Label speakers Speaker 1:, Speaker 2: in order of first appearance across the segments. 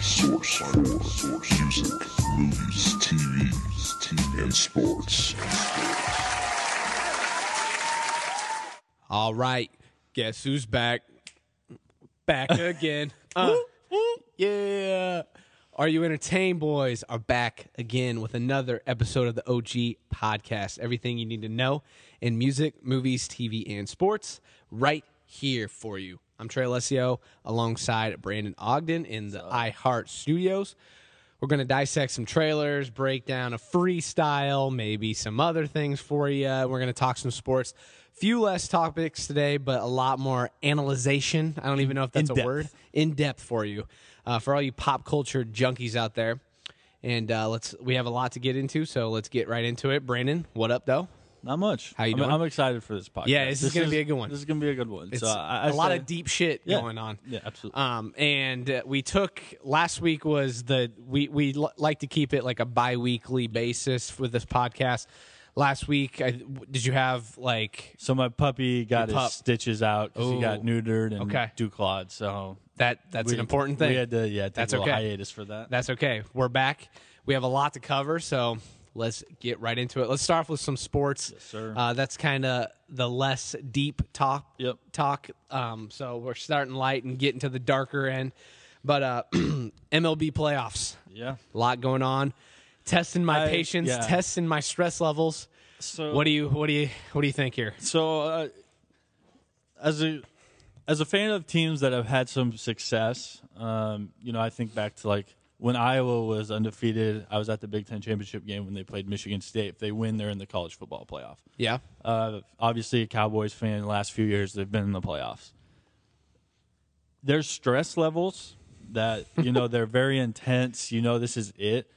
Speaker 1: source for source music, movies, TV, and sports.
Speaker 2: All right. Guess who's back? Back again. Uh, yeah. Are you entertained, boys? Are back again with another episode of the OG podcast. Everything you need to know in music, movies, TV, and sports, right here for you. I'm Trey Alessio alongside Brandon Ogden in the iHeart Studios. We're going to dissect some trailers, break down a freestyle, maybe some other things for you. We're going to talk some sports. Few less topics today, but a lot more analyzation. I don't even know if that's a
Speaker 3: In-depth.
Speaker 2: word. In depth for you, uh, for all you pop culture junkies out there. And uh, let's we have a lot to get into, so let's get right into it. Brandon, what up though?
Speaker 3: Not much.
Speaker 2: How you
Speaker 3: I'm,
Speaker 2: doing?
Speaker 3: I'm excited for this podcast.
Speaker 2: Yeah, this is gonna be a good one.
Speaker 3: This is gonna be a good one.
Speaker 2: It's
Speaker 3: so I, I
Speaker 2: a lot
Speaker 3: say-
Speaker 2: of deep shit
Speaker 3: Yeah.
Speaker 2: going on.
Speaker 3: Yeah, absolutely.
Speaker 2: Um, and uh, we took last week was the we we l- like to keep it like a bi-weekly basis with this podcast. Last week, I, did you have like
Speaker 3: so my puppy got
Speaker 2: Your pup.
Speaker 3: his stitches out because
Speaker 2: Ooh.
Speaker 3: he got neutered and
Speaker 2: Okay.
Speaker 3: declawed. So
Speaker 2: that? That's
Speaker 3: we-
Speaker 2: an important thing.
Speaker 3: We had to yeah take
Speaker 2: That's
Speaker 3: a little
Speaker 2: okay.
Speaker 3: hiatus for that.
Speaker 2: That's okay. We're back. We have a lot to cover, so let's get right into it. Let's start off with some sports. Yes,
Speaker 3: sir.
Speaker 2: Uh, that's kind of the less deep talk.
Speaker 3: Yep.
Speaker 2: Talk. Um, so we're starting light and getting to the darker end. But uh, MLB playoffs.
Speaker 3: yeah.
Speaker 2: A lot going on. Testing my
Speaker 3: I-
Speaker 2: patience.
Speaker 3: yeah.
Speaker 2: Testing my stress levels.
Speaker 3: So
Speaker 2: What do you? What do you? What do you think here?
Speaker 3: So uh, as a as a fan of teams that have had some success, um, you know, I think back to like when Iowa was undefeated. I was at the Big Ten championship game when they played Michigan State. If they win, they're in the college football playoff.
Speaker 2: Yeah.
Speaker 3: uh, obviously a Cowboys fan the last few years. They've been in the playoffs. There's stress levels that, you know, they're very intense. You know, this is it.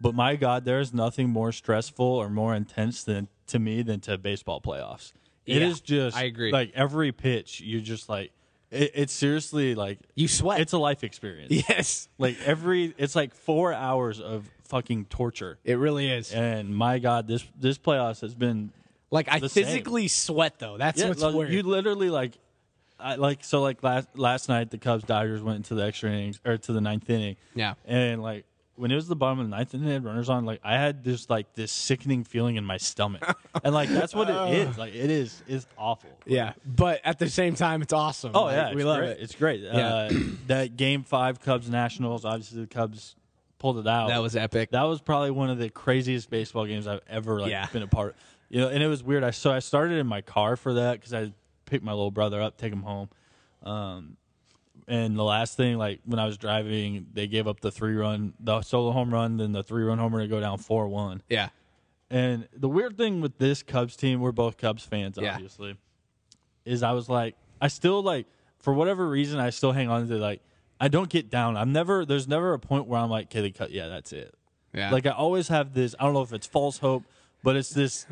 Speaker 3: But my God, there is nothing more stressful or more intense than to me than to baseball playoffs. It
Speaker 2: Yeah,
Speaker 3: is just,
Speaker 2: I agree.
Speaker 3: Like every pitch, you're just like, it, it's seriously like,
Speaker 2: You sweat.
Speaker 3: it's a life experience.
Speaker 2: yes.
Speaker 3: Like every, it's like four hours of fucking torture.
Speaker 2: It really is.
Speaker 3: And my God, this this playoffs has been
Speaker 2: Like I
Speaker 3: The same.
Speaker 2: physically sweat though. That's what's
Speaker 3: like,
Speaker 2: weird.
Speaker 3: You literally like, I like so like last last night the Cubs Dodgers went into the extra innings or to the ninth inning.
Speaker 2: Yeah.
Speaker 3: and like when it was the bottom of the ninth and they had runners on, like I had this like this sickening feeling in my stomach, and like that's what it is. Like it is, it's awful.
Speaker 2: Yeah, but at the same time, it's awesome.
Speaker 3: Oh
Speaker 2: Like,
Speaker 3: yeah,
Speaker 2: we
Speaker 3: it's
Speaker 2: love
Speaker 3: great.
Speaker 2: it.
Speaker 3: It's great. Uh, that game five Cubs Nationals, obviously the Cubs pulled it out.
Speaker 2: That was epic.
Speaker 3: That was probably one of the craziest baseball games I've ever like
Speaker 2: Yeah.
Speaker 3: been a part. You know, and it was weird. I so I started in my car for that because I picked my little brother up, take him home. Um, and the last thing, like when I was driving, they gave up the three run, the solo home run, then the three run homer to go down four one.
Speaker 2: yeah,
Speaker 3: And the weird thing with this Cubs team, we're both Cubs fans,
Speaker 2: Yeah.
Speaker 3: obviously, is I was like, I still like, for whatever reason, I still hang on to like, I don't get down. I'm never, there's never a point where I'm like, okay, they cut, yeah, that's it.
Speaker 2: yeah.
Speaker 3: Like I always have this, I don't know if it's false hope, but it's this,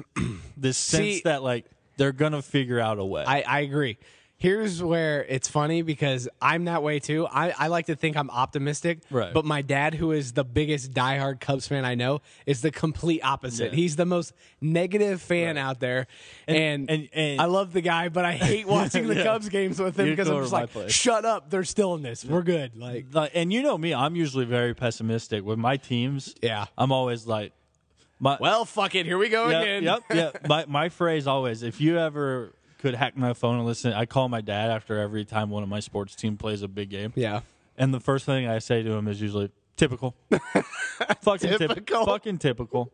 Speaker 3: this sense
Speaker 2: See-
Speaker 3: that like they're gonna figure out a way.
Speaker 2: I, I agree. Here's where it's funny because I'm that way too. I, I like to think I'm optimistic,
Speaker 3: Right.
Speaker 2: but my dad, who is the biggest diehard Cubs fan I know, is the complete opposite.
Speaker 3: Yeah.
Speaker 2: He's the most negative fan out there, and,
Speaker 3: and- and-
Speaker 2: I love the guy, but I hate watching the
Speaker 3: Yeah.
Speaker 2: Cubs games with him
Speaker 3: You'd
Speaker 2: because
Speaker 3: go
Speaker 2: I'm
Speaker 3: to
Speaker 2: just
Speaker 3: my
Speaker 2: like,
Speaker 3: place.
Speaker 2: shut up, they're still in this. We're good. Like,
Speaker 3: like, and you know me, I'm usually very pessimistic with my teams.
Speaker 2: Yeah.
Speaker 3: I'm always like, my
Speaker 2: well, fuck it, here we go again.
Speaker 3: Yep, yep. My my phrase always: if you ever could hack my phone and listen, I call my dad after every time one of my sports team plays a big game.
Speaker 2: yeah.
Speaker 3: And the first thing I say to him is usually "typical." fucking typ-
Speaker 2: Typical.
Speaker 3: fucking typical.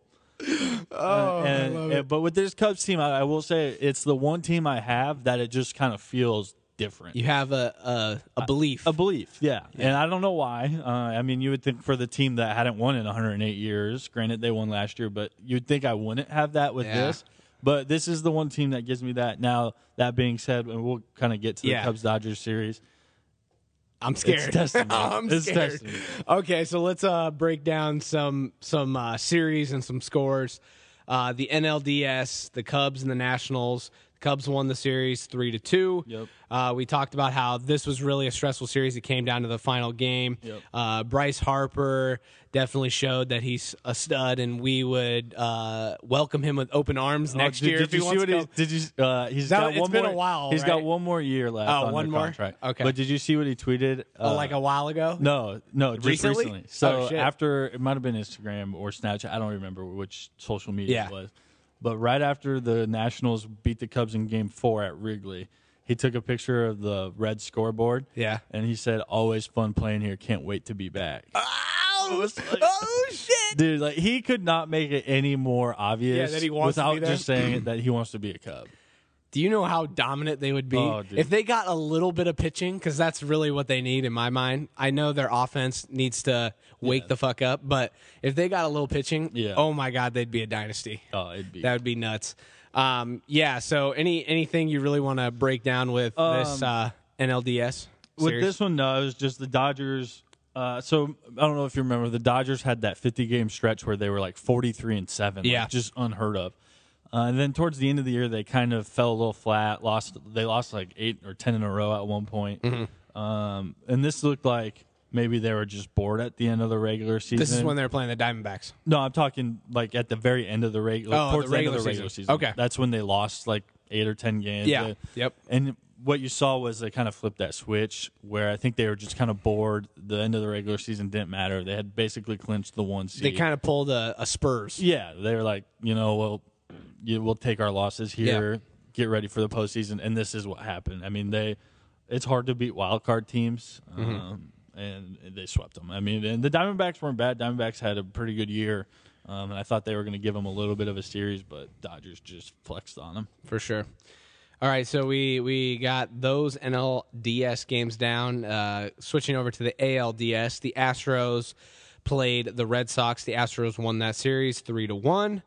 Speaker 3: Oh, but with this Cubs team, I, I will say it's the one team I have that it just kind of feels different.
Speaker 2: You have a a, a belief.
Speaker 3: A belief, yeah. and I don't know why. Uh, I mean, you would think for the team that hadn't won in 108 years, granted they won last year, but you'd think I wouldn't have that with
Speaker 2: Yeah.
Speaker 3: this. But this is the one team that gives me that. Now, that being said, and we'll kind of get to the
Speaker 2: Yeah.
Speaker 3: Cubs Dodgers series.
Speaker 2: I'm scared.
Speaker 3: testing me.
Speaker 2: I'm
Speaker 3: It's
Speaker 2: scared.
Speaker 3: testing me.
Speaker 2: Okay, so let's uh, break down some some uh, series and some scores. Uh, the NLDS, the Cubs and the Nationals. Cubs won the series three to two.
Speaker 3: Yep.
Speaker 2: Uh, we talked about how this was really a stressful series. It came down to the final game.
Speaker 3: Yep.
Speaker 2: Uh, Bryce Harper definitely showed that he's a stud, and we would uh, welcome him with open arms next
Speaker 3: Oh, did,
Speaker 2: year
Speaker 3: did
Speaker 2: if he
Speaker 3: you see
Speaker 2: wants
Speaker 3: what
Speaker 2: to
Speaker 3: he
Speaker 2: come.
Speaker 3: did? You uh, he's
Speaker 2: No,
Speaker 3: got
Speaker 2: it's
Speaker 3: one
Speaker 2: been
Speaker 3: more.
Speaker 2: a while,
Speaker 3: He's got
Speaker 2: right?
Speaker 3: one more year left.
Speaker 2: Oh,
Speaker 3: on
Speaker 2: one
Speaker 3: their
Speaker 2: more?
Speaker 3: Contract.
Speaker 2: Okay.
Speaker 3: But did you see what he tweeted? Uh,
Speaker 2: Oh, like a while ago.
Speaker 3: No, no, just
Speaker 2: Recently?
Speaker 3: recently.
Speaker 2: Oh,
Speaker 3: So
Speaker 2: shit.
Speaker 3: after it might have been Instagram or Snapchat, I don't remember which social media
Speaker 2: Yeah.
Speaker 3: it was. But right after the Nationals beat the Cubs in game 4 at Wrigley, he took a picture of the red scoreboard.
Speaker 2: Yeah.
Speaker 3: And he said, "Always fun playing here. Can't wait to be back."
Speaker 2: Oh, oh shit!
Speaker 3: Dude, like he could not make it any more obvious
Speaker 2: Yeah, that he wants to
Speaker 3: without
Speaker 2: be there.
Speaker 3: just saying that he wants to be a Cub.
Speaker 2: Do you know how dominant they would be
Speaker 3: Oh, dude.
Speaker 2: if they got a little bit of pitching? Because that's really what they need in my mind. I know their offense needs to wake the fuck up, but if they got a little pitching,
Speaker 3: Yeah.
Speaker 2: oh my god, they'd be a dynasty.
Speaker 3: Oh, it'd be
Speaker 2: That would be nuts. Um, yeah. So any anything you really want to break down with this uh, NLDS?
Speaker 3: What
Speaker 2: series?
Speaker 3: Um, this one does, just the Dodgers. Uh, so I don't know if you remember, the Dodgers had that 50 game stretch where they were like 43 and seven, like,
Speaker 2: Yeah.
Speaker 3: just unheard of. Uh, and then towards the end of the year, they kind of fell a little flat. Lost they lost like eight or ten in a row at one point.
Speaker 2: Mm-hmm.
Speaker 3: Um, and this looked like maybe they were just bored at the end of the regular season.
Speaker 2: this is when they were playing the Diamondbacks.
Speaker 3: No, I'm talking like at the very end of the regular,
Speaker 2: Oh,
Speaker 3: towards
Speaker 2: the
Speaker 3: the, end of
Speaker 2: regular
Speaker 3: the regular
Speaker 2: season.
Speaker 3: season.
Speaker 2: Okay.
Speaker 3: that's when they lost like eight or ten games.
Speaker 2: Yeah.
Speaker 3: They-
Speaker 2: Yep.
Speaker 3: And what you saw was they kind of flipped that switch where I think they were just kind of bored. The end of the regular season didn't matter. They had basically clinched the one seed.
Speaker 2: They kind of pulled a, a Spurs.
Speaker 3: yeah, they were like, you know, well, you, we'll take our losses here, get ready for the postseason, and this is what happened. I mean, they, it's hard to beat wild card teams. Um, and they swept them. I mean, and the Diamondbacks weren't bad. Diamondbacks had a pretty good year, um, and I thought they were going to give them a little bit of a series, but Dodgers just flexed on them.
Speaker 2: for sure. All right, so we we got those NLDS games down. Uh, switching over to the ALDS, the Astros played the Red Sox. The Astros won that series three to one.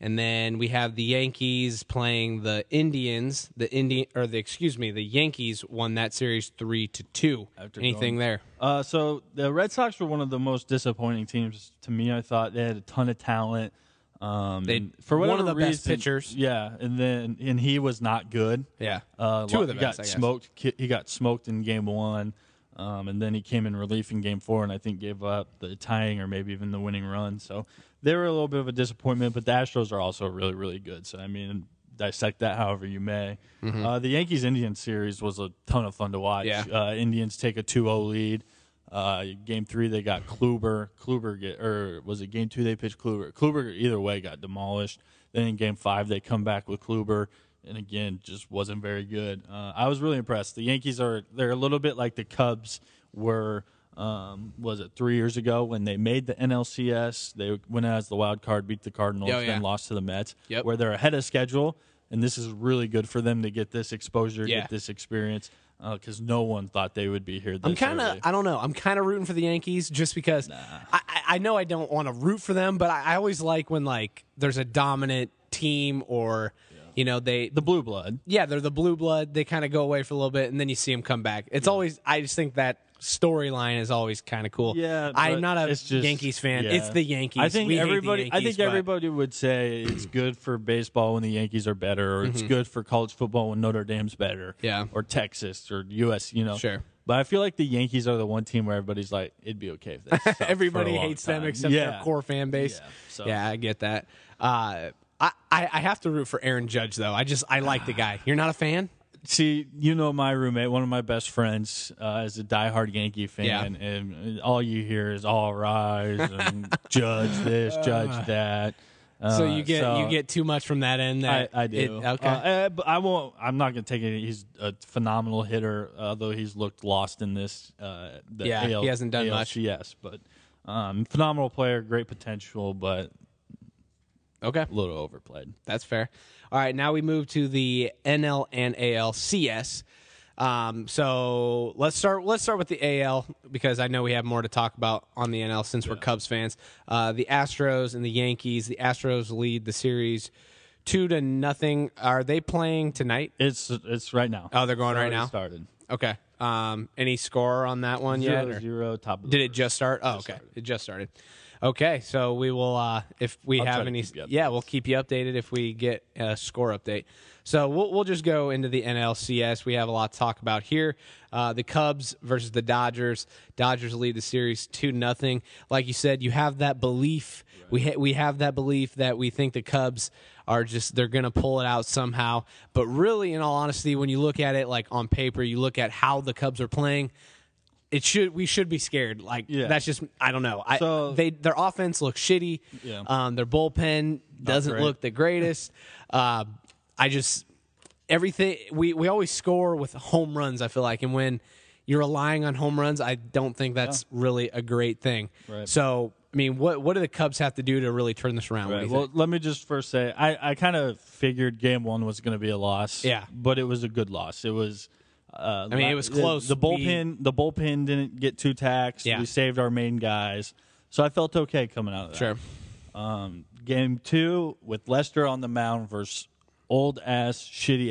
Speaker 2: And then we have the Yankees playing the Indians. The Indian or the excuse me, the Yankees won that series three to two.
Speaker 3: After
Speaker 2: Anything there?
Speaker 3: Uh, so the Red Sox were one of the most disappointing teams to me. I thought they had a ton of talent. Um,
Speaker 2: They-
Speaker 3: and for
Speaker 2: one
Speaker 3: whatever
Speaker 2: of the best
Speaker 3: reason-
Speaker 2: pitchers.
Speaker 3: Yeah, and then and he was not good.
Speaker 2: Yeah.
Speaker 3: uh,
Speaker 2: Two of
Speaker 3: lo-
Speaker 2: the
Speaker 3: he
Speaker 2: best, I
Speaker 3: got
Speaker 2: guess.
Speaker 3: smoked. ki- He got smoked in game one, um, and then he came in relief in game four, and I think gave up the tying or maybe even the winning run. So they were a little bit of a disappointment. But the Astros are also really really good. So I mean. Dissect that however you may. Uh, the Yankees Indians series was a ton of fun to watch.
Speaker 2: Mm-hmm. Yeah.
Speaker 3: Uh, Indians take a 2-0 lead. Uh, game three, they got Kluber. Kluber get, or was it game two? They pitched Kluber. Kluber either way got demolished. Then in game five, they come back with Kluber, and again, just wasn't very good. Uh, I was really impressed. The Yankees are they're a little bit like the Cubs were. Um, was it three years ago when they made the NLCS? They went as the wild card, beat the Cardinals,
Speaker 2: Oh,
Speaker 3: and
Speaker 2: yeah.
Speaker 3: then lost to the Mets.
Speaker 2: Yep.
Speaker 3: Where they're ahead of schedule, and this is really good for them to get this exposure,
Speaker 2: Yeah.
Speaker 3: get this experience, because no one thought they would be here. This
Speaker 2: I'm kind of,
Speaker 3: early.
Speaker 2: I don't know. I'm kind of rooting for the Yankees just because I, I- I know I don't want to root for them, but I, I always like when like there's a dominant team or you know they,
Speaker 3: the blue blood.
Speaker 2: yeah, they're the blue blood. They kind of go away for a little bit and then you see them come back. It's always, I just think that storyline is always kind of cool.
Speaker 3: Yeah,
Speaker 2: I'm
Speaker 3: but
Speaker 2: not a
Speaker 3: it's just-
Speaker 2: Yankees fan.
Speaker 3: yeah.
Speaker 2: It's the Yankees.
Speaker 3: I think
Speaker 2: We hate the
Speaker 3: everybody. I
Speaker 2: Yankees,
Speaker 3: think
Speaker 2: but-
Speaker 3: everybody would say it's good for baseball when the Yankees are better, or it's good for college football when Notre Dame's better,
Speaker 2: Mm-hmm. Yeah.
Speaker 3: or Texas or U.S. You know,
Speaker 2: Sure.
Speaker 3: But I feel like the Yankees are the one team where everybody's like, it'd be okay if they sucked for a
Speaker 2: Everybody
Speaker 3: long
Speaker 2: hates them
Speaker 3: time.
Speaker 2: except their
Speaker 3: Yeah.
Speaker 2: core fan base. Yeah,
Speaker 3: Yeah, so-
Speaker 2: I get that. Uh, I, I I have to root for Aaron Judge though. I just I
Speaker 3: Ah.
Speaker 2: like the guy. You're not a fan?
Speaker 3: See, you know my roommate, one of my best friends, uh, is a diehard Yankee fan,
Speaker 2: Yeah.
Speaker 3: and, and all you hear is "All rise" and "Judge this, judge that." Uh,
Speaker 2: So you get you get too much from that end.
Speaker 3: I,
Speaker 2: That
Speaker 3: I do.
Speaker 2: it- okay.
Speaker 3: Uh, eh, but I won't. I'm not going to take it. He's a phenomenal hitter, although he's looked lost in this. Uh, the
Speaker 2: Yeah,
Speaker 3: AL,
Speaker 2: he hasn't done much.
Speaker 3: Yes, but um, phenomenal player, great potential, but
Speaker 2: okay.
Speaker 3: a little overplayed.
Speaker 2: That's fair. All right. Now we move to the NL and ALCS. Um, so let's start. Let's start with the AL because I know we have more to talk about on the NL since we're Cubs fans. Uh, the Astros and the Yankees. The Astros lead the series two to nothing. Are they playing tonight?
Speaker 3: It's it's right now.
Speaker 2: Oh, they're going
Speaker 3: It's
Speaker 2: right
Speaker 3: already
Speaker 2: now?
Speaker 3: Started.
Speaker 2: Okay. Um, any score on that one yet?
Speaker 3: Zero,
Speaker 2: or-
Speaker 3: zero, top. Of the
Speaker 2: Did it
Speaker 3: first.
Speaker 2: just start? Oh, okay. It just started. Okay, so we will uh if we
Speaker 3: I'll try
Speaker 2: have
Speaker 3: to
Speaker 2: any
Speaker 3: keep you updated.
Speaker 2: yeah, we'll keep you updated if we get a score update. So we'll we'll just go into the NLCS. We have a lot to talk about here. Uh the Cubs versus the Dodgers. Dodgers lead the series 2 nothing. Like you said, you have that belief. We ha- we have that belief that we think the Cubs are just they're going to pull it out somehow. But really in all honesty, when you look at it like on paper, you look at how the Cubs are playing, it should we should be scared. Like
Speaker 3: Yeah.
Speaker 2: that's just I don't know. I,
Speaker 3: So-
Speaker 2: they their offense looks shitty.
Speaker 3: Yeah.
Speaker 2: Um, their bullpen doesn't
Speaker 3: great.
Speaker 2: look the greatest. uh, I just everything we we always score with home runs. I feel like, and when you're relying on home runs, I don't think that's really a great thing.
Speaker 3: Right.
Speaker 2: So I mean, what what do the Cubs have to do to really turn this around? What do
Speaker 3: Right.
Speaker 2: you
Speaker 3: Well,
Speaker 2: think?
Speaker 3: let me just first say I, I kind of figured game one was going to be a loss.
Speaker 2: Yeah.
Speaker 3: but it was a good loss. It was. Uh, I
Speaker 2: mean, it was close.
Speaker 3: The,
Speaker 2: We-
Speaker 3: bullpen, the bullpen didn't get too taxed.
Speaker 2: Yeah.
Speaker 3: We saved our main guys, so I felt okay coming out of that.
Speaker 2: sure.
Speaker 3: Um, game two with Lester on the mound versus old ass, shitty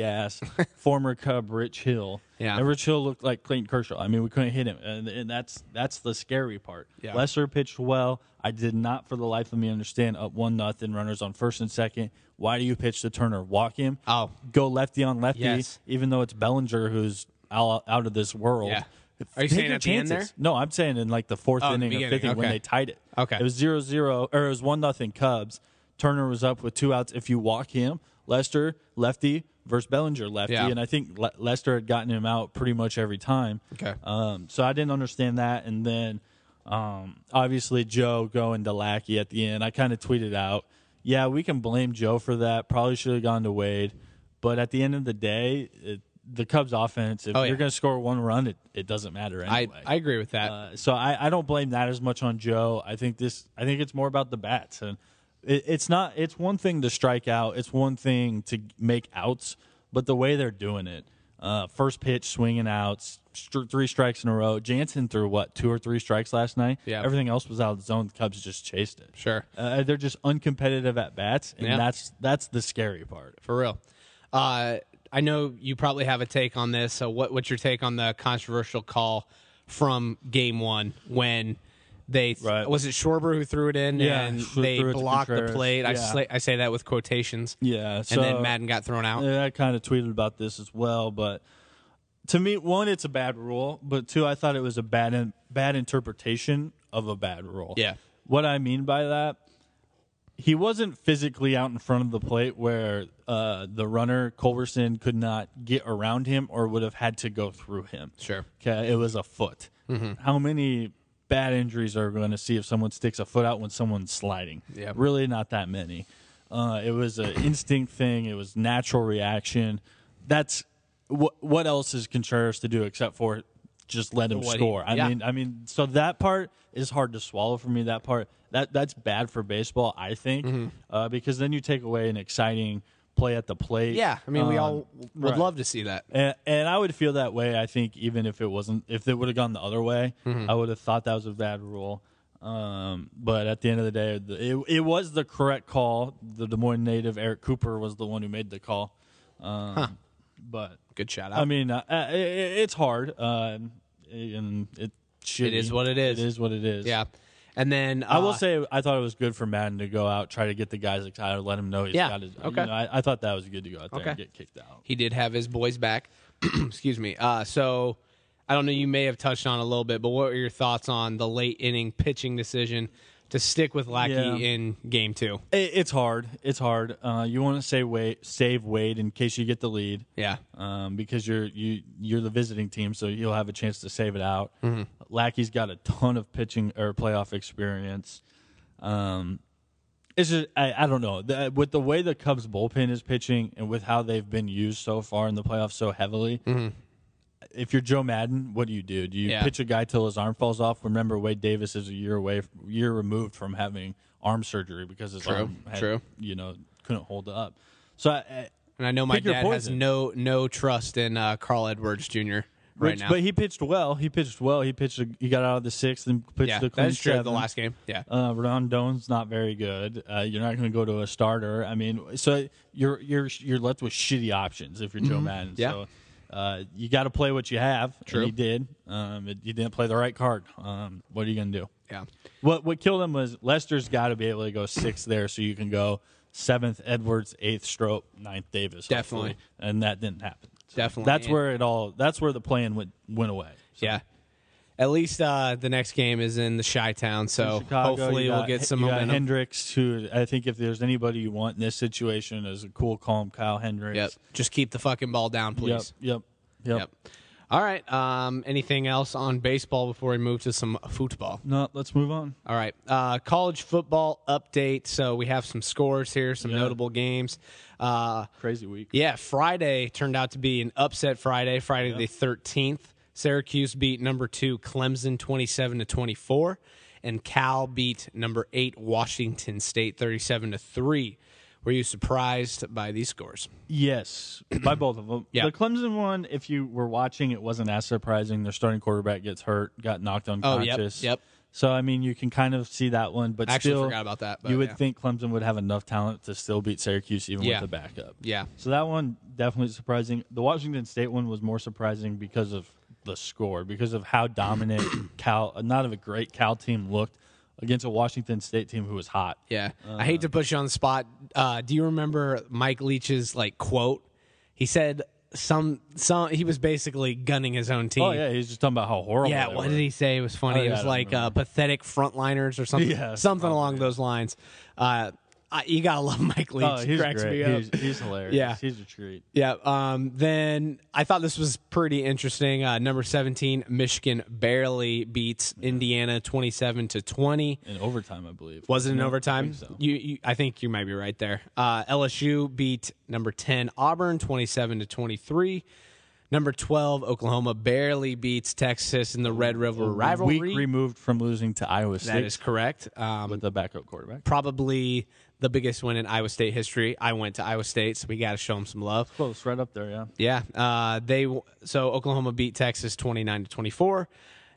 Speaker 3: ass former Cub Rich Hill.
Speaker 2: Yeah.
Speaker 3: and Rich Hill looked like Clayton Kershaw. I mean, we couldn't hit him, and, and that's that's the scary part.
Speaker 2: Yeah.
Speaker 3: Lester pitched well. I did not, for the life of me, understand. Up one nothing, runners on first and second. Why do you pitch to Turner? Walk him.
Speaker 2: Oh.
Speaker 3: go lefty on lefty.
Speaker 2: Yes.
Speaker 3: Even though it's Bellinger who's out, out of this world.
Speaker 2: Yeah. Are you
Speaker 3: Take
Speaker 2: saying
Speaker 3: your
Speaker 2: at the end
Speaker 3: chances.
Speaker 2: there?
Speaker 3: No, I'm saying in like the fourth
Speaker 2: Oh, in the
Speaker 3: inning or
Speaker 2: beginning,
Speaker 3: fifth inning when
Speaker 2: okay.
Speaker 3: they tied it.
Speaker 2: Okay.
Speaker 3: It was zero zero or it was one nothing Cubs. Turner was up with two outs. If you walk him, Lester lefty versus Bellinger lefty,
Speaker 2: Yeah.
Speaker 3: and I think Le- Lester had gotten him out pretty much every time.
Speaker 2: Okay.
Speaker 3: Um, so I didn't understand that, and then um, obviously Joe going to Lackey at the end. I kind of tweeted out, "Yeah, we can blame Joe for that. Probably should have gone to Wade, but at the end of the day." It, the Cubs offense, if
Speaker 2: Oh, yeah.
Speaker 3: you're going to score one run, it, it doesn't matter anyway.
Speaker 2: I I agree with that.
Speaker 3: Uh, so I, I don't blame that as much on Joe. I think this I think it's more about the bats and it, it's not it's one thing to strike out, it's one thing to make outs, but the way they're doing it, uh, first pitch swinging outs, stri- three strikes in a row. Jansen threw what two or three strikes last night.
Speaker 2: Yeah.
Speaker 3: everything else was out of the zone. The Cubs just chased it.
Speaker 2: Sure.
Speaker 3: uh, they're just uncompetitive at bats, and
Speaker 2: Yeah.
Speaker 3: that's that's the scary part.
Speaker 2: for real. Uh, I know you probably have a take on this. So, what, what's your take on the controversial call from Game One when they
Speaker 3: Right.
Speaker 2: was it Schwarber who threw it in
Speaker 3: Yeah,
Speaker 2: and
Speaker 3: Schwarber
Speaker 2: they
Speaker 3: threw it to
Speaker 2: blocked the
Speaker 3: Contreras.
Speaker 2: plate? I,
Speaker 3: Yeah.
Speaker 2: say, I say that with quotations.
Speaker 3: Yeah,
Speaker 2: and then Madden got thrown out.
Speaker 3: Yeah, I kind of tweeted about this as well, but to me, one, it's a bad rule, but two, I thought it was a bad in, bad interpretation of a bad rule.
Speaker 2: Yeah.
Speaker 3: What I mean by that, he wasn't physically out in front of the plate where uh, the runner Culverson could not get around him or would have had to go through him.
Speaker 2: Sure.
Speaker 3: Okay, it was a foot.
Speaker 2: Mm-hmm.
Speaker 3: How many bad injuries are we going to see if someone sticks a foot out when someone's sliding?
Speaker 2: Yeah.
Speaker 3: Really, not that many. Uh, it was an instinct thing. It was natural reaction. That's what. What else is Contreras to do except for just let him
Speaker 2: What he-
Speaker 3: score? I
Speaker 2: yeah.
Speaker 3: mean, I mean, so that part is hard to swallow for me. That part that that's bad for baseball, I think,
Speaker 2: Mm-hmm.
Speaker 3: uh, because then you take away an exciting play at the plate.
Speaker 2: Yeah, I mean, we
Speaker 3: Um,
Speaker 2: all would
Speaker 3: right.
Speaker 2: love to see that.
Speaker 3: and, and I would feel that way. I think even if it wasn't, if it would have gone the other way,
Speaker 2: Mm-hmm.
Speaker 3: I would have thought that was a bad rule. Um, but at the end of the day, the, it it was the correct call. The Des Moines native Eric Cooper was the one who made the call. Um, But
Speaker 2: Good shout out.
Speaker 3: I mean, uh, uh, it, it- it's hard, uh, and it
Speaker 2: It is what it is.
Speaker 3: It is what it is.
Speaker 2: yeah, and then
Speaker 3: I will
Speaker 2: uh,
Speaker 3: say I thought it was good for Madden to go out, try to get the guys excited, let him know he's
Speaker 2: Yeah,
Speaker 3: got his. you
Speaker 2: okay.
Speaker 3: know, I, I thought that was good to go out there
Speaker 2: Okay.
Speaker 3: and get kicked out.
Speaker 2: he did have his boys back. Excuse me. Uh, so I don't know. You may have touched on it a little bit, but what were your thoughts on the late inning pitching decision to stick with Lackey
Speaker 3: Yeah.
Speaker 2: in Game Two?
Speaker 3: It, it's hard. It's hard. Uh, you want to say wait, save Wade in case you get the lead,
Speaker 2: Yeah,
Speaker 3: um, because you're you you're the visiting team, so you'll have a chance to save it out.
Speaker 2: Mm-hmm.
Speaker 3: Lackey's got a ton of pitching or playoff experience. Um, it's just I, I don't know The- with the way the Cubs bullpen is pitching and with how they've been used so far in the playoffs so heavily.
Speaker 2: Mm-hmm.
Speaker 3: If you're Joe Madden, what do you do? Do you
Speaker 2: Yeah.
Speaker 3: pitch a guy till his arm falls off? Remember, Wade Davis is a year away, year removed from having arm surgery because his
Speaker 2: True,
Speaker 3: arm had,
Speaker 2: true.
Speaker 3: you know couldn't hold up. So I, I,
Speaker 2: and I know my
Speaker 3: Pick your
Speaker 2: dad has
Speaker 3: poison.
Speaker 2: no no trust in uh, Carl Edwards Jr. right
Speaker 3: Which-
Speaker 2: now.
Speaker 3: But he pitched well. He pitched well. He pitched. A, he got out of the sixth and pitched
Speaker 2: yeah,
Speaker 3: the clean
Speaker 2: that's true.
Speaker 3: seventh.
Speaker 2: The last game. Yeah,
Speaker 3: Uh, Rondon's not very good. Uh, you're not going to go to a starter. I mean, so you're you're you're left with shitty options if you're Joe Madden.
Speaker 2: Mm-hmm. Yeah.
Speaker 3: So Uh, you got to play what you have. and
Speaker 2: True.
Speaker 3: you did. Um, it- you didn't play the right card. Um, what are you going to do?
Speaker 2: Yeah.
Speaker 3: What what killed him was Lester's got to be able to go sixth there, so you can go seventh Edwards, eighth Strope, ninth Davis. hopefully.
Speaker 2: Definitely.
Speaker 3: and that didn't happen. So
Speaker 2: Definitely.
Speaker 3: that's where it all. That's where the plan went went away. So
Speaker 2: Yeah. At least uh, the next game is in the Chi Town, so
Speaker 3: Chicago,
Speaker 2: hopefully
Speaker 3: you
Speaker 2: we'll
Speaker 3: got-
Speaker 2: get some
Speaker 3: you got
Speaker 2: momentum.
Speaker 3: Hendricks, who I think if there's anybody you want in this situation is a cool, calm Kyle Hendricks.
Speaker 2: Yep. Just keep the fucking ball down,
Speaker 3: Yep.
Speaker 2: please.
Speaker 3: Yep.
Speaker 2: Yep.
Speaker 3: Yep.
Speaker 2: All right. Um, anything else on baseball before we move to some football?
Speaker 3: No, let's move on.
Speaker 2: All right. Uh, college football update. So we have some scores here, some
Speaker 3: Yeah.
Speaker 2: notable games. Uh,
Speaker 3: Crazy week.
Speaker 2: yeah, Friday turned out to be an upset Friday, Friday the 13th. Syracuse beat number two Clemson 27 to 24, and Cal beat number eight Washington State 37 to 3. Were you surprised by these scores?
Speaker 3: Yes, by both of them.
Speaker 2: Yeah.
Speaker 3: The Clemson one, if you were watching, it wasn't as surprising. Their starting quarterback gets hurt, got knocked
Speaker 2: Oh, yep,
Speaker 3: unconscious.
Speaker 2: yep.
Speaker 3: So I mean, you can kind of see that one, but
Speaker 2: I actually
Speaker 3: still,
Speaker 2: forgot about that, but
Speaker 3: you would
Speaker 2: yeah.
Speaker 3: think Clemson would have enough talent to still beat Syracuse even
Speaker 2: Yeah.
Speaker 3: with the backup.
Speaker 2: Yeah.
Speaker 3: So that one definitely surprising. The Washington State one was more surprising because of the score, because of how dominant Cal, not of a great Cal team, looked against a Washington State team who was hot.
Speaker 2: Yeah. I hate to put you on the spot. Uh, do you remember Mike Leach's like quote? He said some some he was basically gunning his own team.
Speaker 3: Oh yeah, he's just talking about how horrible.
Speaker 2: Yeah,
Speaker 3: they
Speaker 2: what
Speaker 3: were.
Speaker 2: did he say? It was funny.
Speaker 3: Oh, yeah,
Speaker 2: it
Speaker 3: I
Speaker 2: was
Speaker 3: don't
Speaker 2: like uh,
Speaker 3: remember.
Speaker 2: pathetic frontliners or something,
Speaker 3: Yeah,
Speaker 2: something
Speaker 3: something,
Speaker 2: along those lines. Uh, I, you gotta love Mike Leach.
Speaker 3: Oh, he's
Speaker 2: cracks
Speaker 3: great.
Speaker 2: me up.
Speaker 3: He's, he's hilarious.
Speaker 2: Yeah.
Speaker 3: he's a treat.
Speaker 2: yeah. Um, then I thought this was pretty interesting. Uh, number seventeen, Michigan barely beats Indiana twenty-seven to twenty.
Speaker 3: In overtime, I believe.
Speaker 2: Was it in
Speaker 3: No, I
Speaker 2: overtime?
Speaker 3: think so.
Speaker 2: You, you, I think you might be right there. Uh, LSU beat number ten Auburn, twenty-seven to twenty-three. Number twelve Oklahoma barely beats Texas in the Red River rivalry.
Speaker 3: Week removed from losing to Iowa State
Speaker 2: That is correct. Um,
Speaker 3: with the backup quarterback.
Speaker 2: probably the biggest win in Iowa State history. I went to Iowa State, so we got to show them some love.
Speaker 3: Close, right up there. Yeah.
Speaker 2: Yeah, uh, they w- so Oklahoma beat Texas twenty nine to twenty four.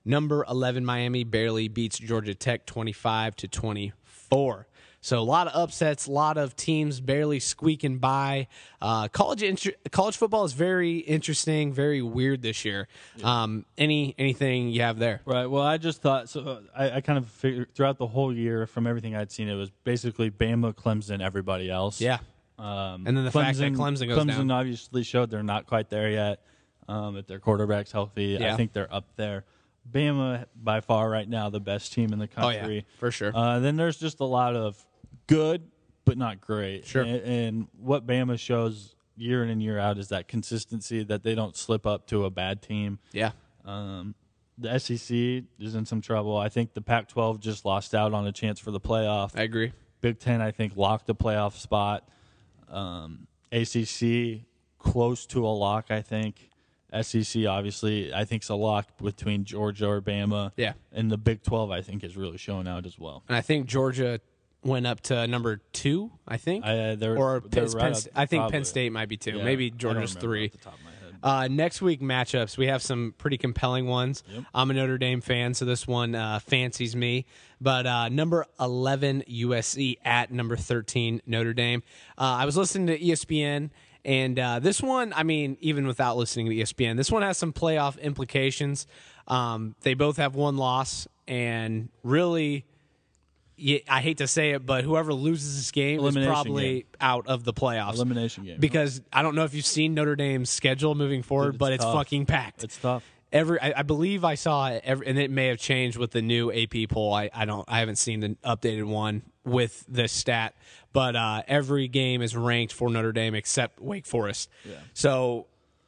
Speaker 2: Number eleven Miami barely beats Georgia Tech twenty five to twenty four. So a lot of upsets, a lot of teams barely squeaking by. Uh, college inter- college football is very interesting, very weird this year. Um, any anything you have there?
Speaker 3: Right. Well, I just thought so. uh, I, I kind of figured throughout the whole year from everything I'd seen, it was basically Bama, Clemson, everybody else.
Speaker 2: Yeah,
Speaker 3: Um,
Speaker 2: And then the fact that Clemson goes
Speaker 3: Clemson
Speaker 2: down.
Speaker 3: obviously showed they're not quite there yet. Um, if their quarterback's healthy,
Speaker 2: Yeah.
Speaker 3: I think they're up there. Bama by far right now the best team in the
Speaker 2: Oh, yeah,
Speaker 3: country
Speaker 2: for sure.
Speaker 3: Uh, then there's just a lot of good but not great.
Speaker 2: Sure.
Speaker 3: And, and what Bama shows year in and year out is that consistency that they don't slip up to a bad team.
Speaker 2: yeah,
Speaker 3: Um, the SEC is in some trouble. I think the Pac-12 just lost out on a chance for the playoff.
Speaker 2: I agree.
Speaker 3: Big Ten, I think, locked a playoff spot. Um, ACC, close to a lock, I think. SEC, obviously, I think it's a lock between Georgia or Bama.
Speaker 2: Yeah.
Speaker 3: And the Big 12, I think, is really showing out as well.
Speaker 2: and I think Georgia went up to number two. I think,
Speaker 3: I, uh, they're,
Speaker 2: or Penn,
Speaker 3: they're right
Speaker 2: Penn
Speaker 3: up-
Speaker 2: St- I think Penn
Speaker 3: probably.
Speaker 2: State might be two.
Speaker 3: Yeah, I
Speaker 2: Maybe
Speaker 3: don't
Speaker 2: Georgia's
Speaker 3: remember off
Speaker 2: three.
Speaker 3: the top of my head.
Speaker 2: Uh, next week matchups, we have some pretty compelling ones. I'm a Notre Dame fan, so this one uh, fancies me. But uh, number 11 USC at number 13 Notre Dame. Uh, I was listening to ESPN, and uh, this one, I mean, even without listening to E ESPN, this one has some playoff implications. Um, they both have one loss, and really. Yeah, I hate to say it, but whoever loses this game is
Speaker 3: Elimination
Speaker 2: probably
Speaker 3: game.
Speaker 2: out of the playoffs.
Speaker 3: Elimination game.
Speaker 2: Because I don't know if you've seen Notre Dame's schedule moving forward,
Speaker 3: Dude, it's
Speaker 2: but it's
Speaker 3: tough.
Speaker 2: fucking packed.
Speaker 3: It's tough.
Speaker 2: Every I, I believe I saw it, every, and it may have changed with the new AP poll. I, I don't I haven't seen the updated one with this stat, but uh, every game is ranked for Notre Dame except Wake Forest. Yeah. So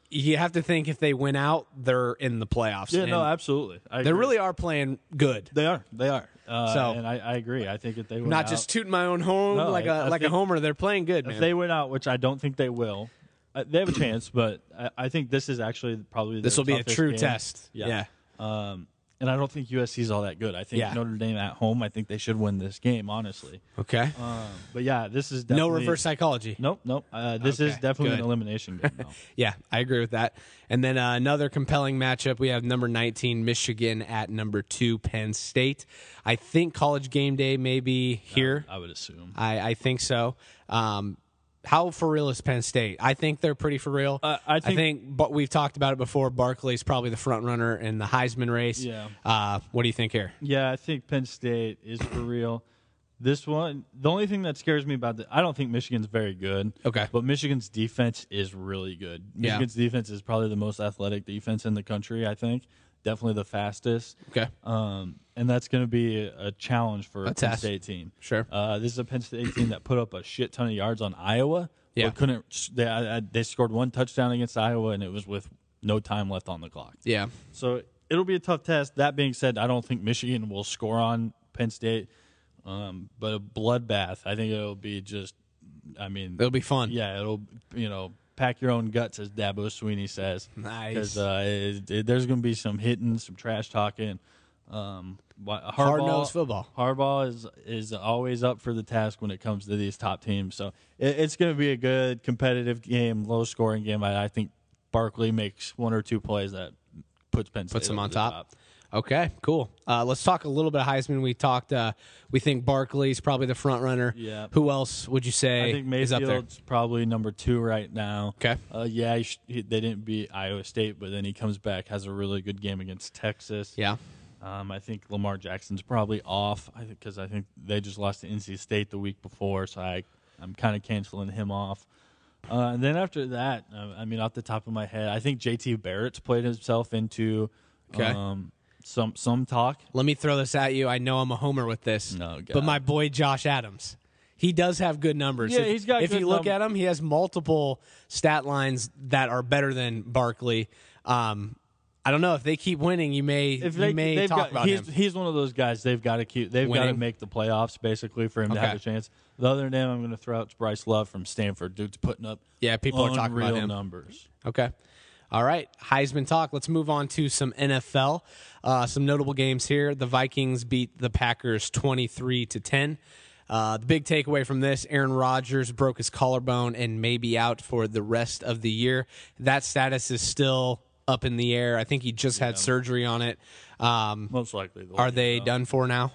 Speaker 2: you have to think if they win out, they're in the playoffs.
Speaker 3: Yeah,
Speaker 2: And
Speaker 3: no, absolutely. I
Speaker 2: they
Speaker 3: agree.
Speaker 2: really are playing good.
Speaker 3: They are. They are. Uh,
Speaker 2: So-
Speaker 3: and I, I agree. I think if they went
Speaker 2: Not
Speaker 3: out,
Speaker 2: just tooting my own horn
Speaker 3: No,
Speaker 2: like a
Speaker 3: I- I
Speaker 2: like a
Speaker 3: think-
Speaker 2: homer. They're playing good, man.
Speaker 3: if they went out, which I don't think they will. uh, They have a chance, but I, I think this is actually probably
Speaker 2: This will be a true test. Yeah.
Speaker 3: Um, and I don't think USC's all that good. I think
Speaker 2: Yeah.
Speaker 3: Notre Dame at home. I think they should win this game, honestly.
Speaker 2: okay.
Speaker 3: Um, but yeah, this is
Speaker 2: no
Speaker 3: definitely,
Speaker 2: reverse psychology.
Speaker 3: Nope, nope. Uh, this is
Speaker 2: Okay,
Speaker 3: definitely
Speaker 2: good.
Speaker 3: an elimination game. Though.
Speaker 2: Yeah, I agree with that. And then uh, another compelling matchup. We have number 19 Michigan at number two Penn State. I
Speaker 3: Uh,
Speaker 2: think College Game Day may be here.
Speaker 3: I would assume.
Speaker 2: I, I think so. Um, How for real is Penn State? I think they're pretty for real.
Speaker 3: Uh, I
Speaker 2: I
Speaker 3: think-
Speaker 2: think, but we've talked about it before. Barkley's probably the front runner in the Heisman race.
Speaker 3: Yeah.
Speaker 2: Uh, what do you think here?
Speaker 3: Yeah, I think Penn State is for real. This one, the only thing that scares me about the, I don't think Michigan's very good.
Speaker 2: Okay.
Speaker 3: But Michigan's defense is really good.
Speaker 2: Yeah.
Speaker 3: Michigan's defense is probably the most athletic defense in the country, I think. Definitely the fastest.
Speaker 2: Okay.
Speaker 3: Um, and that's going to be a, a challenge for a Penn
Speaker 2: test.
Speaker 3: State team.
Speaker 2: Sure.
Speaker 3: Uh, this is a Penn State team that put up a shit ton of yards on Iowa.
Speaker 2: Yeah.
Speaker 3: But couldn't, they, I, I- they scored one touchdown against Iowa, and it was with no time left on the clock.
Speaker 2: Yeah.
Speaker 3: So it'll be a tough test. That being said, I don't think Michigan will score on Penn State, um, but a bloodbath. I think it'll be just. I mean,
Speaker 2: It'll be fun.
Speaker 3: yeah, it'll you know pack your own guts, as Dabo Sweeney says.
Speaker 2: Nice.
Speaker 3: 'Cause, uh, it- it- there's going to be some hitting, some trash talking. Um, hard
Speaker 2: Hard-nosed football.
Speaker 3: Harbaugh is is always up for the task when it comes to these top teams. So it, it's going to be a good competitive game, low scoring game. I, I think Barkley makes one or two plays that puts Penn State
Speaker 2: puts them
Speaker 3: over
Speaker 2: on
Speaker 3: the
Speaker 2: top. Okay, cool. Uh, let's talk a little bit of Heisman. We talked. Uh, we think Barkley's probably the front runner.
Speaker 3: Yeah.
Speaker 2: Who else would you say
Speaker 3: I think
Speaker 2: is up there?
Speaker 3: Mayfield's probably number two right now.
Speaker 2: Okay.
Speaker 3: Uh, yeah, he sh- he, they didn't beat Iowa State, but then he comes back, has a really good game against Texas.
Speaker 2: Yeah.
Speaker 3: Um, I think Lamar Jackson's probably off because I, think- 'cause I think they just lost to NC State the week before, so I, I'm kind of canceling him off. Uh, and then after that, uh, I mean, off the top of my head, I think JT Barrett's played himself into
Speaker 2: Okay.
Speaker 3: um, some some talk.
Speaker 2: Let me throw this at you. I know I'm a homer with this.
Speaker 3: No, God.
Speaker 2: but my boy Josh Adams, he does have good numbers.
Speaker 3: Yeah,
Speaker 2: If-
Speaker 3: he's got
Speaker 2: If
Speaker 3: good
Speaker 2: you look at
Speaker 3: num-
Speaker 2: him, he has multiple stat lines that are better than Barkley. Um, I don't know if they keep winning, you may
Speaker 3: If
Speaker 2: you may
Speaker 3: they've
Speaker 2: talk
Speaker 3: got-
Speaker 2: about
Speaker 3: he's,
Speaker 2: him.
Speaker 3: he's one of those guys they've got to keep. They've got to
Speaker 2: Winning.
Speaker 3: make the playoffs basically for him to have
Speaker 2: Okay.
Speaker 3: a chance. The other name I'm going to throw out is Bryce Love from Stanford. Dude's putting up
Speaker 2: Yeah, people are talking about
Speaker 3: unreal
Speaker 2: him.
Speaker 3: numbers.
Speaker 2: Okay. All right, Heisman talk. Let's move on to some NFL. Uh, some notable games here. The Vikings beat the Packers 23 to 10. Uh, the big takeaway from this Aaron Rodgers broke his collarbone and may be out for the rest of the year. That status is still up in the air. I think he just had surgery on it. Um,
Speaker 3: Most likely, they'll
Speaker 2: are
Speaker 3: get
Speaker 2: they
Speaker 3: him.
Speaker 2: done for now?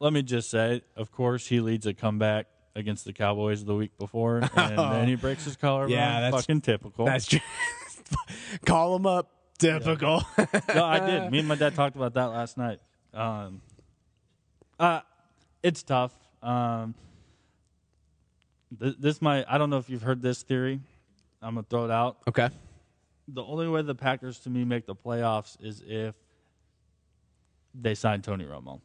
Speaker 3: Let me just say, of course, he leads a comeback against the Cowboys the week before, and then he breaks his collarbone.
Speaker 2: Yeah, that's-
Speaker 3: fucking typical.
Speaker 2: That's just call him up. Typical.
Speaker 3: no, I did. Me and my dad talked about that last night. Um, uh, it's tough. Um, th- this might. I don't know if you've heard this theory. I'm gonna throw it out.
Speaker 2: okay.
Speaker 3: The only way the Packers to me make the playoffs is if they sign Tony Romo.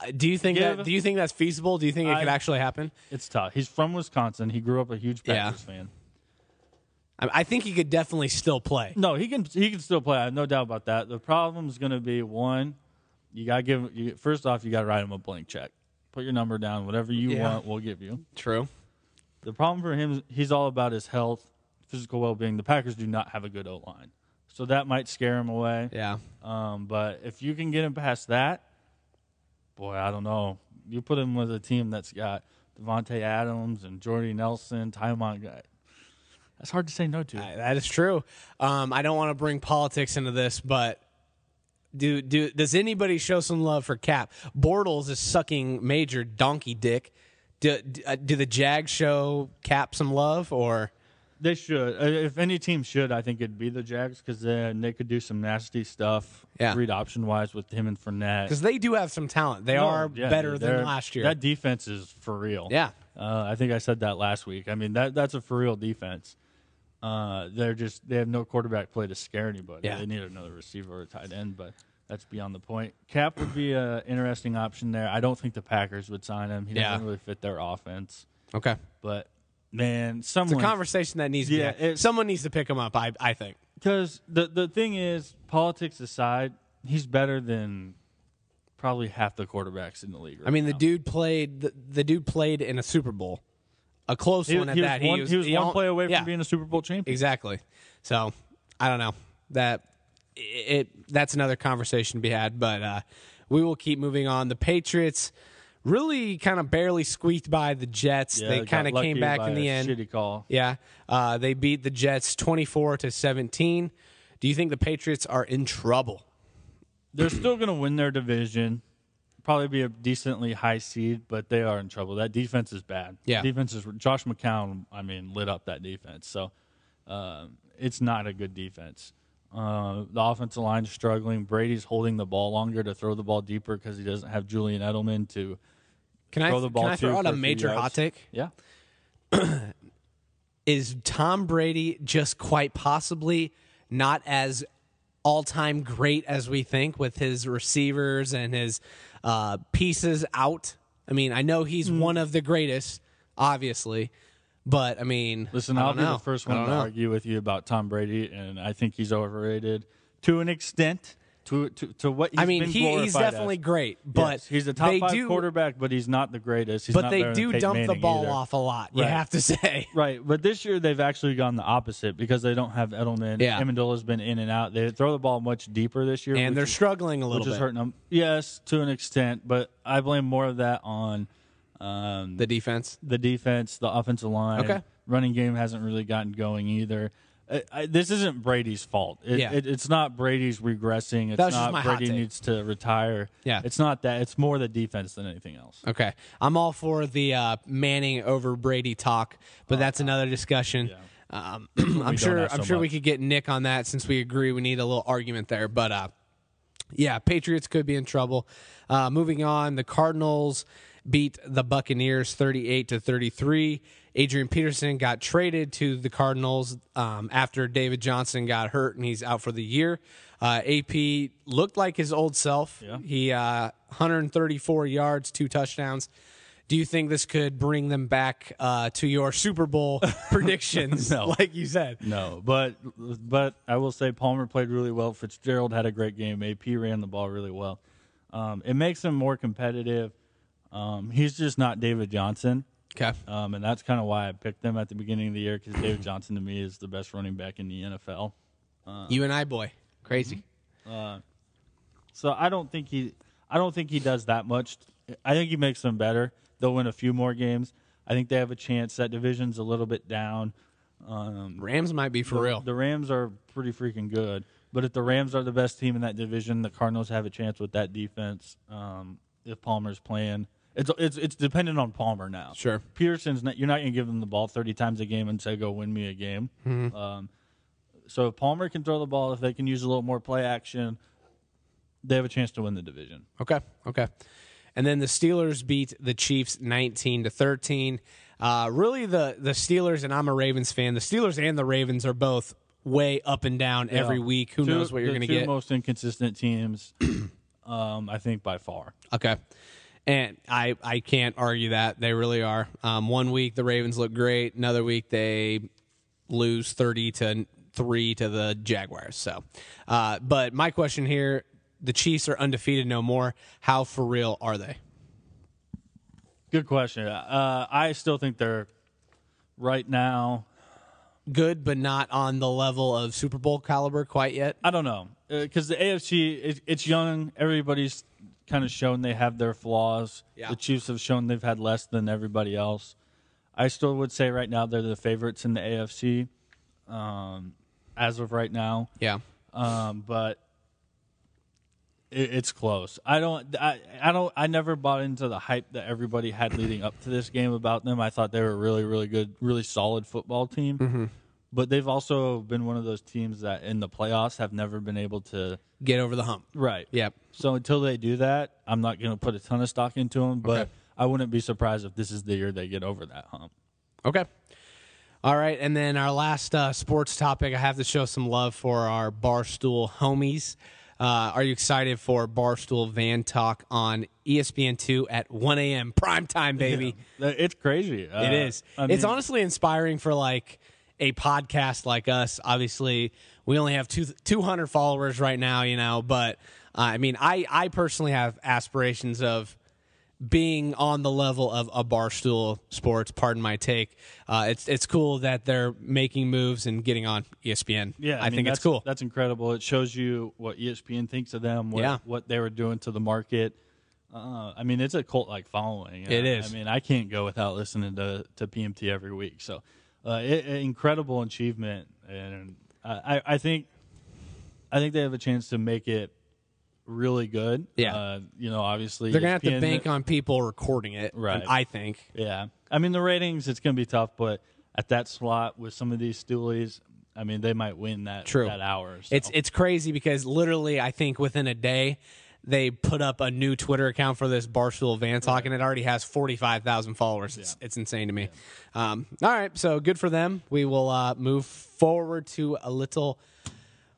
Speaker 2: Uh, Do you think
Speaker 3: Give-
Speaker 2: that? Do you think that's feasible? Do you think it
Speaker 3: I-
Speaker 2: could actually happen?
Speaker 3: It's tough. He's from Wisconsin. He grew up a huge
Speaker 2: Yeah.
Speaker 3: Packers fan.
Speaker 2: I, I think he could definitely still play.
Speaker 3: No, he can he can still play. I have no doubt about that. The problem is going to be one, you got to give you, first off you got to write him a blank check. Put your number down, whatever you
Speaker 2: Yeah.
Speaker 3: want, we'll give you.
Speaker 2: True.
Speaker 3: The problem for him is he's all about his health, physical well-being. The Packers do not have a good O-line. So that might scare him away.
Speaker 2: Yeah.
Speaker 3: Um, but if you can get him past that, boy, I don't know. You put him with a team that's got Devontae Adams and Jordy Nelson, Ty Montgomery. That's hard to say no to.
Speaker 2: I- That is true. Um, I don't want to bring politics into this, but do do does anybody show some love for Cap? Bortles is sucking major donkey dick. Do do, uh, do the Jags show Cap some love or?
Speaker 3: They should. Uh, If any team should, I think it'd be the Jags because then they could do some nasty stuff,
Speaker 2: Yeah.
Speaker 3: read option wise with him and Fournette.
Speaker 2: Because they do have some talent. They
Speaker 3: No,
Speaker 2: are
Speaker 3: Oh, yeah,
Speaker 2: better than
Speaker 3: they're-
Speaker 2: last year.
Speaker 3: That defense is for real.
Speaker 2: Yeah.
Speaker 3: Uh, I think I said that last week. I mean that that's a for real defense. Uh, they're just they have no quarterback play to scare anybody.
Speaker 2: Yeah.
Speaker 3: They need another receiver or tight end, but that's beyond the point. Cap would be an interesting option there. I don't think the Packers would sign him. He
Speaker 2: Yeah.
Speaker 3: doesn't really fit their offense.
Speaker 2: okay.
Speaker 3: But man,
Speaker 2: It's a
Speaker 3: someone
Speaker 2: conversation that needs
Speaker 3: Yeah,
Speaker 2: to be had.
Speaker 3: it-
Speaker 2: Someone needs to pick him up, I, I think.
Speaker 3: Because the the thing is, politics aside, he's better than probably half the quarterbacks in the league. Right
Speaker 2: I mean, the
Speaker 3: now.
Speaker 2: dude played the, the dude played in a Super Bowl, a close
Speaker 3: he,
Speaker 2: one at
Speaker 3: he
Speaker 2: that.
Speaker 3: was one, he was one
Speaker 2: al-
Speaker 3: play away
Speaker 2: yeah.
Speaker 3: from being a Super Bowl champion.
Speaker 2: Exactly. So I don't know that it. That's another conversation to be had, but uh, we will keep moving on. The Patriots really kind of barely squeaked by the Jets.
Speaker 3: Yeah,
Speaker 2: they
Speaker 3: got
Speaker 2: kind of
Speaker 3: lucky
Speaker 2: came back
Speaker 3: by
Speaker 2: in the
Speaker 3: a
Speaker 2: end.
Speaker 3: Shitty call.
Speaker 2: Yeah, uh, they beat the Jets twenty-four to seventeen. Do you think the Patriots are in trouble?
Speaker 3: They're still going to win their division. probably be a decently high seed, but they are in trouble. That defense is bad.
Speaker 2: Yeah.
Speaker 3: defense is Josh McCown. I mean, lit up that defense. So um, it's not a good defense. Uh, the offensive line's struggling. Brady's holding the ball longer to throw the ball deeper because he doesn't have Julian Edelman to
Speaker 2: Can I
Speaker 3: throw the ball
Speaker 2: can I throw
Speaker 3: to
Speaker 2: out
Speaker 3: for
Speaker 2: a
Speaker 3: a few
Speaker 2: major
Speaker 3: yards.
Speaker 2: hot take?
Speaker 3: Yeah.
Speaker 2: Is Tom Brady just quite possibly not as all time great as we think with his receivers and his uh, pieces out? I mean, I know he's one of the greatest, obviously, but I mean,
Speaker 3: Listen,
Speaker 2: I
Speaker 3: I'll
Speaker 2: don't
Speaker 3: be
Speaker 2: know.
Speaker 3: the first
Speaker 2: I
Speaker 3: one
Speaker 2: don't
Speaker 3: to
Speaker 2: know.
Speaker 3: argue with you about Tom Brady, and I think he's overrated to an extent. To to, to what he's
Speaker 2: I mean,
Speaker 3: been
Speaker 2: he, he's
Speaker 3: glorified as.
Speaker 2: definitely great,
Speaker 3: Yes,
Speaker 2: but
Speaker 3: he's a top
Speaker 2: they
Speaker 3: five
Speaker 2: do,
Speaker 3: quarterback, but he's not the greatest. He's
Speaker 2: But
Speaker 3: not
Speaker 2: they
Speaker 3: better than
Speaker 2: do
Speaker 3: Peyton
Speaker 2: dump the
Speaker 3: Manning
Speaker 2: ball
Speaker 3: either.
Speaker 2: off a lot. You
Speaker 3: Right.
Speaker 2: have to say.
Speaker 3: Right, but this year they've actually gone the opposite because they don't have Edelman.
Speaker 2: Yeah.
Speaker 3: Amendola's been in and out. They throw the ball much deeper this year,
Speaker 2: And
Speaker 3: which
Speaker 2: they're
Speaker 3: is-
Speaker 2: struggling a little
Speaker 3: which is
Speaker 2: bit.
Speaker 3: hurting them. Yes, to an extent, but I blame more of that on um,
Speaker 2: The defense.
Speaker 3: the defense, the offensive line,
Speaker 2: Okay.
Speaker 3: running game hasn't really gotten going either. I, I, this isn't Brady's fault. It,
Speaker 2: Yeah.
Speaker 3: it, it's not Brady's regressing. It's
Speaker 2: That was just
Speaker 3: not
Speaker 2: my hot
Speaker 3: Brady
Speaker 2: take.
Speaker 3: needs to retire.
Speaker 2: Yeah.
Speaker 3: it's not that. It's more the defense than anything else.
Speaker 2: Okay. I'm all for the uh, Manning over Brady talk, but that's another discussion. Um, I'm
Speaker 3: don't
Speaker 2: sure.
Speaker 3: have so
Speaker 2: I'm sure we
Speaker 3: much.
Speaker 2: could get Nick on that since we agree we need a little argument there. But uh, yeah, Patriots could be in trouble. Uh, moving on, the Cardinals beat the Buccaneers 38 to 33. Adrian Peterson got traded to the Cardinals um, after David Johnson got hurt and he's out for the year. Uh, AP looked like his old self. He uh, 134 yards, two touchdowns. Do you think this could bring them back uh, to your Super Bowl predictions, like you said?
Speaker 3: No, but but I will say Palmer played really well. Fitzgerald had a great game. AP ran the ball really well. Um, it makes him more competitive. Um, he's just not David Johnson.
Speaker 2: Okay.
Speaker 3: Um, and that's kind of why I picked them at the beginning of the year because David Johnson to me is the best running back in the NFL.
Speaker 2: you and I, boy. Crazy.
Speaker 3: So I don't think he I don't think he does that much. I think he makes them better. They'll win a few more games. I think they have a chance. That division's a little bit down. Um,
Speaker 2: Rams might be for real.
Speaker 3: Mm-hmm. The Rams are pretty freaking good. But if the Rams are the best team in that division, the Cardinals have a chance with that defense. Um, if Palmer's playing, it's it's it's dependent on Palmer now.
Speaker 2: Sure.
Speaker 3: Peterson's not. You're not going to give them the ball 30 times a game and say, "Go win me a game."
Speaker 2: Mm-hmm.
Speaker 3: Um, so if Palmer can throw the ball, if they can use a little more play action, they have a chance to win the division.
Speaker 2: Okay. Okay. And then the Steelers beat the Chiefs 19 to 13. Uh, really, the the Steelers and I'm a Ravens fan. The Steelers and the Ravens are both way up and down every
Speaker 3: Yeah.
Speaker 2: week. Who
Speaker 3: Two-
Speaker 2: knows what you're
Speaker 3: the
Speaker 2: going to
Speaker 3: two
Speaker 2: get?
Speaker 3: Most inconsistent teams, um, I think by far.
Speaker 2: Okay. And I, I can't argue that. They really are. Um, one week the Ravens look great. Another week they lose 30 to 3 to the Jaguars. So, uh, but my question here the Chiefs are undefeated no more. How for real are they?
Speaker 3: Good question. Uh, I still think they're right now.
Speaker 2: Good, but not on the level of Super Bowl caliber quite yet.
Speaker 3: I don't know because the AFC it, it's young. Everybody's kind of shown they have their flaws.
Speaker 2: Yeah.
Speaker 3: The Chiefs have shown they've had less than everybody else. I still would say right now they're the favorites in the AFC, um, as of right now.
Speaker 2: Yeah.
Speaker 3: Um, but it, it's close. I don't. I, I don't. I never bought into the hype that everybody had leading up to this game about them. I thought they were a really, really good, really solid football team. But they've also been one of those teams that in the playoffs have never been able to.
Speaker 2: Get over the hump.
Speaker 3: Right.
Speaker 2: Yep.
Speaker 3: So until they do that, I'm not going to put a ton of stock into them. But I wouldn't be surprised if this is the year they get over that hump.
Speaker 2: Okay. All right, and then our last uh, sports topic. I have to show some love for our Barstool homies. Uh, are you excited for Barstool Van Talk on E ESPN2 at 1 a.m. prime time, baby?
Speaker 3: It's crazy. Uh,
Speaker 2: It is.
Speaker 3: I
Speaker 2: it's
Speaker 3: mean-
Speaker 2: honestly inspiring for like a podcast like us. Obviously, we only have two, 200 followers right now, you know, but uh, I mean, I, I personally have aspirations of being on the level of a barstool sports, pardon my take. Uh, it's, it's cool that they're making moves and getting on E ESPN.
Speaker 3: Yeah,
Speaker 2: I,
Speaker 3: mean,
Speaker 2: think it's
Speaker 3: that's-
Speaker 2: cool.
Speaker 3: That's incredible. It shows you what E ESPN thinks of them, what,
Speaker 2: Yeah.
Speaker 3: what they were doing to the market. Uh, I mean, it's a cult like following.
Speaker 2: It is.
Speaker 3: I mean, I can't go without listening to, to PMT every week. So, uh, it, it- incredible achievement, and I, I I think I think they have a chance to make it really good.
Speaker 2: Yeah.
Speaker 3: Uh, you know, obviously E
Speaker 2: They're gonna have to
Speaker 3: ESPN
Speaker 2: bank on people recording it.
Speaker 3: Right.
Speaker 2: I think.
Speaker 3: Yeah. I mean, the ratings, it's going to be tough, but at that slot with some of these stoolies, I mean, they might win that,
Speaker 2: True.
Speaker 3: that hour. so.
Speaker 2: It's it's crazy because literally, I think within a day, they put up a new Twitter account for this Barstool Van Talk, and it already has forty five thousand followers. It's, it's insane to me. Um, all right, so good for them. We will uh, move forward to a little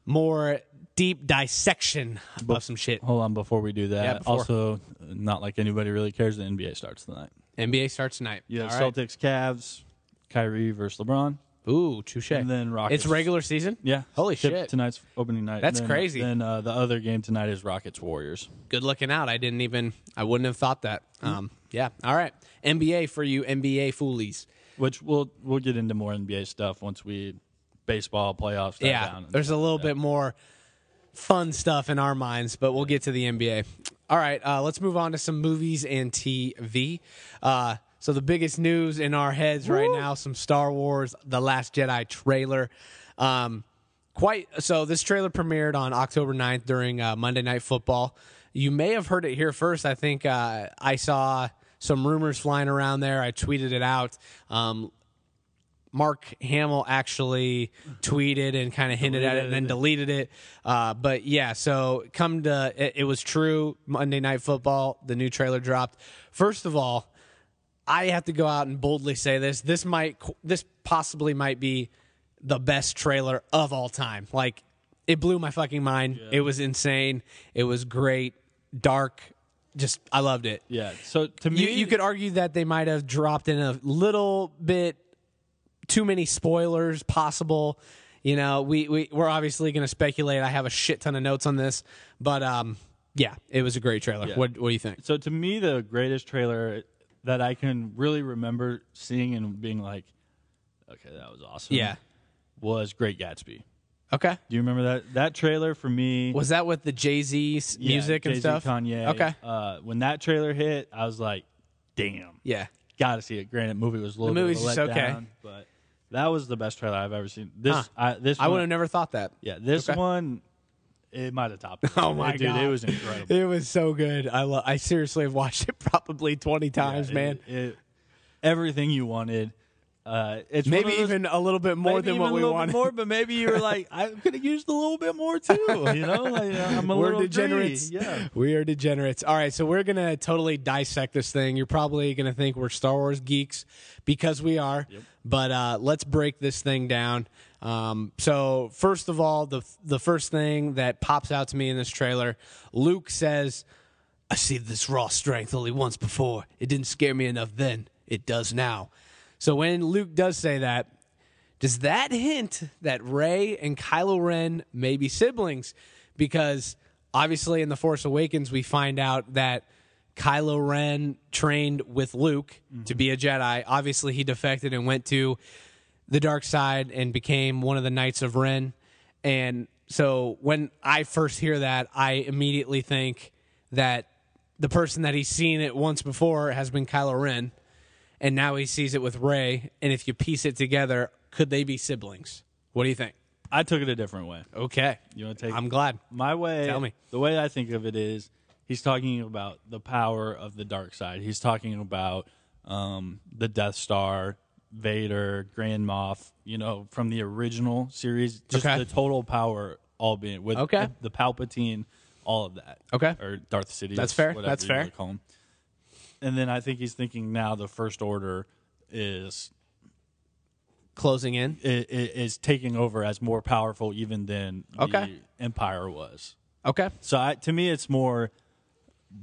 Speaker 2: more deep dissection of some shit.
Speaker 3: Hold on before we do that.
Speaker 2: Yeah, before.
Speaker 3: also, not like anybody really cares. The NBA starts tonight.
Speaker 2: NBA starts tonight.
Speaker 3: You have
Speaker 2: All right.
Speaker 3: Celtics, Cavs, Kyrie versus LeBron.
Speaker 2: Ooh, touche.
Speaker 3: and then Rockets.
Speaker 2: It's regular season.
Speaker 3: Yeah.
Speaker 2: Holy
Speaker 3: Tip-
Speaker 2: shit.
Speaker 3: Tonight's opening night.
Speaker 2: That's
Speaker 3: Then-
Speaker 2: crazy.
Speaker 3: Then uh, the other game tonight is Rockets Warriors.
Speaker 2: good looking out. I didn't even, I wouldn't have thought that.
Speaker 3: Hmm.
Speaker 2: Um, yeah. All right. NBA for you, NBA foolies.
Speaker 3: Which we'll we'll get into more NBA stuff once we baseball playoffs. die
Speaker 2: yeah.
Speaker 3: down.
Speaker 2: There's a little bit more fun stuff in our minds, but we'll get to the NBA. All right. Uh, let's move on to some movies and TV. Uh, so the biggest news in our heads right now, some Star Wars, The Last Jedi trailer. Um, quite so this trailer premiered on october 9th during uh, monday night football you may have heard it here first i think uh, i saw some rumors flying around there i tweeted it out um, mark hamill actually tweeted and kind of hinted at it and then deleted it uh, but yeah so come to it, it was true monday night football the new trailer dropped first of all I have to go out and boldly say this. This might, this possibly might be the best trailer of all time. Like, it blew my fucking mind. It was insane. It was great, dark. Just, I loved it.
Speaker 3: Yeah. So to me,
Speaker 2: You, you could argue that they might have dropped in a little bit too many spoilers possible. You know, we, we we're obviously going to speculate. I have a shit ton of notes on this, but um, yeah, it was a great trailer. What what do you think?
Speaker 3: So to me, the greatest trailer that I can really remember seeing and being like, okay, that was awesome.
Speaker 2: Yeah.
Speaker 3: Was Great Gatsby.
Speaker 2: Okay.
Speaker 3: Do you remember that that trailer for me?
Speaker 2: Was that with the Jay Z
Speaker 3: yeah,
Speaker 2: music and
Speaker 3: Jay-Z,
Speaker 2: stuff?
Speaker 3: Kanye.
Speaker 2: Okay.
Speaker 3: Uh, when that trailer hit, I was like, damn.
Speaker 2: Yeah.
Speaker 3: gotta see it. Granted, movie was a little
Speaker 2: The
Speaker 3: bit of
Speaker 2: movie's
Speaker 3: a
Speaker 2: just okay.
Speaker 3: letdown, but that was the best trailer I've ever seen. This,
Speaker 2: Huh.
Speaker 3: I, this,
Speaker 2: I would
Speaker 3: one,
Speaker 2: have never thought that.
Speaker 3: yeah, this
Speaker 2: Okay.
Speaker 3: one, it might have topped. It.
Speaker 2: Oh my
Speaker 3: dude,
Speaker 2: God.
Speaker 3: it was incredible.
Speaker 2: It was so good. I lo- I seriously have watched it probably 20 times,
Speaker 3: It-
Speaker 2: man.
Speaker 3: it- everything you wanted. Uh, it's one
Speaker 2: Maybe
Speaker 3: of those-
Speaker 2: even a little bit more
Speaker 3: maybe
Speaker 2: than
Speaker 3: even
Speaker 2: what
Speaker 3: a
Speaker 2: we
Speaker 3: little bit
Speaker 2: wanted.
Speaker 3: more, but maybe you were like, I could have used a little bit more too. You know, like, I'm a
Speaker 2: we're
Speaker 3: little
Speaker 2: degenerates.
Speaker 3: greedy. Yeah.
Speaker 2: We are degenerates. All right, so we're going to totally dissect this thing. You're probably going to think we're Star Wars geeks because we are, but uh, let's break this thing down. Um, so, first of all, the, the first thing that pops out to me in this trailer Luke says, I see this raw strength only once before. It didn't scare me enough then. It does now. So, when Luke does say that, does that hint that Ray and Kylo Ren may be siblings? Because obviously, in The Force Awakens, we find out that Kylo Ren trained with Luke to be a Jedi. Obviously, he defected and went to the dark side and became one of the Knights of Ren. And so, when I first hear that, I immediately think that the person that he's seen it once before has been Kylo Ren and now he sees it with Ray. And if you piece it together, could they be siblings? What do you think?
Speaker 3: I took it a different way.
Speaker 2: Okay,
Speaker 3: You want to take?
Speaker 2: I'm glad.
Speaker 3: My way.
Speaker 2: Tell me.
Speaker 3: The way I think of it is, he's talking about the power of the dark side. He's talking about um, the Death Star, Vader, Grand Moff. You know, from the original series, just
Speaker 2: Okay.
Speaker 3: the total power all being with
Speaker 2: Okay.
Speaker 3: the, Palpatine, all of that.
Speaker 2: Okay.
Speaker 3: Or Darth Sidious.
Speaker 2: That's fair.
Speaker 3: whatever
Speaker 2: That's
Speaker 3: you
Speaker 2: fair.
Speaker 3: wanna Call him. And then I think he's thinking now the First Order is
Speaker 2: Closing in.
Speaker 3: i- i- is taking over as more powerful even than
Speaker 2: Okay.
Speaker 3: the Empire was.
Speaker 2: Okay,
Speaker 3: So I, to me, it's more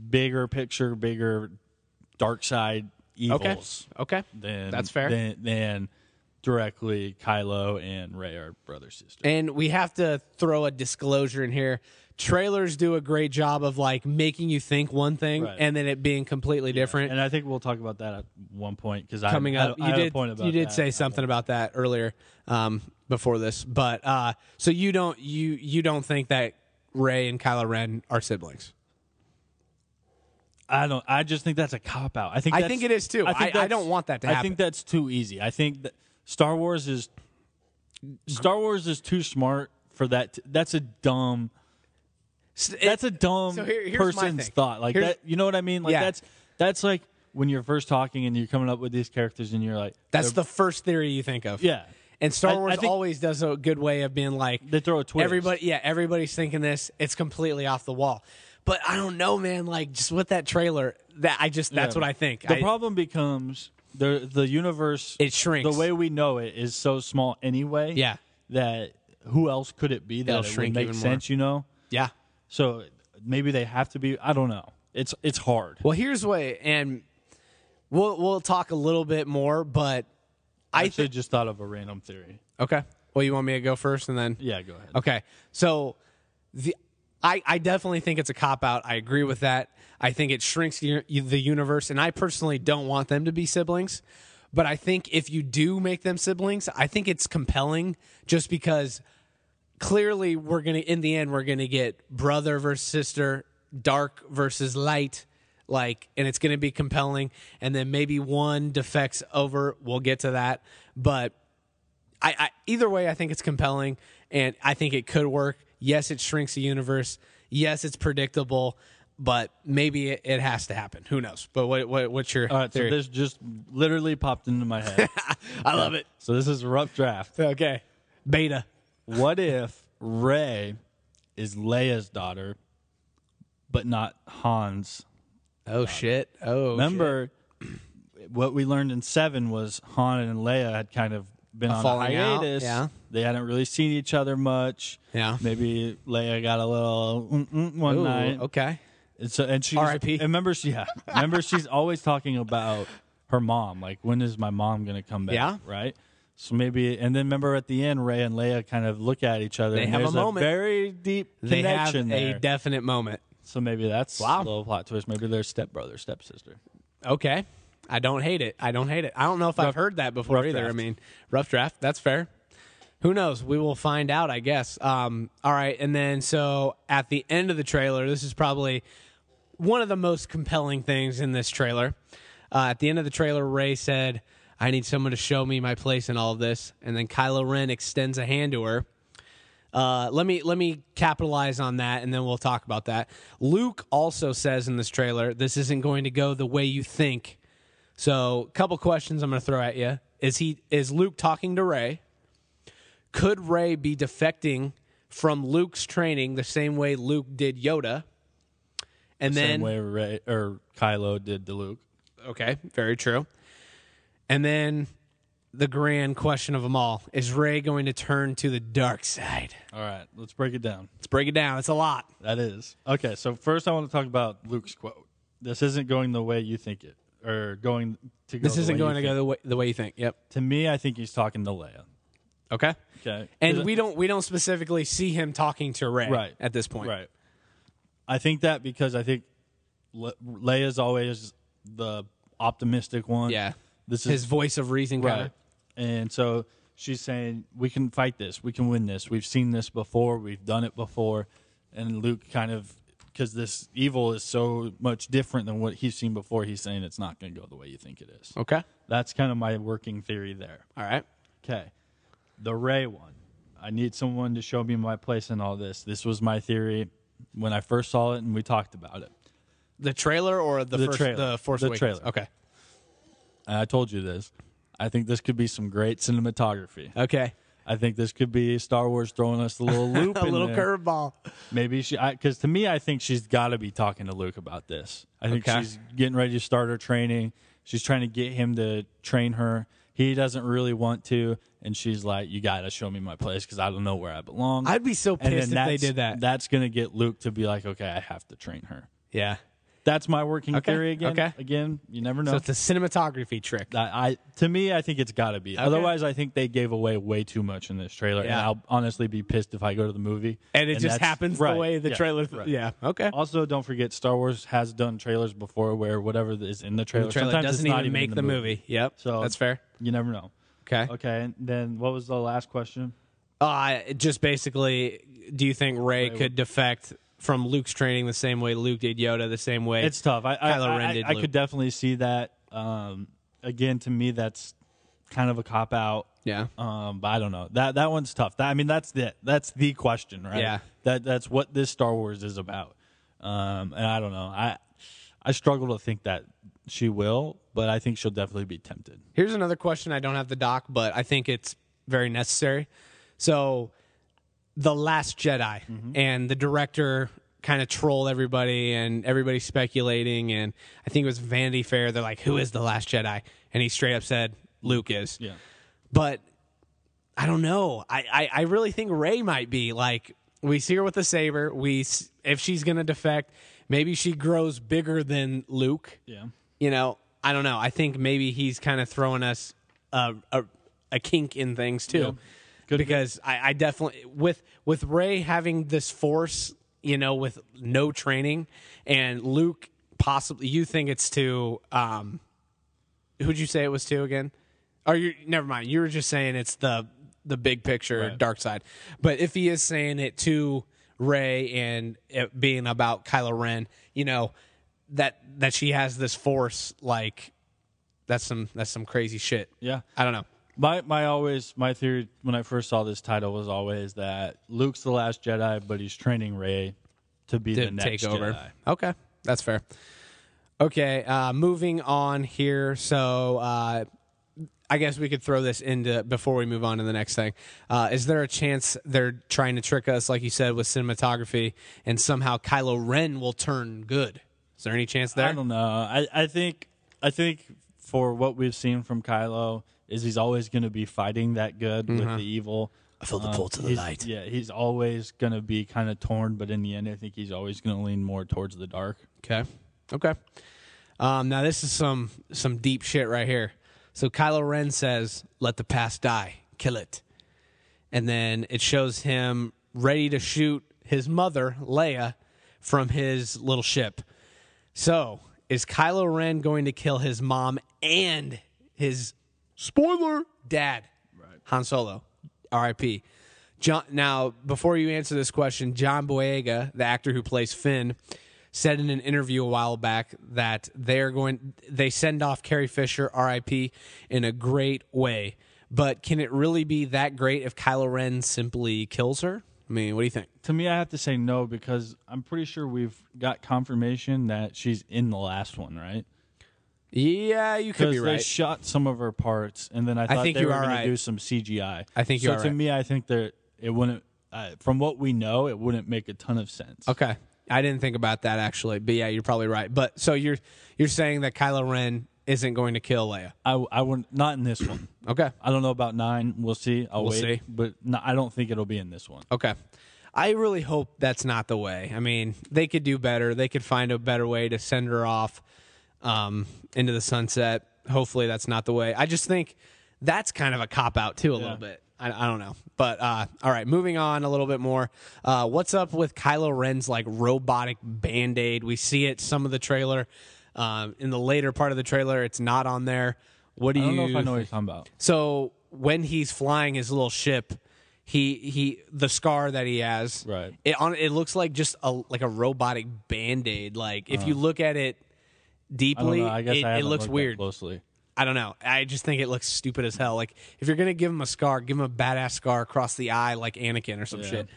Speaker 3: bigger picture, bigger dark side
Speaker 2: okay,
Speaker 3: evils
Speaker 2: okay.
Speaker 3: than
Speaker 2: That's fair.
Speaker 3: than, than directly Kylo and Ray are brother sister.
Speaker 2: And we have to throw a disclosure in here. Trailers do a great job of like making you think one thing
Speaker 3: Right.
Speaker 2: and then it being completely different.
Speaker 3: And I think we'll talk about that at one point because I
Speaker 2: coming
Speaker 3: I,
Speaker 2: up.
Speaker 3: I
Speaker 2: you
Speaker 3: had
Speaker 2: did
Speaker 3: a point about
Speaker 2: you did
Speaker 3: that.
Speaker 2: say something about that earlier um, before this, but uh, so you don't you you don't think that Ray and Kylo Ren are siblings?
Speaker 3: I don't. I just think that's a cop out. I think
Speaker 2: I
Speaker 3: that's-
Speaker 2: think it is, too. I- I
Speaker 3: that's-
Speaker 2: don't want that to
Speaker 3: I
Speaker 2: happen.
Speaker 3: think that's too easy. I think that Star Wars is Star Wars is too smart for that. t- that's a dumb
Speaker 2: S- it-
Speaker 3: that's a dumb
Speaker 2: so here- here's my
Speaker 3: person's
Speaker 2: thing.
Speaker 3: thought. Like
Speaker 2: Here's-
Speaker 3: that, you know what I mean? Like
Speaker 2: Yeah.
Speaker 3: that's that's like when you're first talking and you're coming up with these characters and you're like,
Speaker 2: that's
Speaker 3: they're-
Speaker 2: the first theory you think of.
Speaker 3: Yeah.
Speaker 2: And Star
Speaker 3: I- I
Speaker 2: Wars
Speaker 3: think-
Speaker 2: always does a good way of being like
Speaker 3: They throw a twist.
Speaker 2: Everybody, yeah, everybody's thinking this. It's completely off the wall. But I don't know, man. Like just with that trailer, that I just that's
Speaker 3: Yeah.
Speaker 2: what I think.
Speaker 3: The
Speaker 2: I-
Speaker 3: problem becomes the the universe.
Speaker 2: It shrinks.
Speaker 3: The way we know it is so small anyway.
Speaker 2: Yeah.
Speaker 3: That who else could it be that
Speaker 2: It'll
Speaker 3: it
Speaker 2: shrink
Speaker 3: would make
Speaker 2: even more.
Speaker 3: sense? You know.
Speaker 2: yeah.
Speaker 3: So maybe they have to be. I don't know. It's it's hard.
Speaker 2: Well, here's what, and we'll we'll talk a little bit more. But I
Speaker 3: I actually
Speaker 2: think
Speaker 3: just thought of a random theory.
Speaker 2: okay. Well, you want me to go first, and then
Speaker 3: Yeah, go ahead.
Speaker 2: Okay. So the I, I definitely think it's a cop out. I agree with that. I think it shrinks your, the universe, and I personally don't want them to be siblings. But I think if you do make them siblings, I think it's compelling just because clearly we're gonna in the end we're gonna get brother versus sister, dark versus light, like, and it's gonna be compelling. And then maybe one defects over. We'll get to that, but I, I either way, I think it's compelling, and I think it could work. Yes, it shrinks the universe. Yes, it's predictable, but maybe it, it has to happen. Who knows? But what, what what's your
Speaker 3: All right.
Speaker 2: theory?
Speaker 3: So this just literally popped into my head.
Speaker 2: I love it.
Speaker 3: so this is a rough draft.
Speaker 2: Okay, beta.
Speaker 3: What if Ray is Leia's daughter, but not Han's?
Speaker 2: Oh shit! Oh,
Speaker 3: Remember, what we learned in seven was Han and Leia had kind of been on
Speaker 2: falling
Speaker 3: a
Speaker 2: out,
Speaker 3: hiatus.
Speaker 2: yeah.
Speaker 3: They hadn't really seen each other much.
Speaker 2: Yeah.
Speaker 3: Maybe Leia got a little mm-mm
Speaker 2: shit.
Speaker 3: one
Speaker 2: Ooh,
Speaker 3: night.
Speaker 2: okay.
Speaker 3: And so and she's
Speaker 2: R.I.P..
Speaker 3: and Remember she yeah. Remember she's always talking about her mom. Like when is my mom gonna come back?
Speaker 2: Yeah.
Speaker 3: Right. So maybe and then remember at the end Ray and Leia kind of look at each other.
Speaker 2: They
Speaker 3: and
Speaker 2: have a
Speaker 3: there's
Speaker 2: moment.
Speaker 3: very deep
Speaker 2: They have
Speaker 3: connection there.
Speaker 2: a definite moment.
Speaker 3: so maybe that's
Speaker 2: Wow.
Speaker 3: a little plot twist. Maybe they're stepbrother, stepsister.
Speaker 2: Okay, I don't hate it. I don't hate it. I don't know if I've heard that before
Speaker 3: rough
Speaker 2: either. I
Speaker 3: draft.
Speaker 2: mean, rough draft. That's fair. Who knows? We will find out, I guess. Um, all right, and then so at the end of the trailer, this is probably one of the most compelling things in this trailer. Uh, at the end of the trailer, Ray said, "I need someone to show me my place in all of this," and then Kylo Ren extends a hand to her. Uh, let me let me capitalize on that, and then we'll talk about that. Luke also says in this trailer, "This isn't going to go the way you think." So, couple questions I'm going to throw at you: Is he is Luke talking to Ray? Could Ray be defecting from Luke's training the same way Luke did Yoda? And then,
Speaker 3: Same way Ray or Kylo did to Luke.
Speaker 2: okay, very true. And then the grand question of them all: Is Ray going to turn to the dark side?
Speaker 3: All right, let's break it down.
Speaker 2: Let's break it down. It's a lot.
Speaker 3: That is. Okay, so first I want to talk about Luke's quote. This isn't going the way you think it or going to go
Speaker 2: This
Speaker 3: the
Speaker 2: isn't
Speaker 3: way
Speaker 2: going to
Speaker 3: you
Speaker 2: go
Speaker 3: think.
Speaker 2: the way, the way you think. Yep.
Speaker 3: To me, I think he's talking to Leia.
Speaker 2: Okay.
Speaker 3: Okay.
Speaker 2: And we don't we don't specifically see him talking to Ray
Speaker 3: Right.
Speaker 2: at this point.
Speaker 3: Right. I think that because I think Le- Leia's always the optimistic one.
Speaker 2: Yeah.
Speaker 3: This is
Speaker 2: His voice of reason
Speaker 3: right.
Speaker 2: kind of.
Speaker 3: And so she's saying, "We can fight this. We can win this. We've seen this before. We've done it before." And Luke kind of because this evil is so much different than what he's seen before. He's saying it's not going to go the way you think it is.
Speaker 2: Okay.
Speaker 3: That's kind of my working theory there.
Speaker 2: All right.
Speaker 3: Okay. The Ray one. I need someone to show me my place in all this. This was my theory when I first saw it and we talked about it.
Speaker 2: The trailer or the,
Speaker 3: The
Speaker 2: first
Speaker 3: trailer.
Speaker 2: the Force
Speaker 3: The
Speaker 2: Awakens?
Speaker 3: trailer.
Speaker 2: Okay.
Speaker 3: And I told you this. I think this could be some great cinematography.
Speaker 2: Okay.
Speaker 3: I think this could be Star Wars throwing us a little loop,
Speaker 2: A
Speaker 3: in
Speaker 2: little
Speaker 3: there.
Speaker 2: curveball.
Speaker 3: Maybe she, because to me, I think she's got to be talking to Luke about this. I think
Speaker 2: Okay.
Speaker 3: she's getting ready to start her training. She's trying to get him to train her. He doesn't really want to, and she's like, "You got to show me my place because I don't know where I belong."
Speaker 2: I'd be so
Speaker 3: And then
Speaker 2: pissed if they
Speaker 3: that's-
Speaker 2: did that.
Speaker 3: That's gonna get Luke to be like, "Okay, I have to train her."
Speaker 2: Yeah.
Speaker 3: That's my working
Speaker 2: Okay,
Speaker 3: theory again.
Speaker 2: okay.
Speaker 3: Again, you never
Speaker 2: So
Speaker 3: know.
Speaker 2: it's a cinematography trick.
Speaker 3: I, I to me, I think it's got to be. Otherwise, I think they gave away way too much in this trailer, and
Speaker 2: Yeah.
Speaker 3: I'll honestly be pissed if I go to the movie
Speaker 2: and it just
Speaker 3: that's-
Speaker 2: happens
Speaker 3: right,
Speaker 2: the way the
Speaker 3: yeah,
Speaker 2: trailer
Speaker 3: right.
Speaker 2: Yeah. Okay.
Speaker 3: Also, don't forget Star Wars has done trailers before where whatever is in the trailer,
Speaker 2: the trailer
Speaker 3: sometimes it's
Speaker 2: doesn't
Speaker 3: not
Speaker 2: even make
Speaker 3: in
Speaker 2: the, movie. Yep.
Speaker 3: So
Speaker 2: that's fair.
Speaker 3: You never know.
Speaker 2: Okay.
Speaker 3: Okay, and then what was the last question?
Speaker 2: Uh, just basically, do you think Ray could defect from Luke's training the same way Luke did Yoda, the same way?
Speaker 3: It's tough. I I,
Speaker 2: Kylo Ren
Speaker 3: I,
Speaker 2: did
Speaker 3: I
Speaker 2: Luke.
Speaker 3: could definitely see that. Um, again, to me, that's kind of a cop out.
Speaker 2: Yeah.
Speaker 3: Um, but I don't know. That that one's tough. That, I mean, that's the that's the question, right?
Speaker 2: Yeah.
Speaker 3: That that's what this Star Wars is about. Um, and I don't know. I I struggle to think that she will, but I think she'll definitely be tempted.
Speaker 2: Here's another question I don't have the doc, but I think it's very necessary. So, The Last Jedi
Speaker 3: Mm-hmm.
Speaker 2: and the director kind of trolled everybody and everybody speculating and I think it was Vanity Fair they're like who is the last Jedi and he straight up said Luke is.
Speaker 3: Yeah.
Speaker 2: But I don't know. I, I, I really think Ray might be like we see her with the saber. We s- if she's gonna defect, maybe she grows bigger than Luke.
Speaker 3: Yeah.
Speaker 2: You know, I don't know. I think maybe he's kind of throwing us a, a a kink in things too,
Speaker 3: Could be.
Speaker 2: because I, I definitely with with Ray having this force, you know, with no training, and Luke possibly you think it's to um, who'd you say it was to again? Or you never mind. You were just saying it's the the big picture dark side. But if he is saying it to Ray and it being about Kylo Ren, you know, that that she has this force like that's some that's some crazy shit.
Speaker 3: Yeah.
Speaker 2: I don't know.
Speaker 3: My my always my theory when I first saw this title was always that Luke's the last Jedi, but he's training Ray to be the
Speaker 2: Didn't
Speaker 3: next
Speaker 2: take over.
Speaker 3: Jedi.
Speaker 2: Okay. That's fair. Okay, uh moving on here. So uh I guess we could throw this into before we move on to the next thing. Uh, is there a chance they're trying to trick us, like you said, with cinematography, and somehow Kylo Ren will turn good? Is there any chance there?
Speaker 3: I don't know. I, I think I think for what we've seen from Kylo is he's always going to be fighting that good with the evil. Mm-hmm. I feel the pull to the light. Yeah, Uh, he's always going to be kind of torn, but in the end, I think he's always going to lean more towards the dark.
Speaker 2: Okay. Okay. Um, now this is some some deep shit right here. So Kylo Ren says, "Let the past die, kill it," and then it shows him ready to shoot his mother Leia from his little ship. So is Kylo Ren going to kill his mom and his spoiler dad, Han Solo, R.I.P. John. Now, before you answer this question, John Boyega, the actor who plays Finn, said in an interview a while back that they're going. They send off Carrie Fisher, R.I.P. in a great way. But can it really be that great if Kylo Ren simply kills her? I mean, what do you think?
Speaker 3: To me, I have to say no because I'm pretty sure we've got confirmation that she's in the last one, right?
Speaker 2: Yeah, you could be
Speaker 3: they
Speaker 2: right.
Speaker 3: shot some of her parts, and then I thought
Speaker 2: think
Speaker 3: they
Speaker 2: you
Speaker 3: were
Speaker 2: are
Speaker 3: going
Speaker 2: right.
Speaker 3: to do some CGI.
Speaker 2: I think
Speaker 3: so.
Speaker 2: you are
Speaker 3: to
Speaker 2: right.
Speaker 3: me, I think that it wouldn't. Uh, from what we know, it wouldn't make a ton of sense.
Speaker 2: Okay. I didn't think about that actually, but yeah, you're probably right. But so you're you're saying that Kylo Ren isn't going to kill Leia.
Speaker 3: I I wouldn't not in this one.
Speaker 2: Okay.
Speaker 3: I don't know about nine. We'll see. I'll
Speaker 2: We'll
Speaker 3: wait.
Speaker 2: see.
Speaker 3: But no, I don't think it'll be in this one.
Speaker 2: Okay. I really hope that's not the way. I mean, they could do better. They could find a better way to send her off um, into the sunset. Hopefully, that's not the way. I just think that's kind of a cop out too, a little bit. I, I don't know, but uh, all right. Moving on a little bit more. Uh, what's up with Kylo Ren's like robotic band aid? We see it some of the trailer. Um, in the later part of the trailer, it's not on there. What do
Speaker 3: I don't
Speaker 2: you?
Speaker 3: know if I know what you're talking about.
Speaker 2: So when he's flying his little ship, he he the scar that he has,
Speaker 3: Right.
Speaker 2: It on it looks like just a like a robotic band aid. Like if you look at it
Speaker 3: I don't
Speaker 2: deeply,
Speaker 3: Uh-huh. know. I guess
Speaker 2: it,
Speaker 3: I
Speaker 2: it
Speaker 3: haven't
Speaker 2: looks
Speaker 3: looked that
Speaker 2: weird.
Speaker 3: closely.
Speaker 2: I don't know. I just think it looks stupid as hell. Like if you're gonna give him a scar, give him a badass scar across the eye, like Anakin or some shit.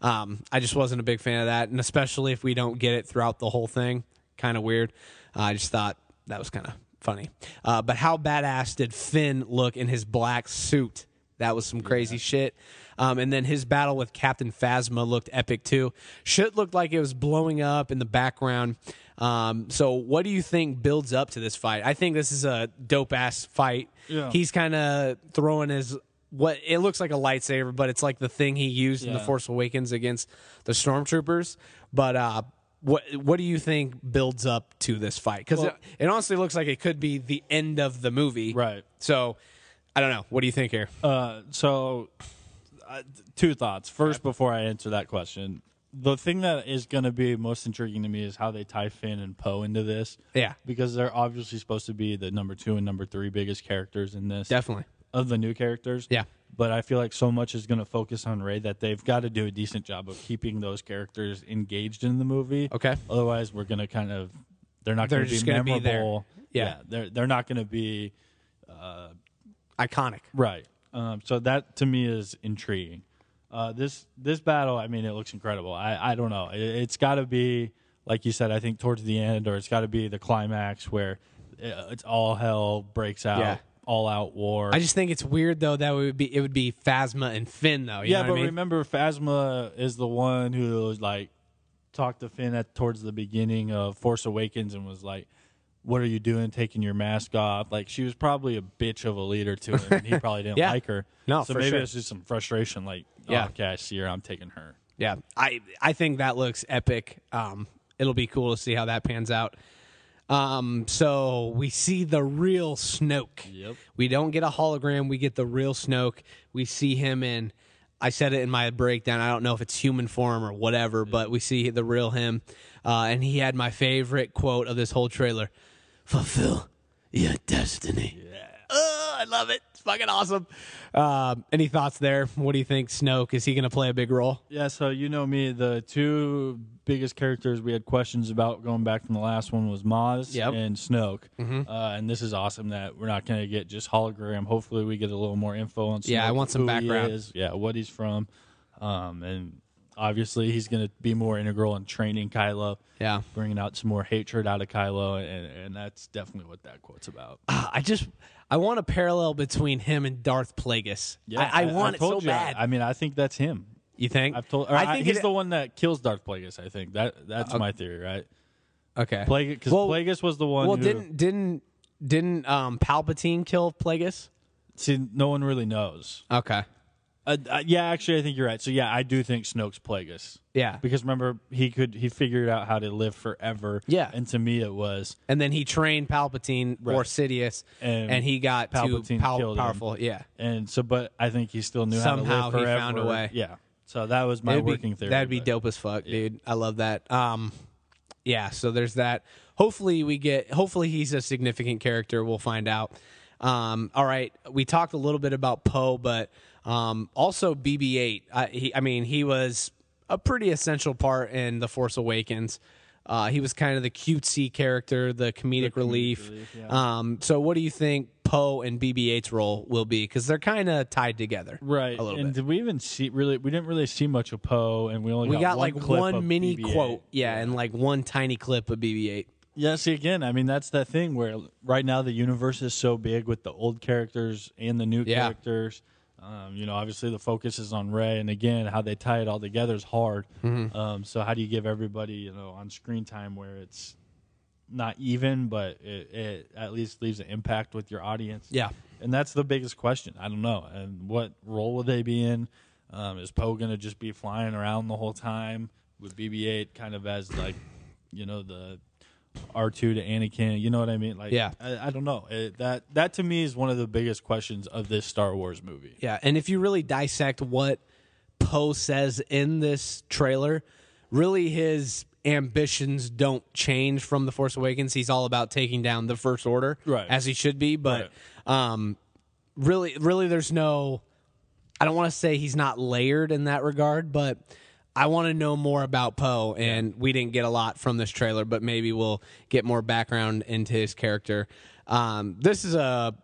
Speaker 2: Um, I just wasn't a big fan of that, and especially if we don't get it throughout the whole thing, kind of weird. Uh, I just thought that was kind of funny. Uh, but how badass did Finn look in his black suit? That was some crazy shit. Um, and then his battle with Captain Phasma looked epic too. Shit looked like it was blowing up in the background. Um, so, what do you think builds up to this fight? I think this is a dope ass fight.
Speaker 3: Yeah.
Speaker 2: He's kind of throwing his what it looks like a lightsaber, but it's like the thing he used in the
Speaker 3: Yeah.
Speaker 2: Force Awakens against the stormtroopers. But uh, what what do you think builds up to this fight? Because it, it honestly looks like it could be the end of the movie,
Speaker 3: Right.
Speaker 2: So. I don't know. What do you think here?
Speaker 3: Uh, so, uh, two thoughts. First, before I answer that question, the thing that is going to be most intriguing to me is how they tie Finn and Poe into this.
Speaker 2: Yeah.
Speaker 3: Because they're obviously supposed to be the number two and number three biggest characters in this.
Speaker 2: Definitely.
Speaker 3: of the new characters.
Speaker 2: Yeah.
Speaker 3: But I feel like so much is going to focus on Ray that they've got to do a decent job of keeping those characters engaged in the movie.
Speaker 2: Okay.
Speaker 3: Otherwise, we're going to kind of they're not
Speaker 2: They're
Speaker 3: going to
Speaker 2: just
Speaker 3: be
Speaker 2: gonna be there.
Speaker 3: memorable.
Speaker 2: Yeah.
Speaker 3: They're they're not going to be
Speaker 2: Iconic.
Speaker 3: right. Um, so that to me is intriguing. Uh, this this battle, I mean, it looks incredible. I, I don't know. It, it's got to be like you said. I think towards the end, or it's got to be the climax where uh, it's all hell breaks out,
Speaker 2: Yeah.
Speaker 3: all out war.
Speaker 2: I just think it's weird though that would be it would be Phasma and Finn though. You
Speaker 3: yeah,
Speaker 2: know
Speaker 3: but
Speaker 2: what I mean?
Speaker 3: remember, Phasma is the one who was like talked to Finn at towards the beginning of Force Awakens and was like, "What are you doing, taking your mask off?" Like she was probably a bitch of a leader to him, and he probably didn't
Speaker 2: Yeah.
Speaker 3: like her.
Speaker 2: No,
Speaker 3: so
Speaker 2: for
Speaker 3: maybe
Speaker 2: sure.
Speaker 3: it's just some frustration. Like,
Speaker 2: Yeah.
Speaker 3: oh, okay, I see her. I'm taking her.
Speaker 2: yeah, I I think that looks epic. Um, it'll be cool to see how that pans out. Um, so we see the real Snoke.
Speaker 3: Yep.
Speaker 2: We don't get a hologram. We get the real Snoke. We see him in. I said it in my breakdown. I don't know if it's human form or whatever, but we see the real him. Uh, and he had my favorite quote of this whole trailer: "Fulfill your destiny." Ugh, I love it. It's fucking awesome. Um, any thoughts there? What do you think, Snoke? Is he going to play a big role?
Speaker 3: Yeah, so you know me, the two biggest characters we had questions about going back from the last one was Maz
Speaker 2: Yep. Mm-hmm.
Speaker 3: and Snoke. Uh, and this is awesome that we're not going to get just hologram. Hopefully, we get a little more info on Snoke.
Speaker 2: Yeah, I want some
Speaker 3: who he
Speaker 2: background.
Speaker 3: is, yeah, what he's from. Um, and obviously, he's going to be more integral in training Kylo.
Speaker 2: Yeah.
Speaker 3: Bringing out some more hatred out of Kylo. And, and that's definitely what that quote's about.
Speaker 2: Ah, I just I want a parallel between him and Darth Plagueis. I, I want it so
Speaker 3: told you.
Speaker 2: bad.
Speaker 3: I mean, I think that's him.
Speaker 2: you think?
Speaker 3: I've told. Or
Speaker 2: I think
Speaker 3: he's
Speaker 2: it- Uh,
Speaker 3: the one that kills Darth Plagueis. I think that that's my theory, right?
Speaker 2: okay.
Speaker 3: Plagueis, because
Speaker 2: Well-
Speaker 3: Plagueis was the one.
Speaker 2: well,
Speaker 3: who,
Speaker 2: didn't didn't didn't um, Palpatine kill Plagueis?
Speaker 3: see? No one really knows.
Speaker 2: Okay.
Speaker 3: Uh, uh, yeah, actually, I think you're right. So yeah, I do think Snoke's Plagueis.
Speaker 2: Yeah.
Speaker 3: because remember he could he figured out how to live forever.
Speaker 2: Yeah.
Speaker 3: and to me it was
Speaker 2: And then he trained Palpatine or
Speaker 3: Right.
Speaker 2: Sidious, and,
Speaker 3: And
Speaker 2: he got too
Speaker 3: Palpatine
Speaker 2: pow-
Speaker 3: killed him.
Speaker 2: powerful. Yeah.
Speaker 3: and so but I think he still knew
Speaker 2: Somehow
Speaker 3: how to
Speaker 2: he
Speaker 3: live forever.
Speaker 2: found a way.
Speaker 3: Yeah, so that was my
Speaker 2: It'd be-
Speaker 3: working theory.
Speaker 2: That'd be
Speaker 3: but-
Speaker 2: dope as fuck, dude. I love that. Um, yeah. So there's that. Hopefully we get. Hopefully he's a significant character. We'll find out. Um, all right. We talked a little bit about Poe, but um, also BB-8. I, he, I mean, he was a pretty essential part in the Force Awakens. Uh, he was kind of the cutesy character, the comedic, relief. Um, so, what do you think Poe and BB-8's role will be? Because they're kind of tied together,
Speaker 3: Right,
Speaker 2: A little
Speaker 3: and
Speaker 2: bit.
Speaker 3: did we even see really? We didn't really see much of Poe, and we only
Speaker 2: We got
Speaker 3: got
Speaker 2: like
Speaker 3: clip
Speaker 2: one
Speaker 3: of
Speaker 2: mini
Speaker 3: BB-8.
Speaker 2: quote, yeah, and like one tiny clip of BB-8.
Speaker 3: Yeah, see again, I mean that's that thing where right now the universe is so big with the old characters and the new
Speaker 2: Yeah.
Speaker 3: characters. Um, you know, obviously the focus is on Ray, and again, how they tie it all together is hard.
Speaker 2: Mm-hmm.
Speaker 3: Um, so how do you give everybody, you know, on screen time where it's not even, but it, it at least leaves an impact with your audience?
Speaker 2: Yeah.
Speaker 3: and that's the biggest question. I don't know, and what role will they be in? Um, is Poe going to just be flying around the whole time with BB-8, kind of as like, you know, the R two to Anakin. You know what I mean? Like,
Speaker 2: Yeah.
Speaker 3: I, I don't know. It, that that to me is one of the biggest questions of this Star Wars movie.
Speaker 2: Yeah, and if you really dissect what Poe says in this trailer, really his ambitions don't change from The Force Awakens. He's all about taking down the First Order,
Speaker 3: Right.
Speaker 2: as he should be, but um, really, really, there's no. I don't want to say he's not layered in that regard, but I want to know more about Poe, and we didn't get a lot from this trailer, but maybe we'll get more background into his character. Um, this is a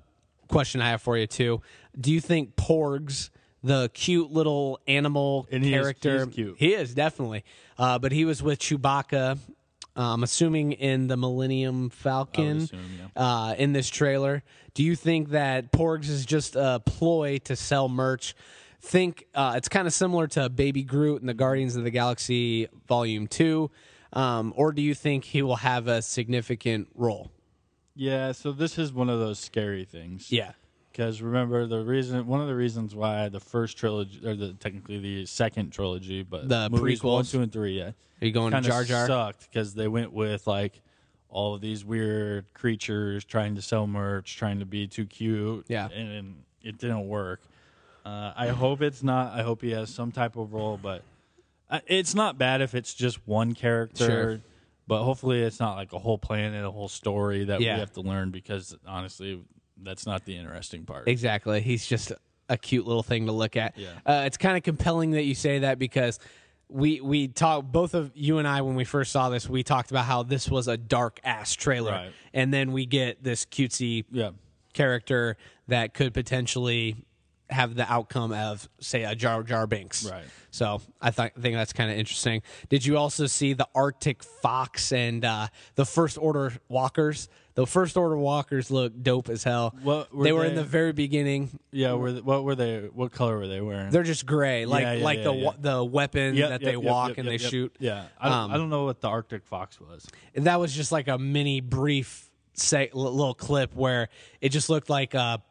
Speaker 2: question I have for you too. Do you think Porgs, the cute little animal
Speaker 3: And he is-
Speaker 2: character,
Speaker 3: he's cute.
Speaker 2: he is definitely, uh, but he was with Chewbacca. I'm assuming in the Millennium Falcon
Speaker 3: assume, yeah.
Speaker 2: uh, in this trailer. Do you think that Porgs is just a ploy to sell merch? Think uh, it's kind of similar to Baby Groot in the Guardians of the Galaxy Volume Two, um, or do you think he will have a significant role?
Speaker 3: Yeah. So this is one of those scary things. Because remember the reason, one of the reasons why the first trilogy, or the technically the second trilogy, but
Speaker 2: The
Speaker 3: movies one,
Speaker 2: prequels?
Speaker 3: two, and three, yeah,
Speaker 2: are you going
Speaker 3: kind
Speaker 2: Jar Jar?
Speaker 3: sucked because they went with like all of these weird creatures trying to sell merch, trying to be too cute,
Speaker 2: Yeah.
Speaker 3: and, and it didn't work. Uh, I hope it's not. I hope he has some type of role, but I- it's not bad if it's just one character.
Speaker 2: Sure.
Speaker 3: But hopefully, it's not like a whole plan and a whole story that
Speaker 2: Yeah.
Speaker 3: we have to learn because honestly, that's not the interesting part.
Speaker 2: Exactly. He's just a cute little thing to look at.
Speaker 3: Yeah.
Speaker 2: Uh, it's kind of compelling that you say that because we we talked both of you and I when we first saw this, we talked about how this was a dark ass trailer,
Speaker 3: Right.
Speaker 2: and then we get this cutesy
Speaker 3: Yeah.
Speaker 2: character that could potentially have the outcome of say a Jar Jar Binks.
Speaker 3: Right.
Speaker 2: So I th- think that's kind of interesting. Did you also see the Arctic Fox and uh, the First Order Walkers? The First Order Walkers look dope as hell.
Speaker 3: What were
Speaker 2: they were in
Speaker 3: they?
Speaker 2: the very beginning.
Speaker 3: Yeah, were th- what were they? What color were they wearing?
Speaker 2: They're just gray, like
Speaker 3: Yeah, yeah,
Speaker 2: like
Speaker 3: yeah,
Speaker 2: the
Speaker 3: yeah.
Speaker 2: wa- the weapon
Speaker 3: Yep,
Speaker 2: that
Speaker 3: yep,
Speaker 2: they
Speaker 3: yep,
Speaker 2: walk
Speaker 3: yep,
Speaker 2: and
Speaker 3: yep,
Speaker 2: they
Speaker 3: yep.
Speaker 2: shoot. Um,
Speaker 3: Yeah, I don't, I don't know what the Arctic fox was.
Speaker 2: And that was just like a mini brief say l- little clip where it just looked like a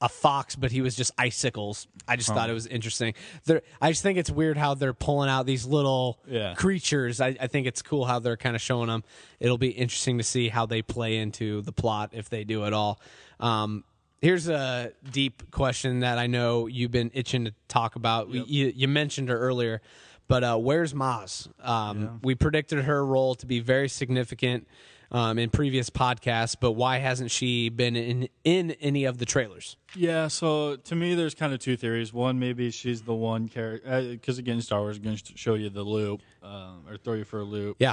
Speaker 2: a fox, but he was just icicles. I just thought it was interesting. They're, I just think it's weird how they're pulling out these little
Speaker 3: Yeah.
Speaker 2: creatures. I, I think it's cool how they're kind of showing them. It'll be interesting to see how they play into the plot if they do at all. Um, here's a deep question that I know you've been itching to talk about. We You, you mentioned her earlier, but uh, where's Maz? Um, We predicted her role to be very significant um, in previous podcasts, but why hasn't she been in in any of the trailers?
Speaker 3: Yeah, so to me, there's kind of two theories. One, maybe she's the one character because again, Star Wars is going to show you the loop um, or throw you for a loop.
Speaker 2: Yeah,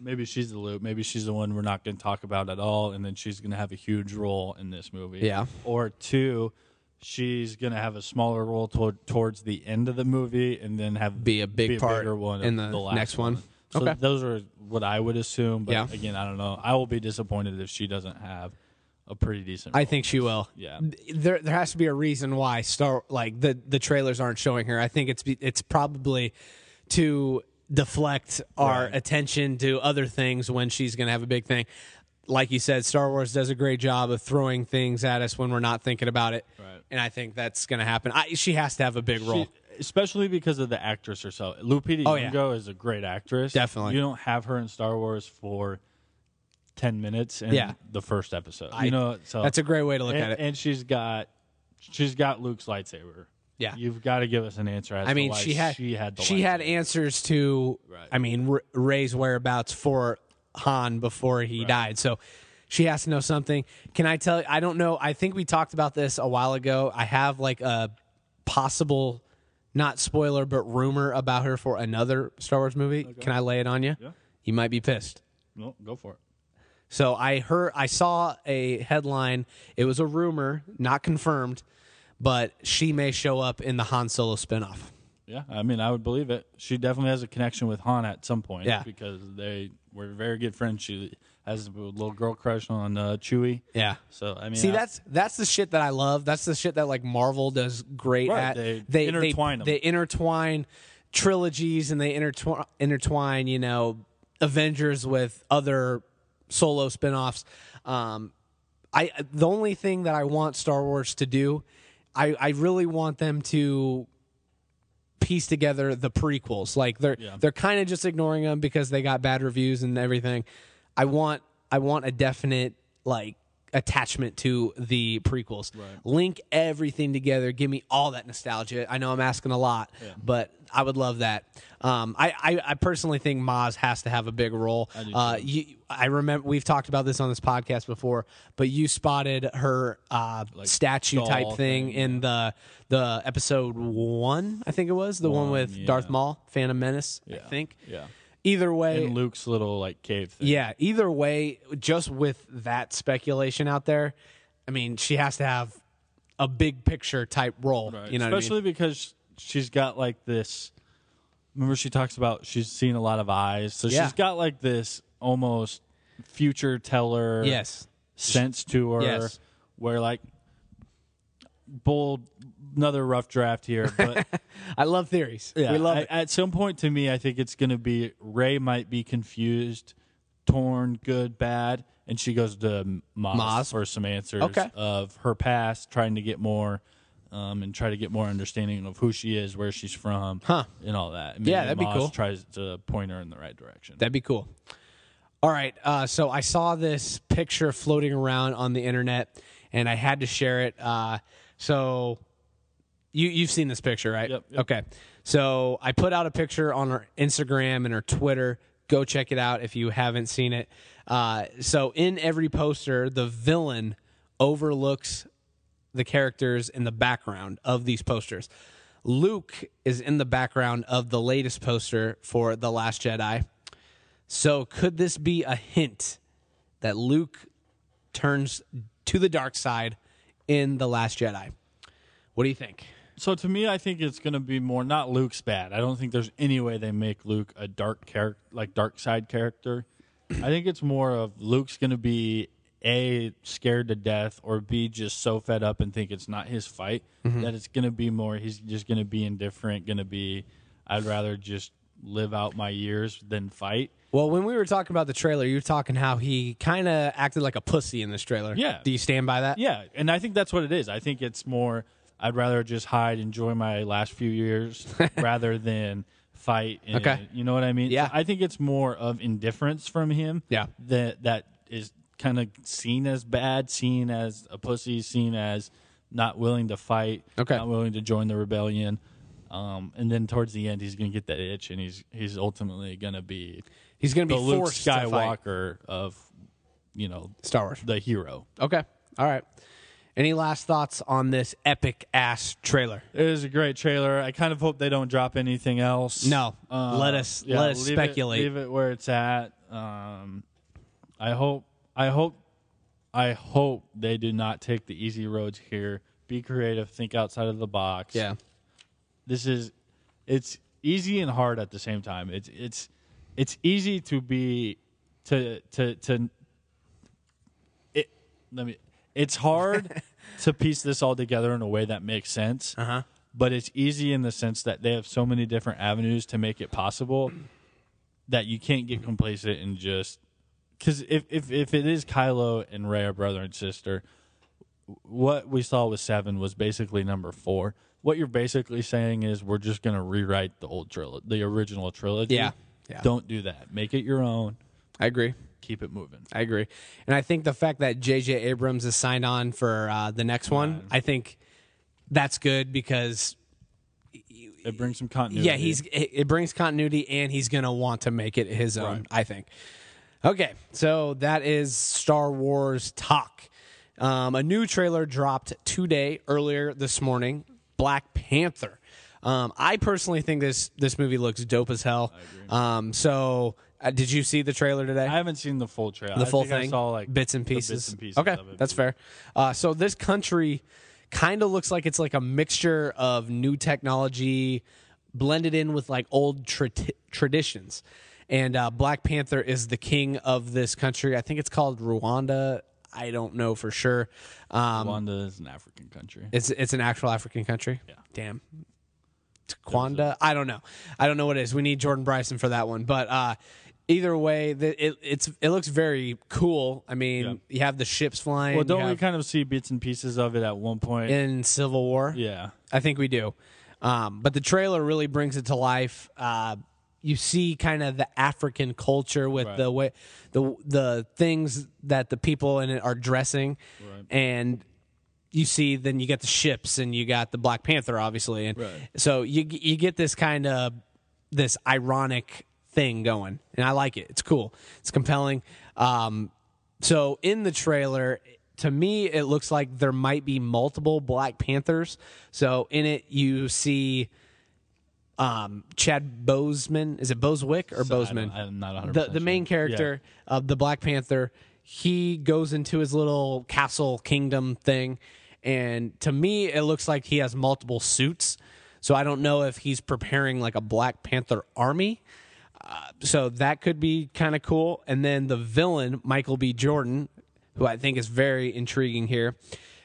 Speaker 3: maybe she's the loop. Maybe she's the one we're not going to talk about at all, and then she's going to have a huge role in this movie.
Speaker 2: Yeah.
Speaker 3: Or two, she's going to have a smaller role toward, towards the end of the movie, and then have
Speaker 2: Be a big part
Speaker 3: bigger one
Speaker 2: in
Speaker 3: of
Speaker 2: the
Speaker 3: last
Speaker 2: next one.
Speaker 3: So
Speaker 2: Okay.
Speaker 3: those are what I would assume. But
Speaker 2: Yeah.
Speaker 3: again, I don't know. I will be disappointed if she doesn't have a pretty decent.
Speaker 2: I
Speaker 3: role.
Speaker 2: think she will.
Speaker 3: Yeah.
Speaker 2: There there has to be a reason why Star like the the trailers aren't showing her. I think it's be, it's probably to deflect our attention to other things when she's going to have a big thing. Like you said, Star Wars does a great job of throwing things at us when we're not thinking about it.
Speaker 3: Right.
Speaker 2: And I think that's going to happen. I, she has to have a big role.
Speaker 3: She- especially because of the actress herself. Lupita
Speaker 2: Oh, yeah.
Speaker 3: Nyong'o is a great actress.
Speaker 2: Definitely.
Speaker 3: You don't have her in Star Wars for ten minutes in
Speaker 2: Yeah.
Speaker 3: the first episode. you know, so
Speaker 2: that's a great way to look
Speaker 3: and,
Speaker 2: at it.
Speaker 3: And she's got she's got Luke's lightsaber.
Speaker 2: Yeah.
Speaker 3: you've got to give us an answer. As
Speaker 2: I mean,
Speaker 3: to why
Speaker 2: she had
Speaker 3: she had the
Speaker 2: she had
Speaker 3: lightsaber.
Speaker 2: answers to.
Speaker 3: Right.
Speaker 2: I mean, R- Ray's whereabouts for Han before he died, so she has to know something. Can I tell? I don't know. I think we talked about this a while ago. I have like a possible, not spoiler, but rumor about her for another Star Wars movie. Can I lay it on you? Yeah. You might be pissed.
Speaker 3: No, go for it.
Speaker 2: So I heard, I saw a headline. It was a rumor, not confirmed, but she may show up in the Han Solo spinoff.
Speaker 3: Yeah, I mean, I would believe it. She definitely has a connection with Han at some point.
Speaker 2: Yeah.
Speaker 3: because they were very good friends. She has a little girl crush on uh, Chewie.
Speaker 2: Yeah.
Speaker 3: So I mean,
Speaker 2: See,
Speaker 3: I-
Speaker 2: that's that's the shit that I love. That's the shit that like Marvel does great
Speaker 3: Right,
Speaker 2: at.
Speaker 3: they intertwine 'em.
Speaker 2: They, intertwine trilogies and they intertwine intertwine you know Avengers with other solo spinoffs. Um, I the only thing that I want Star Wars to do, I I really want them to piece together the prequels. Like they're they're kind of just ignoring them because they got bad reviews and everything. I want I want a definite like attachment to the prequels. Link everything together. Give me all that nostalgia. I know I'm asking a lot, but I would love that. Um, I, I I personally think Maz has to have a big role. uh, you, I remember we've talked about this on this podcast before, but you spotted her uh, statue
Speaker 3: doll
Speaker 2: type thing,
Speaker 3: thing,
Speaker 2: in the the episode one, I think it was the one, with Darth Maul, Phantom Menace. I think.
Speaker 3: yeah.
Speaker 2: Either way,
Speaker 3: in Luke's little like cave thing.
Speaker 2: yeah. Either way, just with that speculation out there, I mean, she has to have a big picture type role. You know, what I mean?
Speaker 3: especially because she's got like this. Remember, she talks about she's seen a lot of eyes, so
Speaker 2: Yeah.
Speaker 3: she's got like this almost future teller
Speaker 2: yes,
Speaker 3: sense to her,
Speaker 2: Yes.
Speaker 3: where like bold another rough draft here, but
Speaker 2: I love theories.
Speaker 3: yeah,
Speaker 2: we love
Speaker 3: I-
Speaker 2: it.
Speaker 3: at some point to me, I think it's going to be Ray might be confused, torn, good, bad, and she goes to Moz,
Speaker 2: Maz.
Speaker 3: for some answers
Speaker 2: Okay.
Speaker 3: of her past, trying to get more. Um, and try to get more understanding of who she is, where she's from,
Speaker 2: Huh.
Speaker 3: and all that. And
Speaker 2: Yeah,
Speaker 3: maybe
Speaker 2: that'd be
Speaker 3: Maz
Speaker 2: cool.
Speaker 3: Tries to point her in the right direction.
Speaker 2: That'd be cool. All right. Uh, so I saw this picture floating around on the internet, and I had to share it. Uh, so you you've seen this picture, right?
Speaker 3: Yep, yep.
Speaker 2: Okay. So I put out a picture on our Instagram and our Twitter. Go check it out if you haven't seen it. Uh, so in every poster, the villain overlooks the characters in the background of these posters. Luke is in the background of the latest poster for The Last Jedi. So could this be a hint that Luke turns to the dark side in The Last Jedi? What do you think?
Speaker 3: So to me, I think it's going to be more not Luke's bad. I don't think there's any way they make Luke a dark character, like dark side character. I think it's more of Luke's going to be a scared to death, or b just so fed up and think it's not his fight that it's going to be more. He's just going to be indifferent. Going to be, I'd rather just live out my years than fight.
Speaker 2: Well, when we were talking about the trailer, you were talking how he kind of acted like a pussy in this trailer.
Speaker 3: Yeah.
Speaker 2: Do you stand by that?
Speaker 3: Yeah, and I think that's what it is. I think it's more I'd rather just hide, enjoy my last few years rather than fight and
Speaker 2: Okay.
Speaker 3: you know what I mean?
Speaker 2: Yeah.
Speaker 3: So I think it's more of indifference from him.
Speaker 2: Yeah.
Speaker 3: That that is kind of seen as bad, seen as a pussy, seen as not willing to fight,
Speaker 2: Okay.
Speaker 3: not willing to join the rebellion. Um, and then towards the end he's gonna get that itch and he's he's ultimately gonna be
Speaker 2: He's going to
Speaker 3: the
Speaker 2: be
Speaker 3: Luke
Speaker 2: forced to fight
Speaker 3: Skywalker of you know
Speaker 2: Star Wars.
Speaker 3: the hero.
Speaker 2: Okay. All right. Any last thoughts on this epic ass trailer?
Speaker 3: It was a great trailer. I kind of hope they don't drop anything else. Um,
Speaker 2: No. Let us- let us
Speaker 3: leave it-
Speaker 2: speculate.
Speaker 3: leave it where it's at. Um, I hope. I hope. I hope they do not take the easy roads here. Be creative. Think outside of the box. This is. It's easy and hard at the same time. It's it's it's easy to be to to to. It let me. It's hard to piece this all together in a way that makes sense
Speaker 2: Uh-huh.
Speaker 3: but it's easy in the sense that they have so many different avenues to make it possible that you can't get complacent and just because if, if if it is Kylo and Ray are brother and sister, what we saw with seven was basically number four. What you're basically saying is we're just going to rewrite the old trilogy, the original trilogy.
Speaker 2: Yeah. Yeah.
Speaker 3: Don't do that. Make it your own.
Speaker 2: I agree.
Speaker 3: Keep it moving.
Speaker 2: I agree. And I think the fact that J.J. Abrams is signed on for uh, the next one, I think that's good because
Speaker 3: It brings some continuity.
Speaker 2: yeah, he's it it brings continuity and he's gonna want to make it his own. I think. Okay, so that is Star Wars talk. Um, a new trailer dropped today, earlier this morning. Black Panther. Um, I personally think this this movie looks dope as hell. Um, so, uh, did you see the trailer today?
Speaker 3: I haven't seen the full trailer.
Speaker 2: the full
Speaker 3: I think I
Speaker 2: thing,
Speaker 3: saw like
Speaker 2: bits and
Speaker 3: the
Speaker 2: pieces.
Speaker 3: and pieces
Speaker 2: okay,
Speaker 3: of it.
Speaker 2: that's fair. Uh, so this country kind of looks like it's like a mixture of new technology blended in with like old tra- traditions. And uh, Black Panther is the king of this country. I think it's called Rwanda. I don't know for sure. Um,
Speaker 3: Rwanda is an African country.
Speaker 2: it's it's an actual African country. Yeah. Damn. Kwanda. I don't know. I don't know what it is. We need Jordan Bryson for that one. But uh, either way, the, it it's it looks very cool. I mean, you have the ships flying.
Speaker 3: Well, don't
Speaker 2: you
Speaker 3: we
Speaker 2: have-
Speaker 3: kind of see bits and pieces of it at one point?
Speaker 2: in Civil War?
Speaker 3: yeah.
Speaker 2: I think we do. Um, but the trailer really brings it to life. Uh, you see kind of the African culture with the way the the things that the people in it are dressing, and you see then you get the ships and you got the Black Panther obviously, and
Speaker 3: Right.
Speaker 2: so you you get this kind of this ironic thing going, and I like it. It's cool. It's compelling. Um, so in the trailer, to me, it looks like there might be multiple Black Panthers. So in it, you see um, Chad Bozeman. Is it Bozewick or Bozeman?
Speaker 3: I don't- I'm not 100%
Speaker 2: the the main
Speaker 3: sure.
Speaker 2: character of the Black Panther. He goes into his little castle kingdom thing, and to me, it looks like he has multiple suits. So I don't know if he's preparing like a Black Panther army. Uh, so that could be kind of cool. And then the villain, Michael B. Jordan, who I think is very intriguing here.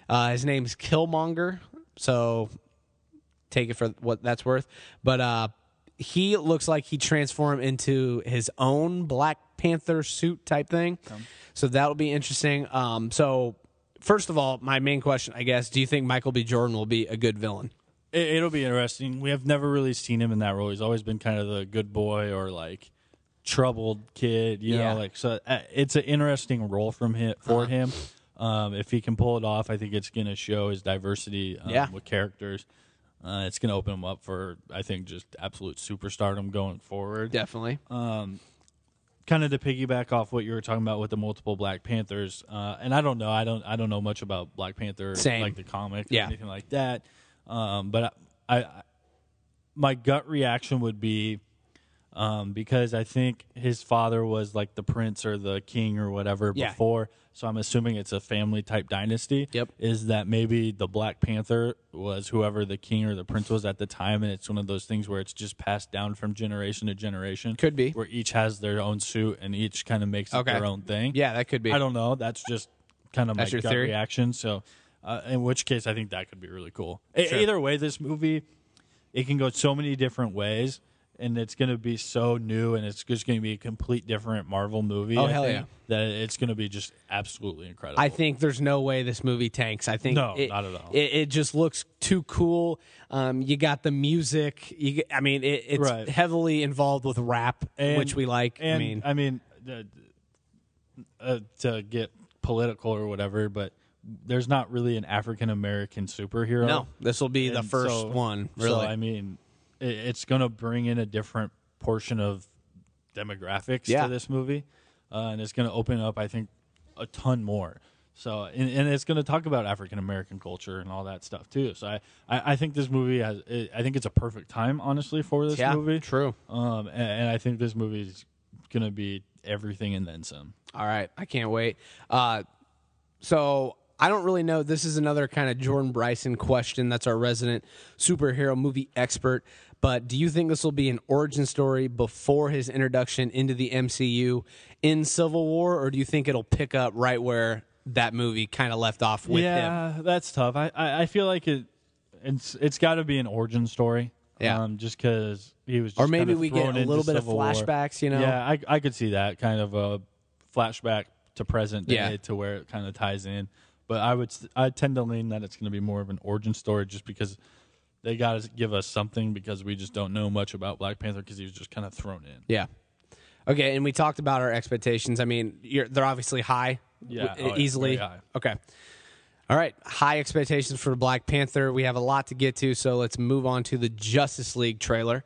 Speaker 2: Uh, his name's Killmonger. So take it for what that's worth. But uh, he looks like he transformed into his own Black Panther suit type thing. So that'll be interesting. Um, so first of all, my main question, I guess, do you think Michael B. Jordan will be a good villain?
Speaker 3: It, it'll be interesting. We have never really seen him in that role. He's always been kind of the good boy or like troubled kid, you
Speaker 2: Yeah. Uh-huh.
Speaker 3: know, like so uh, it's an interesting role from him for him. Um, if he can pull it off, I think it's going to show his diversity um,
Speaker 2: Yeah.
Speaker 3: with characters. Uh, it's going to open him up for, I think, just absolute superstardom going forward.
Speaker 2: Definitely.
Speaker 3: Uh, kind of to piggyback off what you were talking about with the multiple Black Panthers, uh, and I don't know, I don't, I don't know much about Black Panther,
Speaker 2: Same.
Speaker 3: like the comic,
Speaker 2: Yeah.
Speaker 3: or anything like that. Um, but I, I, I, my gut reaction would be, um, because I think his father was like the prince or the king or whatever
Speaker 2: Yeah.
Speaker 3: before. So I'm assuming it's a family type dynasty.
Speaker 2: Yep.
Speaker 3: Is that maybe the Black Panther was whoever the king or the prince was at the time, and it's one of those things where it's just passed down from generation to generation.
Speaker 2: Could be.
Speaker 3: where each has their own suit and each kind of makes it
Speaker 2: Okay.
Speaker 3: their own thing.
Speaker 2: Yeah, that could be.
Speaker 3: I don't know. That's just kind of my
Speaker 2: That's your
Speaker 3: gut
Speaker 2: theory?
Speaker 3: reaction. So, uh, in which case, I think that could be really cool. E-
Speaker 2: Sure.
Speaker 3: Either way, this movie it can go so many different ways, and it's going to be so new, and it's just going to be a complete different Marvel movie.
Speaker 2: Oh,
Speaker 3: I
Speaker 2: hell
Speaker 3: think, That it's going to be just absolutely incredible.
Speaker 2: I think there's no way this movie tanks. I think
Speaker 3: No,
Speaker 2: it,
Speaker 3: not at all.
Speaker 2: It, it just looks too cool. Um, you got the music. You, get- I mean, it, it's
Speaker 3: Right.
Speaker 2: heavily involved with rap,
Speaker 3: And-
Speaker 2: which we like.
Speaker 3: And,
Speaker 2: I mean,
Speaker 3: I mean, uh, uh, to get political or whatever, but there's not really an African American superhero.
Speaker 2: no, this will be the
Speaker 3: And
Speaker 2: first
Speaker 3: so-
Speaker 2: one.
Speaker 3: so,
Speaker 2: Really,
Speaker 3: I mean, it, it's going to bring in a different portion of demographics
Speaker 2: Yeah.
Speaker 3: to this movie, uh, and it's going to open up, I think, a ton more. So, and, and it's going to talk about African American culture and all that stuff too. So, I, I, I think this movie has, it, I think it's a perfect time, honestly, for this
Speaker 2: yeah,
Speaker 3: movie.
Speaker 2: true.
Speaker 3: Um, and, and I think this movie is going to be everything and then some.
Speaker 2: All right, I can't wait. Uh, so I don't really know. This is another kind of Jordan Bryson question. That's our resident superhero movie expert. But do you think this will be an origin story before his introduction into the MCU in Civil War, or do you think it'll pick up right where that movie kind of left off with him?
Speaker 3: yeah, that's tough. I, I, I feel like it. It's it's got to be an origin story.
Speaker 2: Yeah.
Speaker 3: Um, just because he was. Just
Speaker 2: Or maybe
Speaker 3: kinda
Speaker 2: we get
Speaker 3: thrown
Speaker 2: a
Speaker 3: into
Speaker 2: little bit of
Speaker 3: Civil War.
Speaker 2: flashbacks, you know?
Speaker 3: Yeah, I I could see that kind of a flashback to present day
Speaker 2: Yeah.
Speaker 3: to where it kind of ties in. But I would s- I tend to lean that it's going to be more of an origin story just because they got to give us something because we just don't know much about Black Panther because he was just kind of thrown in.
Speaker 2: Yeah. Okay, and we talked about our expectations. I mean, you're, they're obviously high,
Speaker 3: Yeah,
Speaker 2: w- e,
Speaker 3: oh, yeah,
Speaker 2: easily.
Speaker 3: very high.
Speaker 2: Okay. All right, high expectations for Black Panther. We have a lot to get to, so let's move on to the Justice League trailer.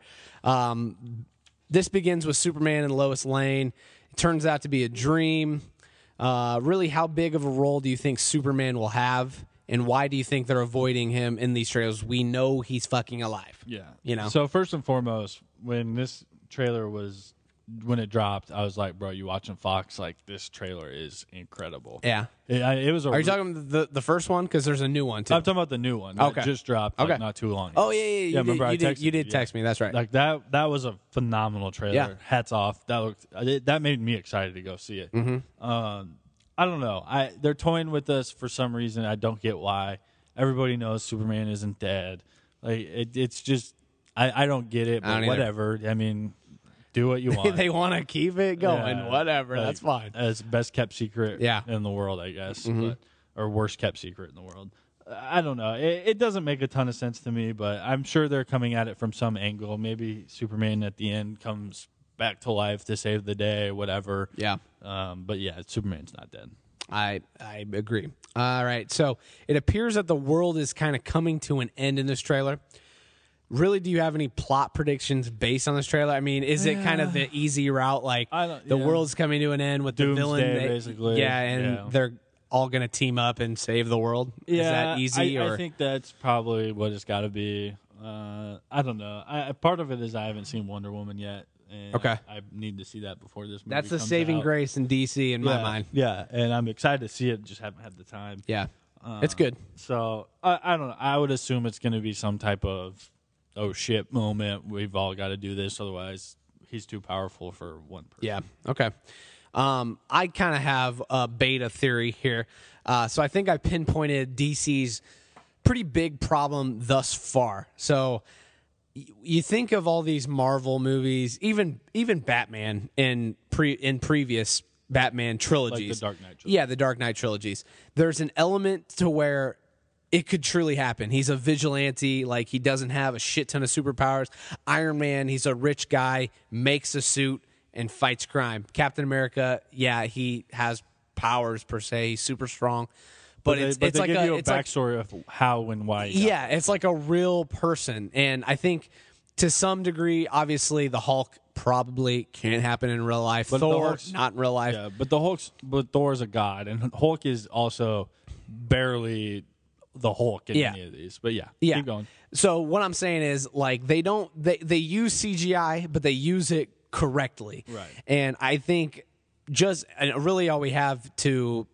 Speaker 2: Um, this begins with Superman and Lois Lane. It turns out to be a dream. Uh, really, how big of a role do you think Superman will have, and why do you think they're avoiding him in these trailers? We know he's fucking alive.
Speaker 3: Yeah.
Speaker 2: You know?
Speaker 3: So first and foremost, when this trailer was when it dropped, I was like, bro, you watching Fox? Like this trailer is incredible.
Speaker 2: Yeah.
Speaker 3: It, I- it was a
Speaker 2: Are you talking the the first one? Because there's a new one too.
Speaker 3: I'm talking about the new one that
Speaker 2: Okay.
Speaker 3: just dropped like,
Speaker 2: Okay.
Speaker 3: not too long. ago.
Speaker 2: Oh yeah, yeah, yeah. You
Speaker 3: remember
Speaker 2: did,
Speaker 3: I
Speaker 2: you did,
Speaker 3: texted
Speaker 2: you did
Speaker 3: yeah.
Speaker 2: text me. That's right.
Speaker 3: Like that that was a phenomenal trailer.
Speaker 2: Yeah.
Speaker 3: Hats off. That looked it, that made me excited to go see it.
Speaker 2: Mm-hmm.
Speaker 3: Um I don't know. I they're toying with us for some reason. I don't get why. Everybody knows Superman isn't dead. Like it, it's just I, I don't get it, but
Speaker 2: don't either.
Speaker 3: whatever. I mean, do what you want.
Speaker 2: they want to keep it going.
Speaker 3: Yeah,
Speaker 2: Whatever.
Speaker 3: like,
Speaker 2: that's fine.
Speaker 3: It's best kept secret
Speaker 2: Yeah. Mm-hmm.
Speaker 3: in the world, I guess, but, or worst kept secret in the world. I don't know. It, it doesn't make a ton of sense to me, but I'm sure they're coming at it from some angle. Maybe Superman at the end comes back to life to save the day, whatever.
Speaker 2: Yeah.
Speaker 3: Um, but yeah, Superman's not dead.
Speaker 2: I I agree. All right. So it appears that the world is kind of coming to an end in this trailer. Really, do you have any plot predictions based on this trailer? I mean, is it kind of the easy route, like
Speaker 3: I don't-
Speaker 2: the
Speaker 3: yeah.
Speaker 2: world's coming to an end with the villain,
Speaker 3: Doomsday,
Speaker 2: they-
Speaker 3: basically.
Speaker 2: yeah, and
Speaker 3: Yeah.
Speaker 2: they're all going to team up and save the world? is that easy?
Speaker 3: I,
Speaker 2: or
Speaker 3: I think that's probably what it's got to be. Uh, I don't know. I, part of it is I haven't seen Wonder Woman yet. And
Speaker 2: Okay.
Speaker 3: I, need to see that before this movie.
Speaker 2: that's the
Speaker 3: comes
Speaker 2: saving
Speaker 3: out.
Speaker 2: grace in DC, in my
Speaker 3: yeah,
Speaker 2: mind.
Speaker 3: Uh, Yeah, and I'm excited to see it. Just haven't had the time.
Speaker 2: Yeah, it's good.
Speaker 3: So I, I don't know. I would assume it's going to be some type of oh shit moment. We've all got to do this, otherwise he's too powerful for one person.
Speaker 2: Yeah. Okay. Um, I kind of have a beta theory here. Uh, so I think I pinpointed DC's pretty big problem thus far. So y- you think of all these Marvel movies, even even Batman in pre in previous Batman trilogies,
Speaker 3: Dark Knight trilogy.
Speaker 2: Yeah, the Dark Knight trilogies. There's an element to where it could truly happen. He's a vigilante, like he doesn't have a shit ton of superpowers. Iron Man, he's a rich guy, makes a suit and fights crime. Captain America, yeah, he has powers per se, he's super strong. But,
Speaker 3: But they,
Speaker 2: it's,
Speaker 3: but
Speaker 2: it's
Speaker 3: they
Speaker 2: like
Speaker 3: give
Speaker 2: a,
Speaker 3: you a
Speaker 2: it's like
Speaker 3: backstory of how and why. he got
Speaker 2: yeah, it's like a real person. And I think to some degree, obviously, the Hulk probably can't happen in real life.
Speaker 3: the
Speaker 2: Thor,
Speaker 3: Hulk's-
Speaker 2: not in real life.
Speaker 3: Yeah, but the Hulk's but Thor's a god, and Hulk is also barely the Hulk in
Speaker 2: Yeah.
Speaker 3: any of these. But yeah,
Speaker 2: Yeah.
Speaker 3: keep going.
Speaker 2: So what I'm saying is like they don't they they use CGI, but they use it correctly.
Speaker 3: Right.
Speaker 2: And I think just and really all we have to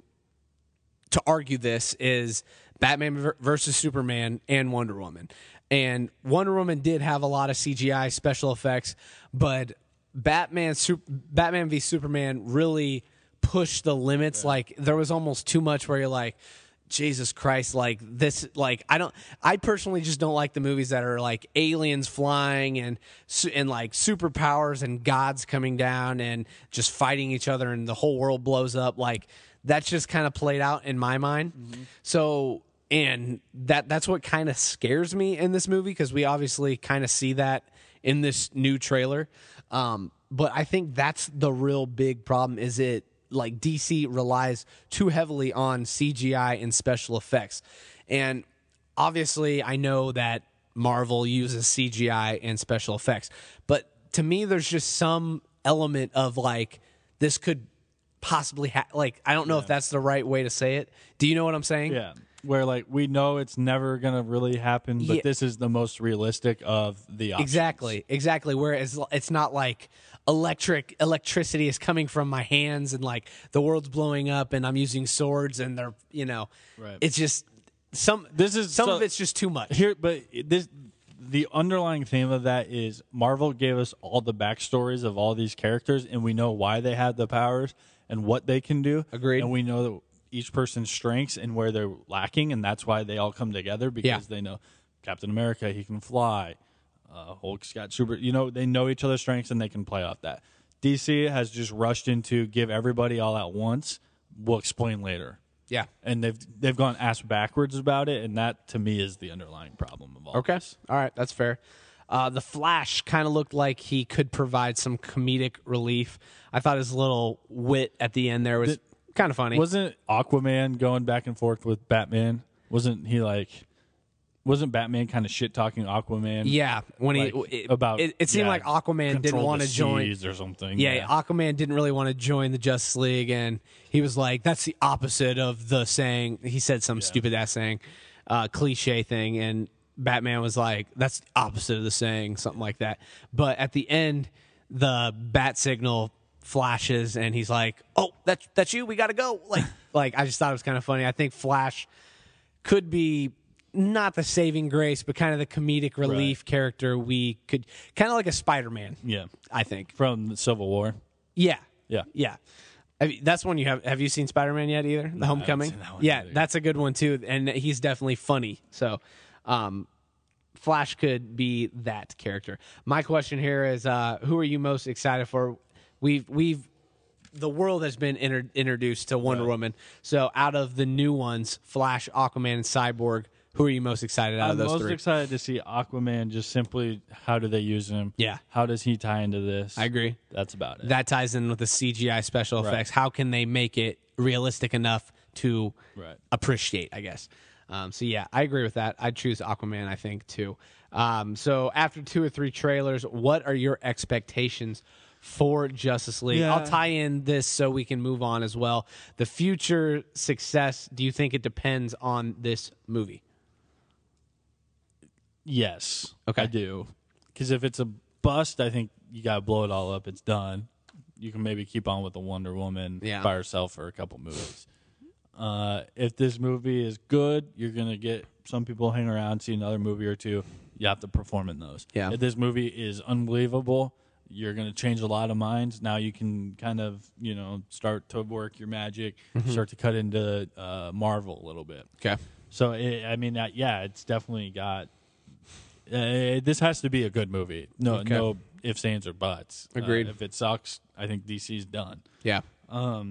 Speaker 2: to argue this is Batman ver- versus Superman and Wonder Woman. And Wonder Woman did have a lot of CGI special effects, but Batman Sup- Batman v Superman really pushed the limits. Like there was almost too much where you're like Jesus Christ, like this, like I don't, I personally just don't like the movies that are like aliens flying and su- and like superpowers and gods coming down and just fighting each other and the whole world blows up. Like that's just kind of played out in my mind. So and that that's what kind of scares me in this movie because we obviously kind of see that in this new trailer. Um, but I think that's the real big problem. Is it like DC relies too heavily on CGI and special effects, and obviously I know that Marvel uses CGI and special effects, but to me there's just some element of like this could possibly ha- like I don't know if that's the right way to say it. Do you know what I'm saying?
Speaker 3: Yeah. Where like we know it's never gonna really happen, but
Speaker 2: Yeah.
Speaker 3: this is the most realistic of the options.
Speaker 2: Exactly, exactly. Whereas it's not like electric electricity is coming from my hands and like the world's blowing up and I'm using swords and they're you know,
Speaker 3: Right.
Speaker 2: it's just some.
Speaker 3: This is-
Speaker 2: some
Speaker 3: so-
Speaker 2: of it's just too much.
Speaker 3: Here, but this the underlying theme of that is Marvel gave us all the backstories of all these characters, and we know why they had the powers and what they can do.
Speaker 2: Agreed.
Speaker 3: And we know that each person's strengths and where they're lacking, and that's why they all come together because they know Captain America he can fly, uh, Hulk's got super. You know they know each other's strengths and they can play off that. DC has just rushed into give everybody all at once. We'll explain later
Speaker 2: yeah.
Speaker 3: and they've they've gone ass backwards about it, and that to me is the underlying problem of all.
Speaker 2: Okay.
Speaker 3: this.
Speaker 2: All right, that's fair. Uh, the Flash kind of looked like he could provide some comedic relief. I thought his little wit at the end there was kind of funny.
Speaker 3: Wasn't Aquaman going back and forth with Batman? Wasn't he like? Wasn't Batman kind of shit talking Aquaman?
Speaker 2: yeah, when he
Speaker 3: like,
Speaker 2: it,
Speaker 3: about
Speaker 2: it, it seemed
Speaker 3: yeah,
Speaker 2: like Aquaman didn't
Speaker 3: control
Speaker 2: want
Speaker 3: the
Speaker 2: to join.
Speaker 3: seas or something.
Speaker 2: Yeah, Aquaman didn't really want to join the Justice League, and he was like, "That's the opposite of the saying." He said some stupid ass saying, uh, cliche thing, and Batman was like, "That's the opposite of the saying," something like that. But at the end, the bat signal flashes, and he's like, "Oh, that's that's you. We gotta go." Like, like I just thought it was kind of funny. I think Flash could be not the saving grace, but kind of the comedic relief character we could kind of like a Spider Man.
Speaker 3: yeah,
Speaker 2: I think.
Speaker 3: from the Civil War.
Speaker 2: Yeah.
Speaker 3: Yeah.
Speaker 2: Yeah. I mean, that's one you have. Have you seen Spider Man yet? Either the Homecoming.
Speaker 3: seen that one
Speaker 2: yeah,
Speaker 3: either.
Speaker 2: that's a good one too, and he's definitely funny. So, um, Flash could be that character. My question here is, uh, who are you most excited for? We've we've the world has been inter- introduced to Wonder Woman. So, out of the new ones, Flash, Aquaman, and Cyborg, who are you most excited out
Speaker 3: I'm
Speaker 2: of those
Speaker 3: most
Speaker 2: three?
Speaker 3: excited to see Aquaman. Just simply, how do they use him?
Speaker 2: Yeah.
Speaker 3: how does he tie into this?
Speaker 2: I agree.
Speaker 3: That's about it.
Speaker 2: that ties in with the CGI special effects. How can they make it realistic enough to
Speaker 3: Right.
Speaker 2: appreciate? I guess. Um, so yeah, I agree with that. I'd choose Aquaman. I think too. Um, so after two or three trailers, what are your expectations for Justice League? I'll
Speaker 3: Yeah.
Speaker 2: tie in this so we can move on as well. The future success. Do you think it depends on this movie?
Speaker 3: Yes.
Speaker 2: Okay.
Speaker 3: I do. Because if it's a bust, I think you got to blow it all up. It's done. You can maybe keep on with the Wonder Woman
Speaker 2: Yeah.
Speaker 3: by herself for a couple movies. Uh, if this movie is good, you're going to get some people hang around, see another movie or two. You have to perform in those.
Speaker 2: Yeah.
Speaker 3: If this movie is unbelievable, you're going to change a lot of minds. Now you can kind of, you know, start to work your magic,
Speaker 2: Mm-hmm.
Speaker 3: start to cut into uh, Marvel a little bit.
Speaker 2: Okay.
Speaker 3: So it, I mean, uh, yeah, it's definitely got. Uh, this has to be a good movie. No,
Speaker 2: Okay.
Speaker 3: no ifs, ands, or buts. Uh,
Speaker 2: Agreed.
Speaker 3: if it sucks, I think DC's done.
Speaker 2: Yeah.
Speaker 3: Uh,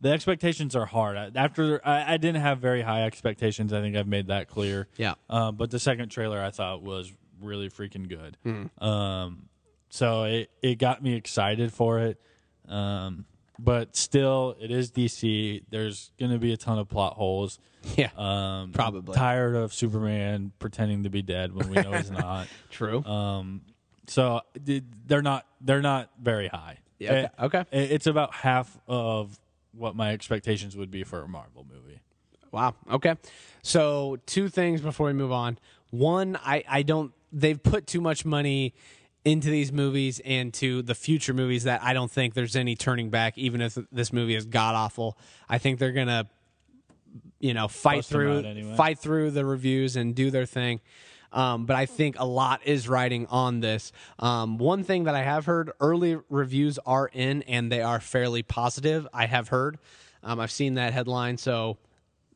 Speaker 3: The expectations are hard. I- After I, I didn't have very high expectations. I think I've made that clear.
Speaker 2: Yeah.
Speaker 3: Uh, but the second trailer I thought was really freaking good.
Speaker 2: Mm-hmm.
Speaker 3: Um, so it it got me excited for it. Um, but still, it is DC. There's going to be a ton of plot holes.
Speaker 2: Yeah.
Speaker 3: Um, I'm
Speaker 2: Probably.
Speaker 3: tired of Superman pretending to be dead when we know he's not.
Speaker 2: True.
Speaker 3: So th- they're not they're not very high.
Speaker 2: Yeah,
Speaker 3: Eh,
Speaker 2: okay, okay.
Speaker 3: eh, It's about half of what my expectations would be for a Marvel movie.
Speaker 2: Wow. Okay. So two things before we move on. One, I, I don't they've put too much money into these movies and to the future movies that I don't think there's any turning back, even if this movie is god awful. I think they're gonna, you know, fight
Speaker 3: Bust 'em
Speaker 2: through,
Speaker 3: out anyway.
Speaker 2: fight through the reviews and do their thing. Um, but I think a lot is riding on this. Um, one thing that I have heard early reviews are in and they are fairly positive. I have heard, um, I've seen that headline, so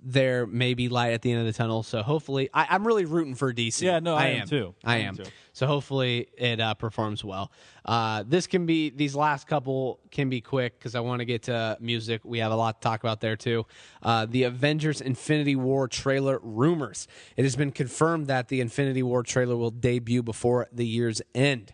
Speaker 2: there may be light at the end of the tunnel. So hopefully, I, I'm really rooting for DC.
Speaker 3: Yeah, no, I am too.
Speaker 2: I
Speaker 3: I
Speaker 2: am.
Speaker 3: am too.
Speaker 2: So hopefully it uh, performs well. Uh, this can be these last couple can be quick because I want to get to music. We have a lot to talk about there too. Uh, the Avengers Infinity War trailer rumors. It has been confirmed that the Infinity War trailer will debut before the year's end.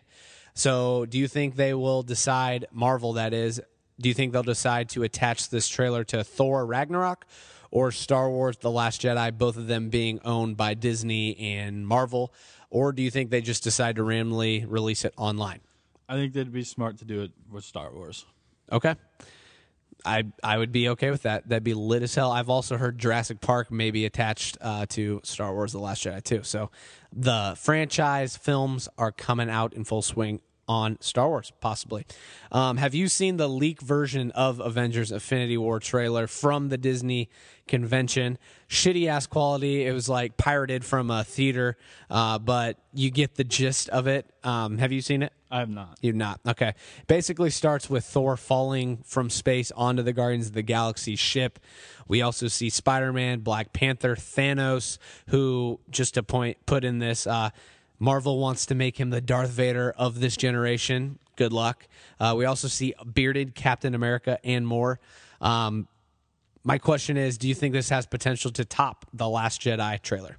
Speaker 2: So, do you think they will decide Marvel? That is, do you think they'll decide to attach this trailer to Thor Ragnarok? Or Star Wars: The Last Jedi, both of them being owned by Disney and Marvel, or do you think they just decide to randomly release it online?
Speaker 3: I think they'd be smart to do it with Star Wars.
Speaker 2: Okay. I I would be okay with that. That'd be lit as hell. I've also heard Jurassic Park may be attached uh, to Star Wars: The Last Jedi too. So the franchise films are coming out in full swing on Star Wars. Possibly. Um, have you seen the leak version of Avengers: Infinity War trailer from the Disney convention? Shitty ass quality. It was like pirated from a theater, uh, but you get the gist of it. Um, have you seen it?
Speaker 3: I have not.
Speaker 2: You're not. Okay. Basically starts with Thor falling from space onto the Guardians of the Galaxy ship. We also see Spider-Man, Black Panther, Thanos, who just to point put in this uh Marvel wants to make him the Darth Vader of this generation. Good luck. Uh, we also see bearded Captain America and more. Um, my question is, do you think this has potential to top the Last Jedi trailer?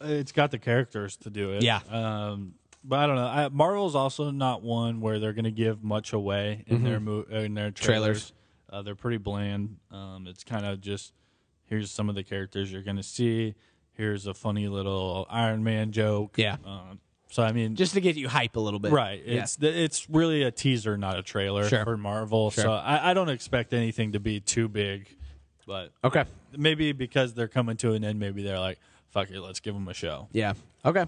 Speaker 3: It's got the characters to do it.
Speaker 2: Yeah.
Speaker 3: Um, but I don't know. I, Marvel's also not one where they're going to give much away in their mo- in their trailers.
Speaker 2: Mm-hmm. Trailers.
Speaker 3: Uh, they're pretty bland. Um, it's kind of just here's some of the characters you're going to see. Here's a funny little Iron Man joke.
Speaker 2: Yeah.
Speaker 3: Um, so I mean,
Speaker 2: Just to get you hype a little bit,
Speaker 3: Right.
Speaker 2: Yeah.
Speaker 3: It's th it's really a teaser, not a trailer
Speaker 2: Sure.
Speaker 3: for Marvel. So I, I don't expect anything to be too big, but
Speaker 2: Okay.
Speaker 3: maybe because they're coming to an end, maybe they're like, "Fuck it, let's give them a show."
Speaker 2: Yeah. Okay.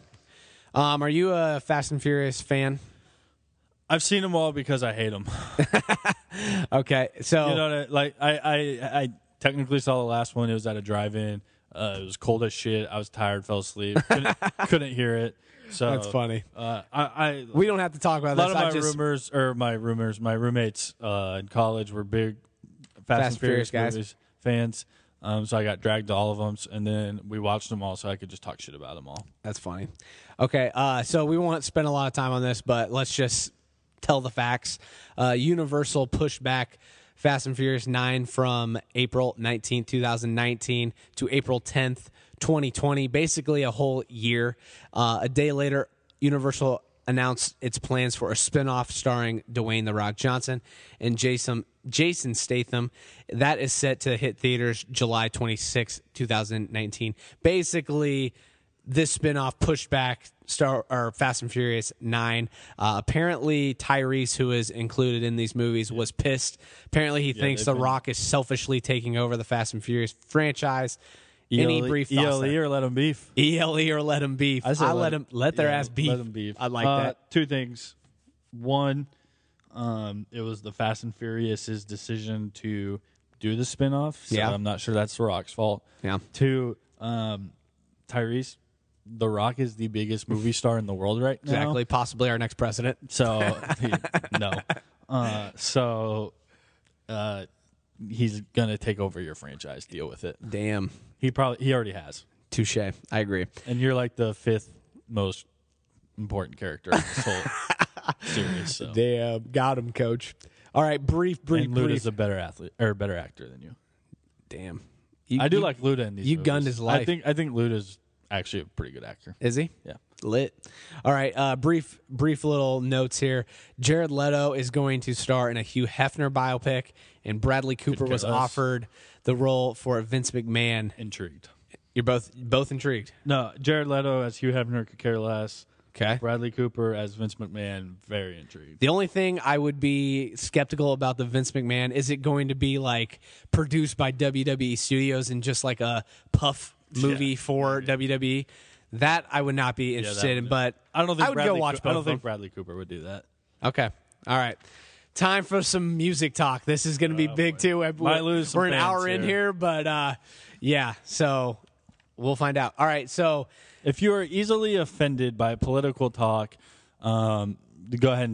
Speaker 2: Um, are you a Fast and Furious fan?
Speaker 3: I've seen them all because I hate them.
Speaker 2: Okay. So
Speaker 3: You know, what I, like I, I I technically saw the last one. It was at a drive-in. Uh, it was cold as shit. I was tired, fell asleep, couldn't, couldn't hear it. So
Speaker 2: That's funny.
Speaker 3: Uh, I, I
Speaker 2: we don't have to talk about
Speaker 3: A lot
Speaker 2: this.
Speaker 3: of my
Speaker 2: I just
Speaker 3: rumors, or my rumors, my roommates uh, in college were big Fast, and Furious,
Speaker 2: guys.
Speaker 3: movies fans. Um, so I got dragged to all of them, and then we watched them all, so I could just talk shit about them all.
Speaker 2: that's funny. Okay. Uh, so we won't spend a lot of time on this, but let's just tell the facts. Uh, Universal pushed back Fast and Furious Nine from April nineteenth, two thousand nineteen, to April tenth, twenty twenty. Basically, a whole year. Uh, a day later, Universal announced its plans for a spin-off starring Dwayne The Rock Johnson and Jason Jason Statham. That is set to hit theaters July 26, 2019. Basically, this spin-off pushed back Star or Fast and Furious 9. Uh, apparently Tyrese who is included in these movies was pissed. Apparently he thinks
Speaker 3: they've
Speaker 2: The
Speaker 3: been-
Speaker 2: Rock is selfishly taking over the Fast and Furious franchise. Any
Speaker 3: ELE
Speaker 2: brief thoughts
Speaker 3: ELE
Speaker 2: there?
Speaker 3: or let them beef.
Speaker 2: ELE or let him beef. E I,
Speaker 3: say
Speaker 2: let him let their
Speaker 3: yeah,
Speaker 2: ass beef.
Speaker 3: Let them beef.
Speaker 2: I like
Speaker 3: Uh,
Speaker 2: that.
Speaker 3: Two things. One, um, it was the Fast and Furious' decision to do the spinoff. So
Speaker 2: Yeah.
Speaker 3: I'm not sure that's The Rock's fault.
Speaker 2: Yeah.
Speaker 3: Two, um, Tyrese, The Rock is the biggest movie star in the world right now.
Speaker 2: Exactly. Possibly our next president.
Speaker 3: So he, no. Uh, so uh, he's gonna take over your franchise. Deal with it.
Speaker 2: Damn.
Speaker 3: He probably he already has,
Speaker 2: Touche. I agree.
Speaker 3: and you're like the fifth most important character in this whole series. So.
Speaker 2: Damn. uh, Got him, coach. All right. Brief, brief,
Speaker 3: And
Speaker 2: brief.
Speaker 3: Luda's a better athlete or better actor than you.
Speaker 2: Damn. You-
Speaker 3: I do
Speaker 2: you-
Speaker 3: like Luda in these.
Speaker 2: you
Speaker 3: movies.
Speaker 2: gunned his life.
Speaker 3: I think I think Luda's actually a pretty good actor.
Speaker 2: Is he?
Speaker 3: Yeah.
Speaker 2: Lit. All right. Uh, brief, brief little notes here. Jared Leto is going to star in a Hugh Hefner biopic, and Bradley Cooper
Speaker 3: care
Speaker 2: was
Speaker 3: less.
Speaker 2: offered the role for Vince McMahon.
Speaker 3: Intrigued.
Speaker 2: You're both both intrigued.
Speaker 3: No, Jared Leto as Hugh Hefner could care less.
Speaker 2: Okay.
Speaker 3: Bradley Cooper as Vince McMahon, very intrigued.
Speaker 2: The only thing I would be skeptical about the Vince McMahon is it going to be like E produced by WWE Studios and just like a puff movie for WWE. E. That I would not be interested in,
Speaker 3: would-
Speaker 2: but
Speaker 3: I don't think
Speaker 2: I would
Speaker 3: Bradley
Speaker 2: go watch
Speaker 3: Coo-
Speaker 2: both
Speaker 3: I don't
Speaker 2: of them.
Speaker 3: think Bradley Cooper would do that.
Speaker 2: Okay. All right. Time for some music talk. This is going to be big too. I-
Speaker 3: Oh, Might lose some
Speaker 2: We're an
Speaker 3: fans
Speaker 2: hour in
Speaker 3: here.
Speaker 2: here, but uh, yeah. So we'll find out. All right. So
Speaker 3: If you are easily offended by political talk, um, go ahead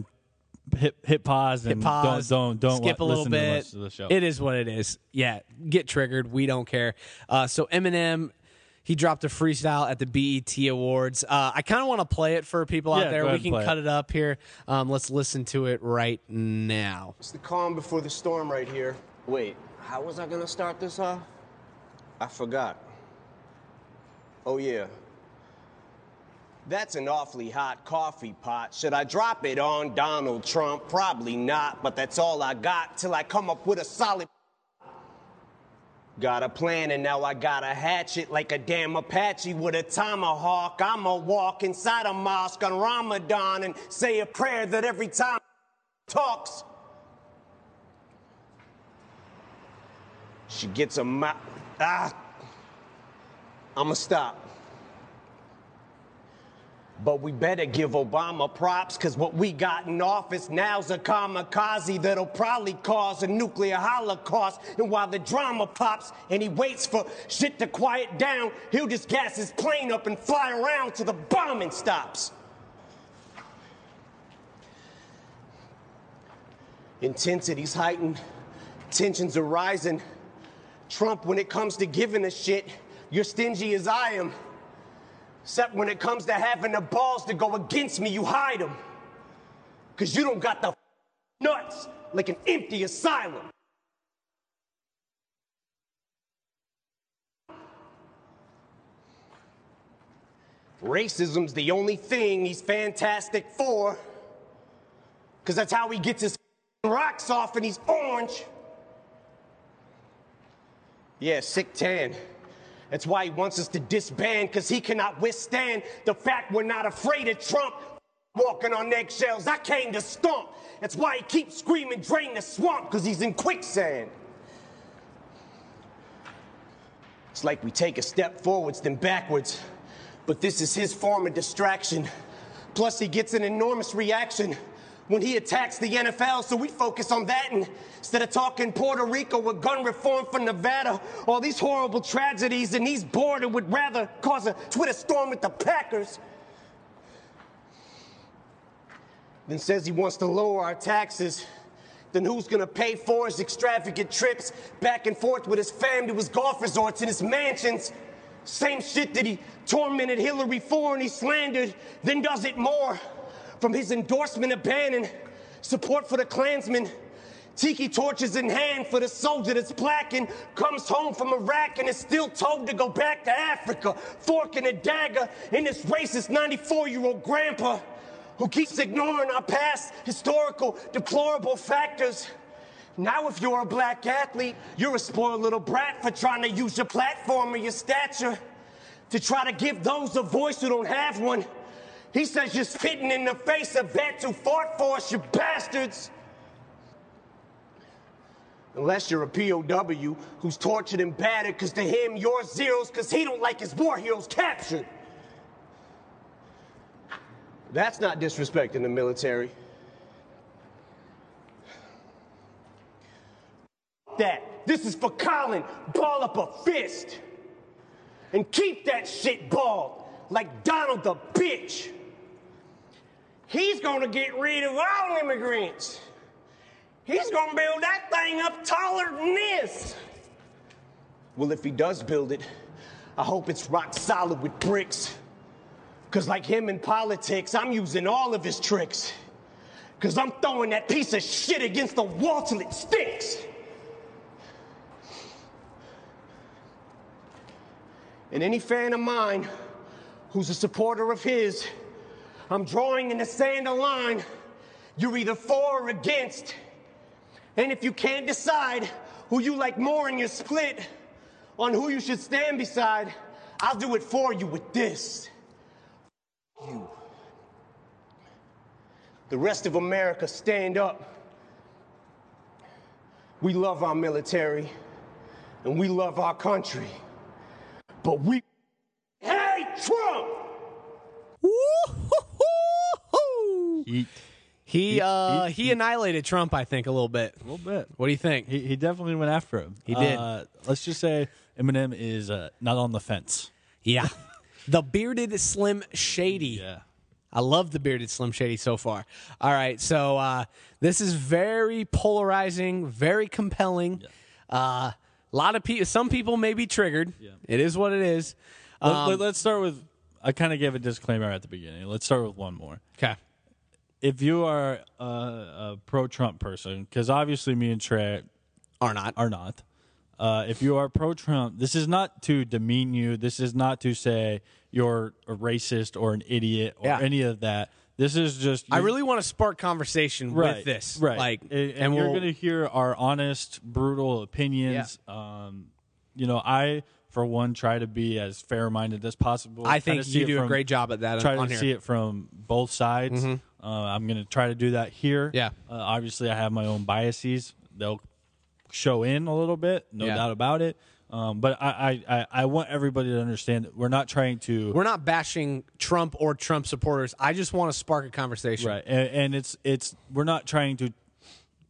Speaker 3: and hit hit pause and
Speaker 2: pause.
Speaker 3: don't don't don't
Speaker 2: skip
Speaker 3: wa-
Speaker 2: a little
Speaker 3: listen
Speaker 2: bit.
Speaker 3: to the rest of the show.
Speaker 2: It is what it is. Yeah, get triggered. We don't care. Uh, so Eminem, he dropped a freestyle at the BET Awards. Uh, I kind of want to play it for people
Speaker 3: Yeah,
Speaker 2: out
Speaker 3: go
Speaker 2: there.
Speaker 3: ahead
Speaker 2: We
Speaker 3: and
Speaker 2: can
Speaker 3: play it.
Speaker 2: cut it up here. Um, let's listen to it right now.
Speaker 4: It's the calm before the storm right here. Wait, how was I gonna start this off? I forgot. Oh, yeah. That's an awfully hot coffee pot. Should I drop it on Donald Trump? Probably not, but that's all I got till I come up with a solid. Got a plan and now I got a hatchet like a damn Apache with a tomahawk. I'ma walk inside a mosque on Ramadan and say a prayer that every time talks. She gets a mop. Ah! I'ma stop. But we better give Obama props, cause what we got in office now's a kamikaze that'll probably cause a nuclear holocaust. And while the drama pops and he waits for shit to quiet down, he'll just gas his plane up and fly around till the bombing stops. Intensity's heightened, tensions are rising. Trump, when it comes to giving a shit, you're stingy as I am. Except when it comes to having the balls to go against me, you hide them. Cause you don't got the nuts like an empty asylum. Racism's the only thing he's fantastic for. Cause that's how he gets his rocks off and he's orange. Yeah, sick tan. That's why he wants us to disband, because he cannot withstand the fact we're not afraid of Trump walking on eggshells. I came to stomp. That's why he keeps screaming, drain the swamp, because he's in quicksand. It's like we take a step forwards, then backwards. But this is his form of distraction. Plus, he gets an enormous reaction when he attacks the NFL, so we focus on that. And instead of talking Puerto Rico with gun reform from Nevada, all these horrible tragedies, and he's bored and would rather cause a Twitter storm with the Packers. Then says he wants to lower our taxes. Then who's gonna pay for his extravagant trips back and forth with his family, to his golf resorts and his mansions? Same shit that he tormented Hillary for and he slandered, then does it more. From his endorsement of Bannon, support for the Klansmen, tiki torches in hand for the soldier that's black and comes home from Iraq and is still told to go back to Africa, fork and a dagger in this racist 94 year old grandpa who keeps ignoring our past historical deplorable factors. Now, if you're a black athlete, you're a spoiled little brat for trying to use your platform or your stature to try to give those a voice who don't have one. He says you're spitting in the face of vets who fought for us, you bastards. Unless you're a POW who's tortured and battered, because to him, you're zeros, because he don't like his war heroes captured. That's not disrespecting the military. That. This is for Colin. Ball up a fist. And keep that shit balled like Donald the bitch. He's gonna get rid of all immigrants. He's gonna build that thing up taller than this. Well, if he does build it, I hope it's rock solid with bricks. Cause like him in politics, I'm using all of his tricks. Cause I'm throwing that piece of shit against the wall till it sticks. And any fan of mine who's a supporter of his, I'm drawing in the sand a line. You're either for or against. And if you can't decide who you like more in your split on who you should stand beside, I'll do it for you with this. You. The rest of America, stand up. We love our military and we love our country, but we hate Trump!
Speaker 3: Eat
Speaker 2: He uh,
Speaker 3: he-
Speaker 2: he annihilated Trump, I think, a little bit.
Speaker 3: a little bit.
Speaker 2: What do you think?
Speaker 3: He, he definitely went after him. He
Speaker 2: did.
Speaker 3: Uh, let's just say Eminem is uh, not on the fence.
Speaker 2: yeah, the bearded Slim Shady.
Speaker 3: Yeah.
Speaker 2: I love the bearded Slim Shady so far. All right, so uh, this is very polarizing, very compelling. A uh, lot of people, some people may be triggered. It is what it is.
Speaker 3: Let-
Speaker 2: Um,
Speaker 3: let, let's start with. I kind of gave a disclaimer at the beginning. Let's start with one more.
Speaker 2: Okay.
Speaker 3: If you are a, a pro-Trump person, because obviously me and Trey
Speaker 2: Or not.
Speaker 3: are not. Uh, if you are pro-Trump, this is not to demean you. This is not to say you're a racist or an idiot or
Speaker 2: Yeah.
Speaker 3: any of that. This is just.
Speaker 2: I really want to spark conversation
Speaker 3: right,
Speaker 2: with this.
Speaker 3: right?
Speaker 2: Like,
Speaker 3: and, and
Speaker 2: we're
Speaker 3: you're going to hear our honest, brutal opinions. Um, you know, I for one try to be as fair-minded as possible.
Speaker 2: I
Speaker 3: Try to
Speaker 2: think
Speaker 3: see
Speaker 2: you
Speaker 3: it
Speaker 2: do a
Speaker 3: from-
Speaker 2: great job at that
Speaker 3: Try
Speaker 2: on
Speaker 3: to
Speaker 2: here. Mm-hmm.
Speaker 3: see it from both sides. Uh, I'm going to try to do that here.
Speaker 2: Yeah.
Speaker 3: Uh, obviously, I have my own biases. They'll show in a little bit, no
Speaker 2: Yeah.
Speaker 3: doubt about it. Um, but I, I, I, I want everybody to understand that we're not trying to
Speaker 2: we're not bashing Trump or Trump supporters. I just want to spark a conversation.
Speaker 3: right and, and it's it's we're not trying to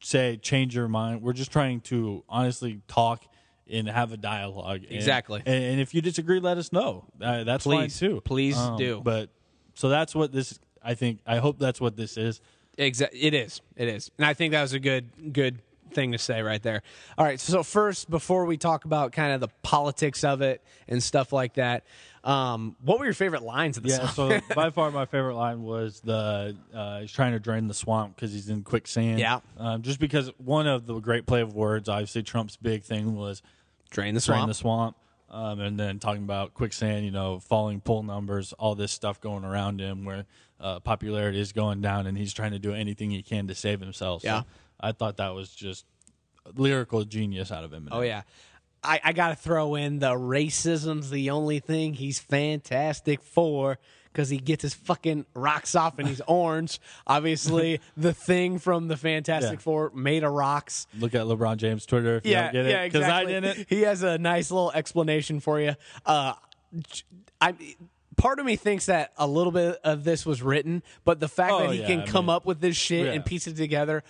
Speaker 3: say change your mind we're just trying to honestly talk and have a dialogue And-
Speaker 2: Exactly.
Speaker 3: and, and if you disagree let us know uh, that's
Speaker 2: Please.
Speaker 3: fine too Um,
Speaker 2: Please do.
Speaker 3: but so that's what this i think i hope that's what this is
Speaker 2: Exa- it is. It is. And I think that was a good good thing to say right there. All right. So first, before we talk about kind of the politics of it and stuff like that, um, what were your favorite lines of the
Speaker 3: yeah
Speaker 2: song?
Speaker 3: so by far my favorite line was the uh, he's trying to drain the swamp because he's in quicksand
Speaker 2: Yeah.
Speaker 3: um, just because one of the great play of words obviously trump's big thing was
Speaker 2: Drain the
Speaker 3: drain
Speaker 2: swamp.
Speaker 3: the swamp. Um, and then talking about quicksand, you know, falling pull numbers, all this stuff going around him where uh, popularity is going down and he's trying to do anything he can to save himself.
Speaker 2: Yeah.
Speaker 3: So I thought that was just lyrical genius out of Eminem.
Speaker 2: Oh yeah. I, I gotta throw in the racism's the only thing he's fantastic for because he gets his fucking rocks off and he's orange. Obviously, the thing from the Fantastic
Speaker 3: Yeah.
Speaker 2: Four made of rocks.
Speaker 3: Look at LeBron James' Twitter if you don't get it.
Speaker 2: yeah,
Speaker 3: Because
Speaker 2: exactly.
Speaker 3: I didn't.
Speaker 2: He has a nice little explanation for you. Uh, j- I. Part of me thinks that a little bit of this was written, but the fact
Speaker 3: Oh,
Speaker 2: that he
Speaker 3: yeah,
Speaker 2: can
Speaker 3: I
Speaker 2: come
Speaker 3: mean-
Speaker 2: up with this shit
Speaker 3: yeah.
Speaker 2: and piece it together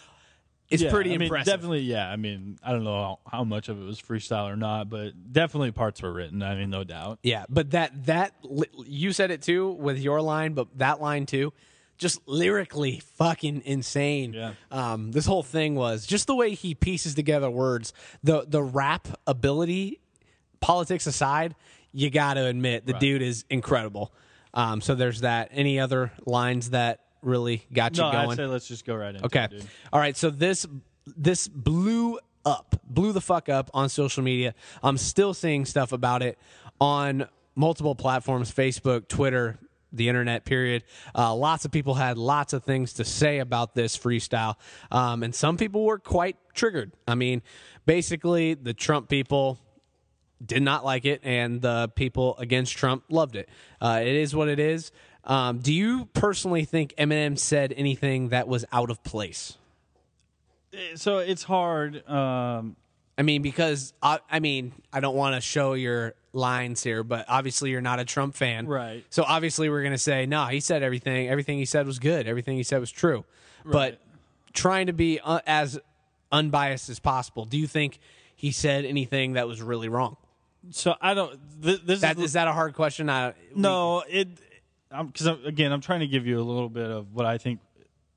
Speaker 2: is
Speaker 3: Yeah,
Speaker 2: pretty
Speaker 3: I mean,
Speaker 2: impressive.
Speaker 3: Definitely, yeah. I mean, I don't know how, how much of it was freestyle or not, but definitely parts were written. I mean, no doubt.
Speaker 2: Yeah, but that that li- you said it too with your line, but that line too, just lyrically fucking insane.
Speaker 3: Yeah.
Speaker 2: Um, this whole thing was just the way he pieces together words. The the rap ability, politics aside, you got to admit the dude is incredible. Um, so there's that. Any other lines that really got you
Speaker 3: No,
Speaker 2: going?
Speaker 3: I'd say let's just go right into
Speaker 2: Okay.
Speaker 3: it. dude.
Speaker 2: All right. So this this blew up, blew the fuck up on social media. I'm still seeing stuff about it on multiple platforms: Facebook, Twitter, the internet. Period. Uh, lots of people had lots of things to say about this freestyle, um, and some people were quite triggered. I mean, basically, the Trump people did not like it, and the people against Trump loved it. Uh, it is what it is. Um, do you personally think Eminem said anything that was out of place?
Speaker 3: Eh, So it's hard. Um,
Speaker 2: I mean, because I, I mean, I don't want to show your lines here, but obviously you're not a Trump fan,
Speaker 3: Right.
Speaker 2: So obviously we're gonna say, no, he said everything. Everything he said was good. Everything he said was true. But trying to be uh, as unbiased as possible, do you think he said anything that was really wrong?
Speaker 3: So I don't. Th- this
Speaker 2: That
Speaker 3: is
Speaker 2: is that a hard question? I,
Speaker 3: no. It because I'm, again, I'm trying to give you a little bit of what I think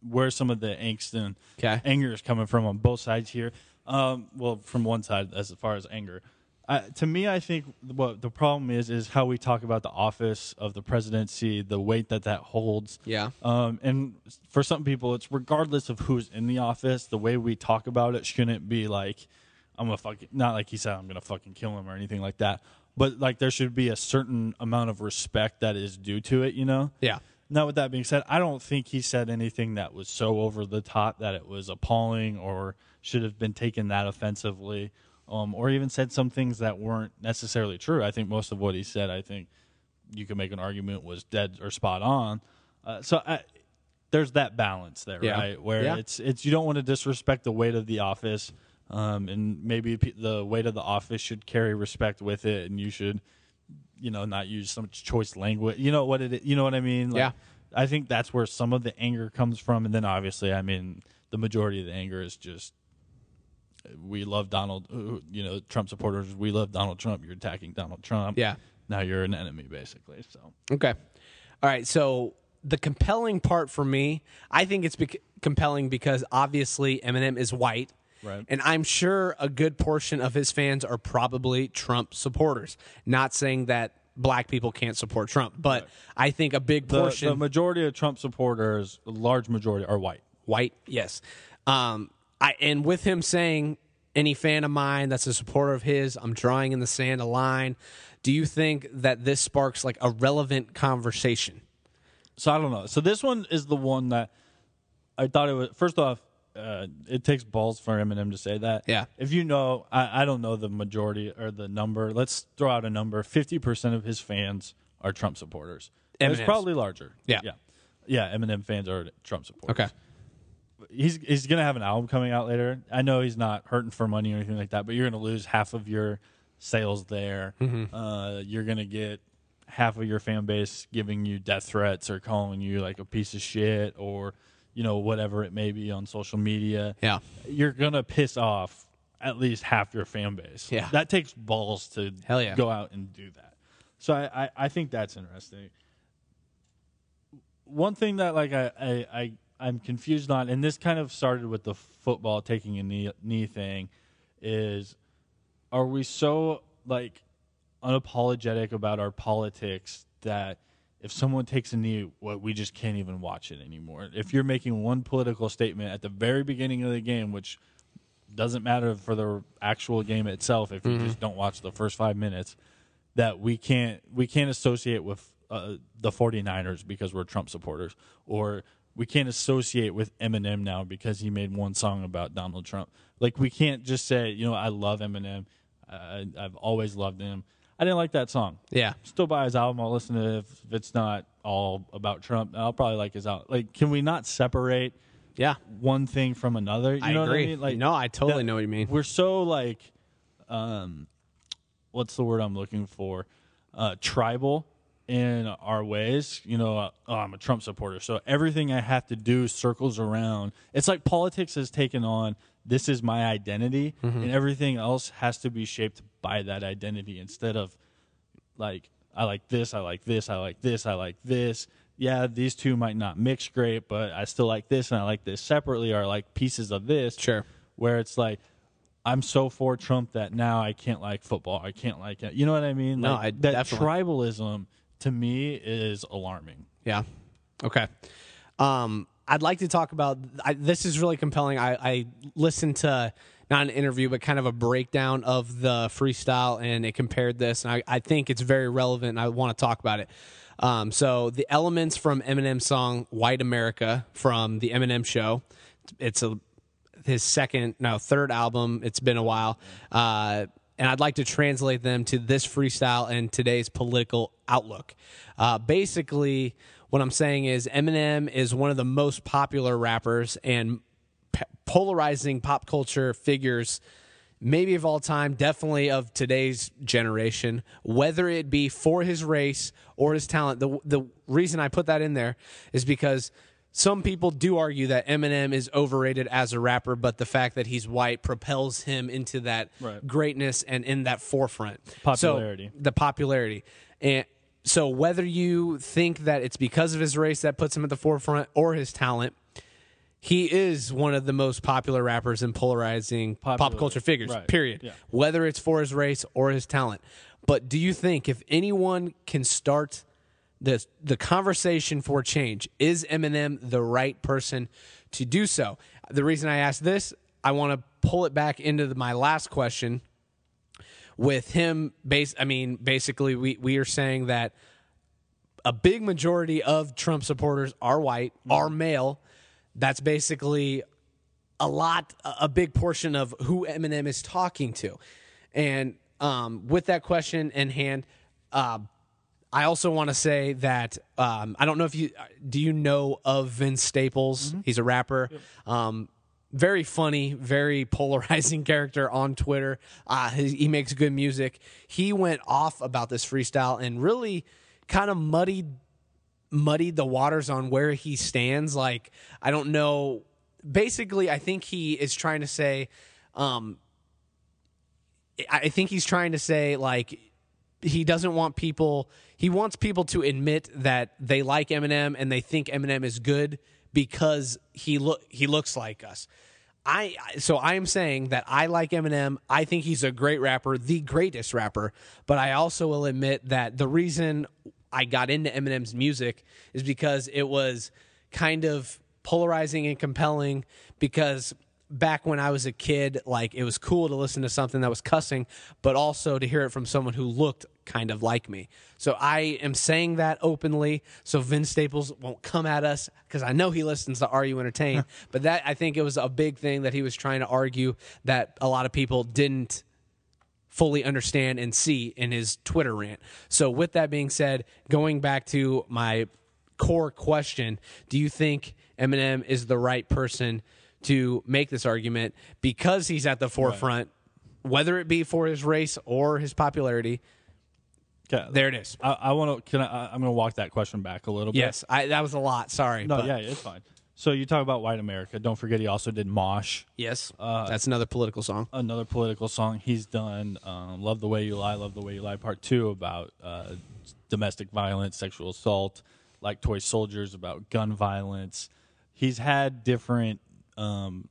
Speaker 3: where some of the angst and
Speaker 2: 'Kay.
Speaker 3: anger is coming from on both sides here. Um, well, from one side as far as anger. I, to me, I think what the problem is is how we talk about the office of the presidency, the weight that that holds.
Speaker 2: Yeah.
Speaker 3: Um, and for some people, it's regardless of who's in the office, the way we talk about it shouldn't be like, I'm gonna fucking, not like he said, I'm gonna fucking kill him or anything like that. But like, there should be a certain amount of respect that is due to it, you know?
Speaker 2: Yeah.
Speaker 3: Now, with that being said, I don't think he said anything that was so over the top that it was appalling or should have been taken that offensively, um, or even said some things that weren't necessarily true. I think most of what he said, I think you could make an argument was dead or spot on. Uh, so I, there's that balance there,
Speaker 2: Yeah.
Speaker 3: right? Where
Speaker 2: Yeah.
Speaker 3: it's it's you don't want to disrespect the weight of the office, um, and maybe pe- the weight of the office should carry respect with it, and you should you know not use some choice language you know what it you know what i mean like,
Speaker 2: Yeah.
Speaker 3: I think that's where some of the anger comes from, and then obviously, I mean, the majority of the anger is just we love Donald. uh, You know, Trump supporters. We love Donald Trump. You're attacking Donald Trump.
Speaker 2: Yeah.
Speaker 3: Now you're an enemy, basically. So
Speaker 2: Okay. All right. So the compelling part for me, I think it's bec- compelling because obviously Eminem is white.
Speaker 3: Right.
Speaker 2: And I'm sure a good portion of his fans are probably Trump supporters. Not saying that black people can't support Trump, but I think a big
Speaker 3: the,
Speaker 2: portion
Speaker 3: the majority of Trump supporters, a large majority, are white.
Speaker 2: white, yes. Um, I and with him saying any fan of mine that's a supporter of his, I'm drawing in the sand a line. Do you think that this sparks like a relevant conversation?
Speaker 3: So I don't know. So this one is the one that I thought it was. First off, uh, it takes balls for Eminem to say that.
Speaker 2: Yeah.
Speaker 3: If you know, I, I don't know the majority or the number. Let's throw out a number. Fifty percent of his fans are Trump supporters. It's
Speaker 2: Eminem's.
Speaker 3: probably larger.
Speaker 2: Yeah.
Speaker 3: Yeah. Yeah. Eminem fans are Trump supporters.
Speaker 2: Okay.
Speaker 3: He's he's gonna have an album coming out later. I know he's not hurting for money or anything like that, but you're gonna lose half of your sales there.
Speaker 2: Mm-hmm.
Speaker 3: Uh, you're gonna get half of your fan base giving you death threats or calling you like a piece of shit or you know whatever it may be on social media.
Speaker 2: Yeah.
Speaker 3: you're gonna piss off at least half your fan base.
Speaker 2: Yeah.
Speaker 3: that takes balls to
Speaker 2: Hell yeah.
Speaker 3: go out and do that. So I I, I think that's interesting one thing that like I, I I I'm confused on, and this kind of started with the football taking a knee knee thing, is are we so like unapologetic about our politics that if someone takes a knee, what we just can't even watch it anymore. If you're making one political statement at the very beginning of the game, which doesn't matter for the actual game itself if you just don't watch the first five minutes that we can't we can't associate with uh, the 49ers because we're trump supporters or we can't associate with eminem now because he made one song about donald trump like we can't just say you know i love eminem I, i've always loved him i didn't like that song
Speaker 2: Yeah.
Speaker 3: still buy his album. I'll listen to it if it's not all about Trump. I'll probably like his album. Like, can we not separate
Speaker 2: Yeah.
Speaker 3: one thing from another? You
Speaker 2: I
Speaker 3: know
Speaker 2: agree.
Speaker 3: what I mean? Like,
Speaker 2: No, I totally know what you mean.
Speaker 3: We're so like, um, what's the word I'm looking for? Uh, tribal in our ways. You know, uh, oh, I'm a Trump supporter, so everything I have to do circles around. It's like politics has taken on. This is my identity,
Speaker 2: Mm-hmm.
Speaker 3: and everything else has to be shaped by that identity instead of like I like this, I like this, I like this, I like this. Yeah, these two might not mix great, but I still like this and I like this separately or I like pieces of this.
Speaker 2: Sure.
Speaker 3: Where it's like I'm so for Trump that now I can't like football. I can't like it. You know what I mean?
Speaker 2: No,
Speaker 3: like,
Speaker 2: I
Speaker 3: that
Speaker 2: definitely-
Speaker 3: tribalism to me is alarming.
Speaker 2: Yeah. Okay. Um, I'd like to talk about I, this is really compelling. I, I listened to not an interview, but kind of a breakdown of the freestyle, and it compared this, and I, I think it's very relevant. And I want to talk about it. Um, so the elements from Eminem's song "White America" from the Eminem Show. It's a his second, no, third album. It's been a while. Uh, and I'd like to translate them to this freestyle and today's political outlook. Uh, basically, what I'm saying is Eminem is one of the most popular rappers and p- polarizing pop culture figures, maybe of all time, definitely of today's generation, whether it be for his race or his talent. The, the reason I put that in there is because some people do argue that Eminem is overrated as a rapper, but the fact that he's white propels him into that
Speaker 3: Right.
Speaker 2: greatness and in that forefront. So,
Speaker 3: Popularity.
Speaker 2: the popularity. And so whether you think that it's because of his race that puts him at the forefront or his talent, he is one of the most popular rappers and polarizing pop
Speaker 3: Popular,
Speaker 2: culture figures,
Speaker 3: right,
Speaker 2: period.
Speaker 3: yeah.
Speaker 2: Whether it's for his race or his talent. But do you think if anyone can start the the conversation for change, is Eminem the right person to do so? The reason I ask this, I want to pull it back into the, my last question with him base I mean basically we we are saying that a big majority of Trump supporters are white, are male. That's basically a lot, a a big portion of who Eminem is talking to. And um, with that question in hand, uh, I also want to say that um, I don't know if you do you know of Vince Staples? He's a rapper. Um, very funny, very polarizing character on Twitter. Uh, he, he makes good music. He went off about this freestyle and really kind of muddied muddied the waters on where he stands. Like, I don't know. Basically, I think he is trying to say, um, I I think he's trying to say, like, he doesn't want people, he wants people to admit that they like Eminem and they think Eminem is good because he look he looks like us. I I- so I am saying that I like Eminem. I think he's a great rapper, the greatest rapper. But I also will admit that the reason I got into Eminem's music is because it was kind of polarizing and compelling. Because back when I was a kid, like it was cool to listen to something that was cussing, but also to hear it from someone who looked kind of like me. So I am saying that openly so Vince Staples won't come at us because I know he listens to Are You Entertained. but that I think it was a big thing that he was trying to argue that a lot of people didn't fully understand and see in his Twitter rant. So with that being said, going back to my core question, do you think Eminem is the right person to make this argument because he's at the forefront, whether it be for his race or his popularity?
Speaker 3: Okay.
Speaker 2: There it is.
Speaker 3: I, I want to. Can I? I- I'm going to walk that question back a little bit.
Speaker 2: Yes, I, that was a lot. Sorry.
Speaker 3: No.
Speaker 2: but-
Speaker 3: Yeah. It's fine. So you talk about white America. Don't forget, he also did Mosh,
Speaker 2: Yes,
Speaker 3: Uh,
Speaker 2: that's another political song.
Speaker 3: another political song he's done. Um, Love the way you lie. Love the way you lie. Part two about uh, domestic violence, sexual assault, like toy soldiers about gun violence. He's had different, um,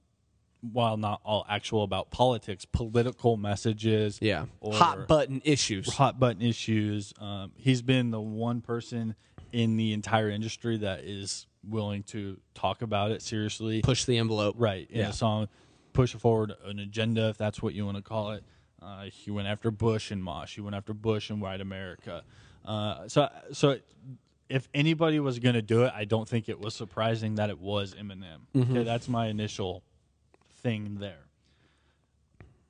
Speaker 3: while not all actual about politics, political messages.
Speaker 2: Yeah,
Speaker 3: or-
Speaker 2: hot button issues.
Speaker 3: hot button issues. Um, he's been the one person in the entire industry that is willing to talk about it seriously,
Speaker 2: Push the envelope.
Speaker 3: right in
Speaker 2: Yeah.
Speaker 3: a song, push forward an agenda if that's what you want to call it. Uh, he went after Bush and Mosh. He went after Bush and White America. Uh, so, so if anybody was going to do it, I don't think it was surprising that it was Eminem. Okay, that's my initial thing there.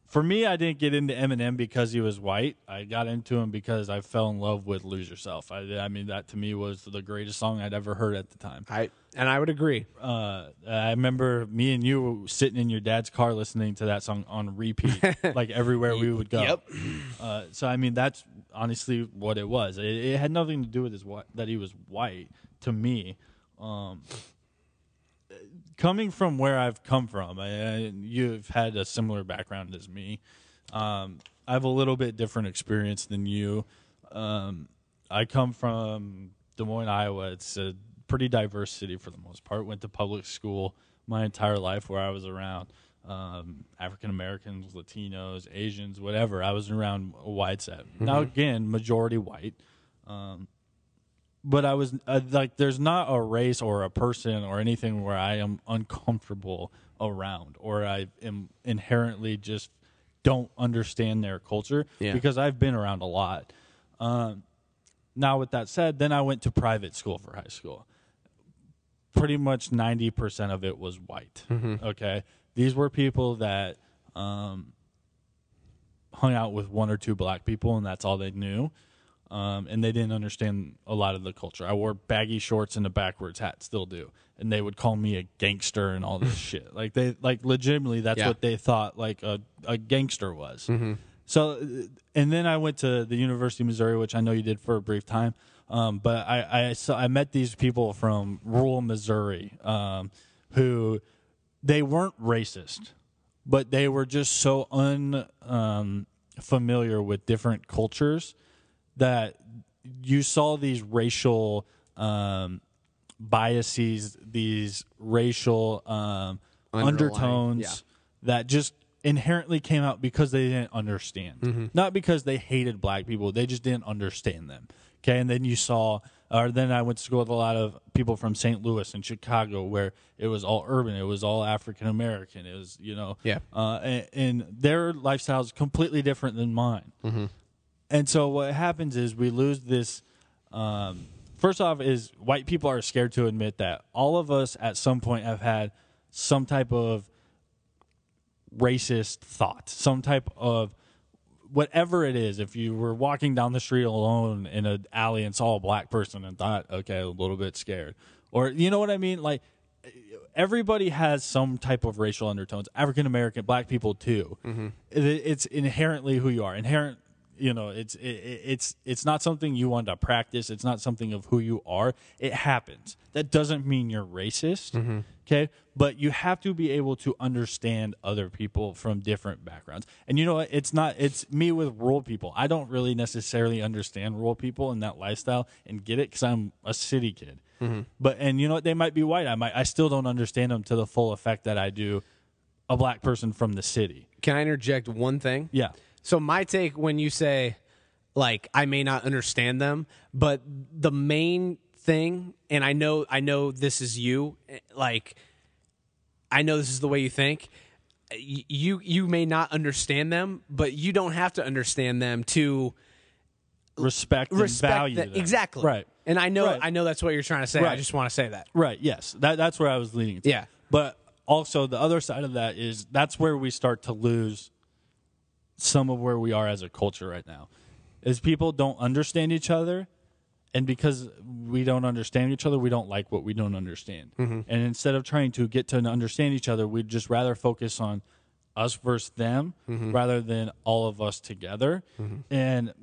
Speaker 3: For me, I didn't get into Eminem because he was white. I got into him because I fell in love with "Lose Yourself." I, I mean, that to me was the greatest song I'd ever heard at the time
Speaker 2: I and I would agree.
Speaker 3: uh, I remember me and you sitting in your dad's car listening to that song on repeat, like everywhere we would go.
Speaker 2: Yep.
Speaker 3: Uh, so I mean, that's honestly what it was. It, it had nothing to do with his whi- that he was white to me. Um, coming from where I've come from, I, I, you've had a similar background as me. Um, I have a little bit different experience than you. Um, I come from Des Moines, Iowa. It's a pretty diverse city for the most part. Went to public school my entire life where I was around um, African Americans, Latinos, Asians, whatever. I was around a wide set. Now, again, majority white Um, but I was uh, like, there's not a race or a person or anything where I am uncomfortable around or I am inherently just don't understand their culture
Speaker 2: Yeah.
Speaker 3: because I've been around a lot. Um, now, with that said, then I went to private school for high school. Pretty much 90% of it was white. Okay. These were people that um, hung out with one or two black people, and that's all they knew um, and they didn't understand a lot of the culture. I wore baggy shorts and a backwards hat, still do, and they would call me a gangster and all this shit. Like they, like legitimately, that's
Speaker 2: Yeah.
Speaker 3: what they thought like a, a gangster was. So, uh, and then I went to the University of Missouri, which I know you did for a brief time. Um, but I, I, so I met these people from rural Missouri um, who they weren't racist, but they were just so unfamiliar um, familiar with different cultures that you saw these racial um, biases, these racial um,
Speaker 2: Underlying,
Speaker 3: undertones
Speaker 2: yeah.
Speaker 3: that just inherently came out because they didn't understand,
Speaker 2: Mm-hmm.
Speaker 3: not because they hated black people. They just didn't understand them. Okay, and then you saw, or then I went to school with a lot of people from St. Louis and Chicago, where it was all urban, it was all African American, it was you know,
Speaker 2: Yeah.
Speaker 3: uh, and, and their lifestyle is completely different than mine. And so what happens is we lose this. Um, first off, is white people are scared to admit that all of us at some point have had some type of racist thought, some type of whatever it is. If you were walking down the street alone in an alley and saw a black person and thought, okay, a little bit scared, or you know what I mean, like everybody has some type of racial undertones. African American, black people too. It- It's inherently who you are. Inherent You know, it's it, it- it's it's not something you want to practice. It's not something of who you are. It happens. That doesn't mean you're racist. Okay, but you have to be able to understand other people from different backgrounds. And you know what? It's not. It's me with rural people. I don't really necessarily understand rural people and that lifestyle and get it because I'm a city kid.
Speaker 2: Mm-hmm.
Speaker 3: But and you know what? They might be white. I might. I still don't understand them to the full effect that I do a black person from the city.
Speaker 2: Can I interject one thing?
Speaker 3: Yeah.
Speaker 2: So my take when you say like I may not understand them, but the main thing and I know I know this is you eh, like I know this is the way you think. Y- You you may not understand them, but you don't have to understand them to
Speaker 3: Respect,
Speaker 2: respect
Speaker 3: and value
Speaker 2: the-
Speaker 3: them.
Speaker 2: exactly.
Speaker 3: Right.
Speaker 2: And I know
Speaker 3: Right.
Speaker 2: I know that's what you're trying to say. I
Speaker 3: Right.
Speaker 2: just want to say that.
Speaker 3: Right. Yes. That that's where I was leading. To.
Speaker 2: Yeah.
Speaker 3: But also the other side of that is that's where we start to lose some of where we are as a culture right now. Is people don't understand each other and because we don't understand each other, we don't like what we don't understand. And instead of trying to get to understand each other, we'd just rather focus on us versus them rather than all of us together. And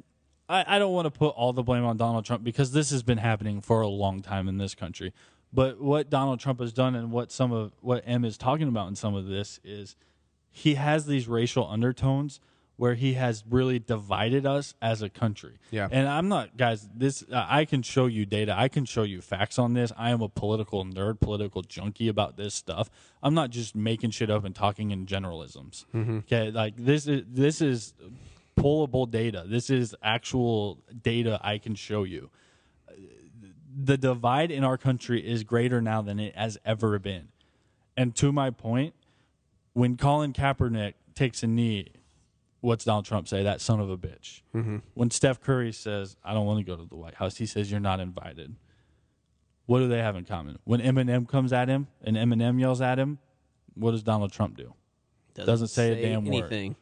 Speaker 3: I, I don't want to put all the blame on Donald Trump because this has been happening for a long time in this country. But what Donald Trump has done and what some of what M is talking about in some of this is he has these racial undertones where he has really divided us as a country.
Speaker 2: Yeah.
Speaker 3: And I'm not guys, this uh, I can show you data. I can show you facts on this. I am a political nerd, political junkie about this stuff. I'm not just making shit up and talking in generalisms. Okay? Like this is this is pullable data. This is actual data I can show you the divide in our country is greater now than it has ever been. And to my point, when Colin Kaepernick takes a knee, what's Donald Trump say? That son of a bitch. When Steph Curry says, I don't want to go to the White House, he says, You're not invited. What do they have in common? When Eminem comes at him and Eminem yells at him, what does Donald Trump do? Doesn't, say, a damn word.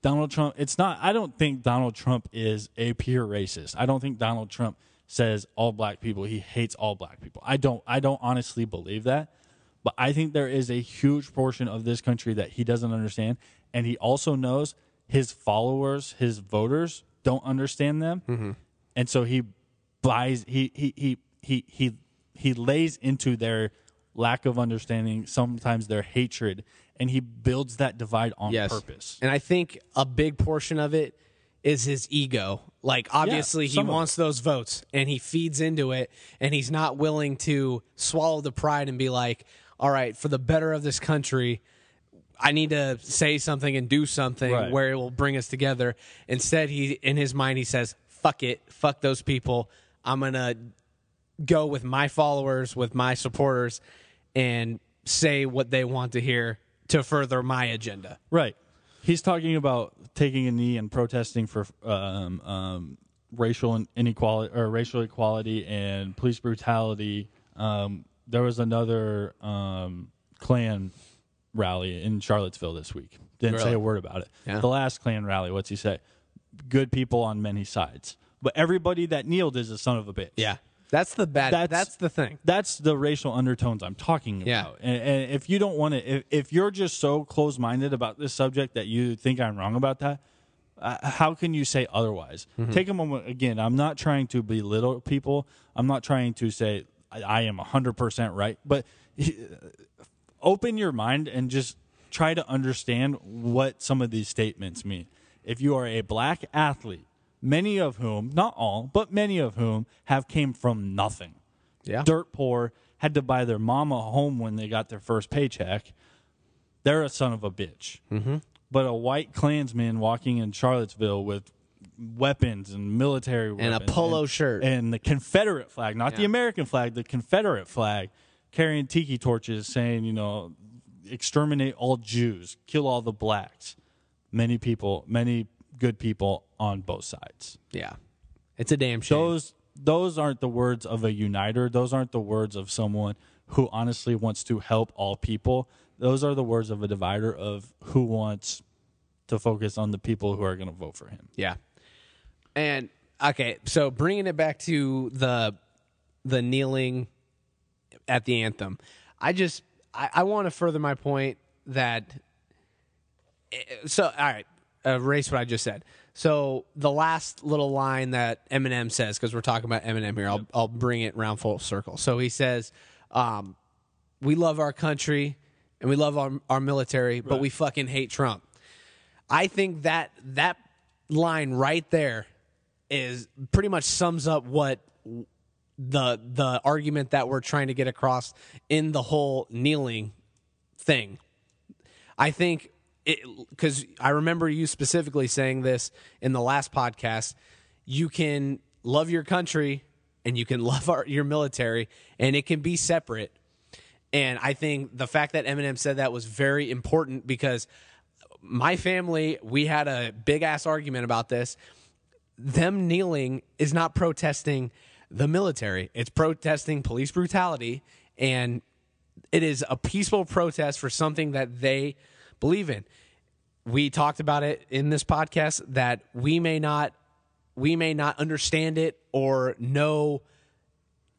Speaker 3: Donald Trump, it's not, I don't think Donald Trump is a pure racist. I don't think Donald Trump says all black people, he hates all black people. I don't, I don't honestly believe that. But I think there is a huge portion of this country that he doesn't understand. And he also knows his followers, his voters don't understand them. And so he buys, he, he, he, he, he, he lays into their lack of understanding, sometimes their hatred, and he builds that divide on
Speaker 2: yes.
Speaker 3: purpose.
Speaker 2: And I think a big portion of it is his ego. Like obviously he
Speaker 3: some of
Speaker 2: wants those votes and he feeds into it and he's not willing to swallow the pride and be like, "All right, for the better of this country, I need to say something and do something
Speaker 3: Right.
Speaker 2: where it will bring us together." Instead, he in his mind he says, "Fuck it. Fuck those people. I'm going to go with my followers, with my supporters and say what they want to hear to further my agenda."
Speaker 3: Right. He's talking about taking a knee and protesting for um, um, racial inequality or racial equality and police brutality. Um, there was another um, Klan rally in Charlottesville this week. Didn't say a word about it. The last Klan rally, what's he say? Good people on many sides, but everybody that kneeled is a son of a bitch.
Speaker 2: Yeah. That's the bad. That's,
Speaker 3: That's-
Speaker 2: the thing.
Speaker 3: That's the racial undertones I'm talking
Speaker 2: Yeah.
Speaker 3: about. And, and if you don't want to, if, if you're just so close minded about this subject that you think I'm wrong about that, uh, how can you say otherwise?
Speaker 2: Mm-hmm.
Speaker 3: Take a moment. Again, I'm not trying to belittle people. I'm not trying to say I, I am 100% right, but uh, open your mind and just try to understand what some of these statements mean. If you are a black athlete, many of whom, not all, but many of whom have came from nothing.
Speaker 2: Yeah.
Speaker 3: Dirt poor, had to buy their mama a home when they got their first paycheck. They're a son of a bitch. Mm-hmm. But a white Klansman walking in Charlottesville with weapons and military
Speaker 2: a
Speaker 3: weapons
Speaker 2: polo
Speaker 3: and-
Speaker 2: shirt.
Speaker 3: and the Confederate flag, not the American flag, the Confederate flag, carrying tiki torches saying, you know, exterminate all Jews, kill all the blacks. Many people, many good people on both sides.
Speaker 2: Yeah. It's a damn shame.
Speaker 3: Those those aren't the words of a uniter. Those aren't the words of someone who honestly wants to help all people. Those are the words of a divider of who wants to focus on the people who are going to vote for him.
Speaker 2: yeah. And okay, so bringing it back to the the kneeling at the anthem, I just I, I want to further my point that. eh, So all right, erase what I just said. So the last little line that Eminem says, because we're talking about Eminem here, I'll I'll bring it round full circle. So he says, um, "We love our country and we love our our military, but we fucking hate Trump." I think that that line right there is pretty much sums up what the the argument that we're trying to get across in the whole kneeling thing. I think it because I remember you specifically saying this in the last podcast. You can love your country and you can love our, your military, and it can be separate. And I think the fact that Eminem said that was very important because my family we had a big ass argument about this. Them kneeling is not protesting the military; it's protesting police brutality and it is a peaceful protest for something that they believe in. We talked about it in this podcast that we may not we may not understand it or know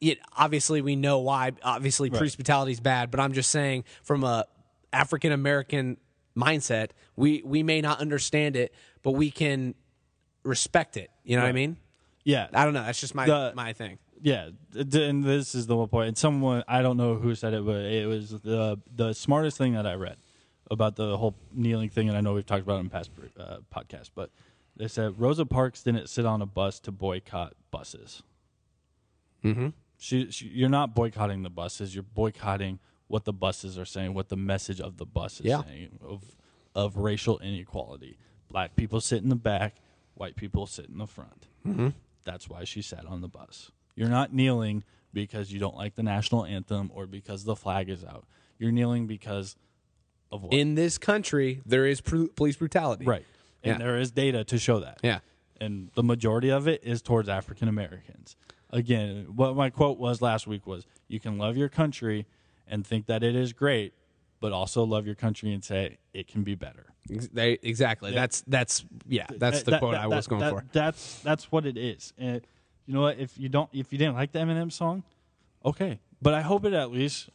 Speaker 2: it obviously we know why obviously police brutality is bad, but I'm just saying from a African American mindset, we we may not understand it, but we can respect it. You know what I mean?
Speaker 3: Yeah,
Speaker 2: I don't know, that's just my
Speaker 3: The-
Speaker 2: my thing.
Speaker 3: yeah. th- And this is the one point. And someone I don't know who said it, but it was the the smartest thing that I read about the whole kneeling thing. And I know we've talked about it in past uh, podcasts, but they said Rosa Parks didn't sit on a bus to boycott buses. she, she you're not boycotting the buses you're boycotting what the buses are saying what the message of the bus is
Speaker 2: Yeah.
Speaker 3: saying of of racial inequality black people sit in the back white people sit in the front mm-hmm. that's why she sat on the bus you're not kneeling because you don't like the national anthem or because the flag is out you're kneeling because of what
Speaker 2: In this country, there is pr- police brutality.
Speaker 3: right and
Speaker 2: Yeah.
Speaker 3: there is data to show that
Speaker 2: Yeah.
Speaker 3: and the majority of it is towards African Americans. Again, what my quote was last week was you can love your country and think that it is great, but also love your country and say it can be better.
Speaker 2: Ex- they- exactly. That's that's yeah. That's
Speaker 3: That-
Speaker 2: the
Speaker 3: that-
Speaker 2: quote
Speaker 3: that-
Speaker 2: I was
Speaker 3: that-
Speaker 2: going
Speaker 3: that-
Speaker 2: for.
Speaker 3: That's that's what it is. And you know what? If you don't, if you didn't like the Eminem song, okay. But I hope it at least,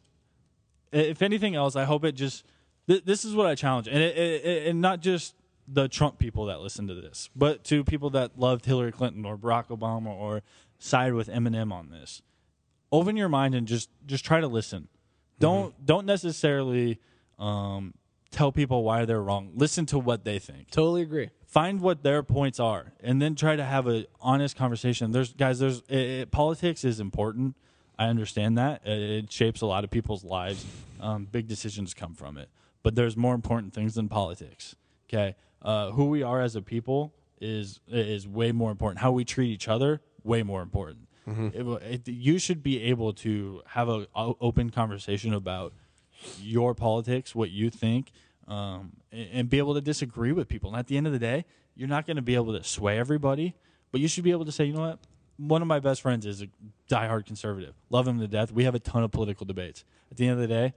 Speaker 3: i- if anything else, I hope it just. Th- this is what I challenge, and it, it, it, and not just the Trump people that listen to this, but to people that loved Hillary Clinton or Barack Obama or side with Eminem on this. Open your mind and just just try to listen.
Speaker 2: Mm-hmm.
Speaker 3: Don't don't necessarily um, tell people why they're wrong. Listen to what they think
Speaker 2: Totally agree.
Speaker 3: find what their points are and then try to have an honest conversation there's guys there's it, it, politics is important i understand that it, it shapes a lot of people's lives um, big decisions come from it but there's more important things than politics okay uh, who we are as a people is is way more important how we treat each other way more important It will- it- you should be able to have an open conversation about your politics, what you think, um, and, and be able to disagree with people. And at the end of the day, you're not going to be able to sway everybody, but you should be able to say, you know what? One of my best friends is a diehard conservative. Love him to death. We have a ton of political debates. At the end of the day,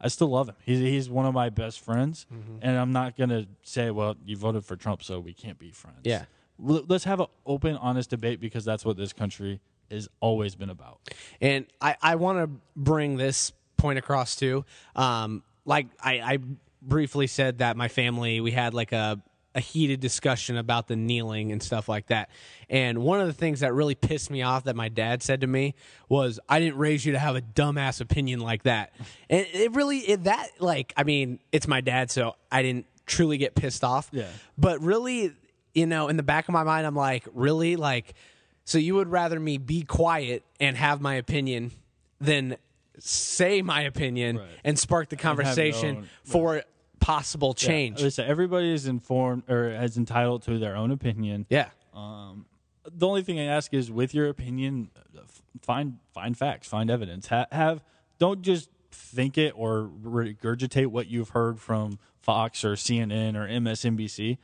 Speaker 3: I still love him. He's, he's one of my best friends, and I'm not going to say, well, you voted for Trump, so we can't be friends.
Speaker 2: Yeah.
Speaker 3: L- Let's have an open, honest debate because that's what this country has always been about.
Speaker 2: And I, I want to bring this point across too. Um, like I, I briefly said that my family, we had like a, a heated discussion about the kneeling and stuff like that. And one of the things that really pissed me off that my dad said to me was, I didn't raise you to have a dumbass opinion like that. And it really, it, that like, I mean, it's my dad, so I didn't truly get pissed off.
Speaker 3: Yeah.
Speaker 2: But really, you know, in the back of my mind, I'm like, really? Like, so you would rather me be quiet and have my opinion than say my opinion and spark the
Speaker 3: your
Speaker 2: conversation
Speaker 3: own-
Speaker 2: for possible change? Yeah.
Speaker 3: Listen, everybody is informed or is entitled to their own opinion. The only thing I ask is, with your opinion, f- find find facts, find evidence. Ha- have don't just think it or regurgitate what you've heard from Fox or CNN or MSNBC.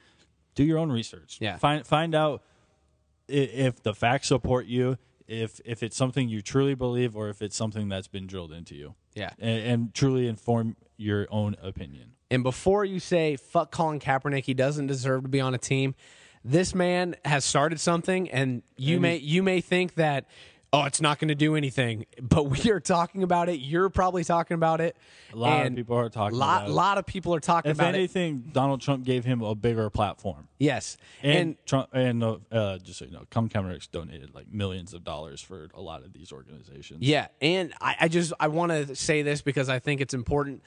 Speaker 3: Do your own research.
Speaker 2: Yeah.
Speaker 3: Find find out i- if the facts support you, if if it's something you truly believe, or if it's something that's been drilled into you.
Speaker 2: Yeah.
Speaker 3: A- and truly inform your own opinion.
Speaker 2: And before you say, fuck Colin Kaepernick, he doesn't deserve to be on a team, this man has started something and you may you may think that oh, it's not going to do anything. But we are talking about it. You're probably talking about it. A
Speaker 3: lot of people are talking
Speaker 2: lot,
Speaker 3: about it.
Speaker 2: lot of people are talking
Speaker 3: If
Speaker 2: about it.
Speaker 3: anything, Donald Trump gave him a bigger platform.
Speaker 2: Yes.
Speaker 3: And,
Speaker 2: and
Speaker 3: Trump and uh, uh, just so you know, Come Comerex donated like millions of dollars for a lot of these organizations.
Speaker 2: Yeah, and I, I just I want to say this because I think it's important.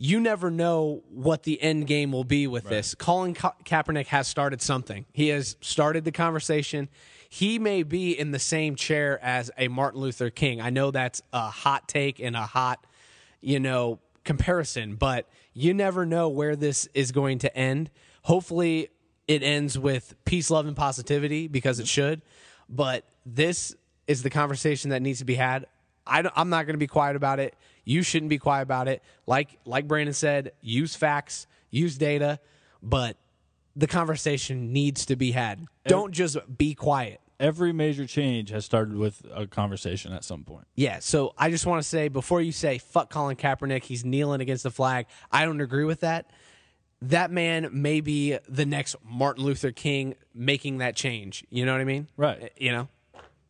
Speaker 2: You never know what the end game will be with this. Colin Ka- Kaepernick has started something. He has started the conversation. He may be in the same chair as a Martin Luther King. I know that's a hot take and a hot, you know, comparison, but you never know where this is going to end. Hopefully, it ends with peace, love, and positivity because it should. But this is the conversation that needs to be had. I am not going to be quiet about it. You shouldn't be quiet about it. Like like Brandon said, use facts, use data, but the conversation needs to be had. Don't just be quiet.
Speaker 3: Every major change has started with a conversation at some point.
Speaker 2: Yeah, so I just want to say before you say fuck Colin Kaepernick, he's kneeling against the flag. I don't agree with that. That man may be the next Martin Luther King making that change. You know what I mean?
Speaker 3: Right.
Speaker 2: You know,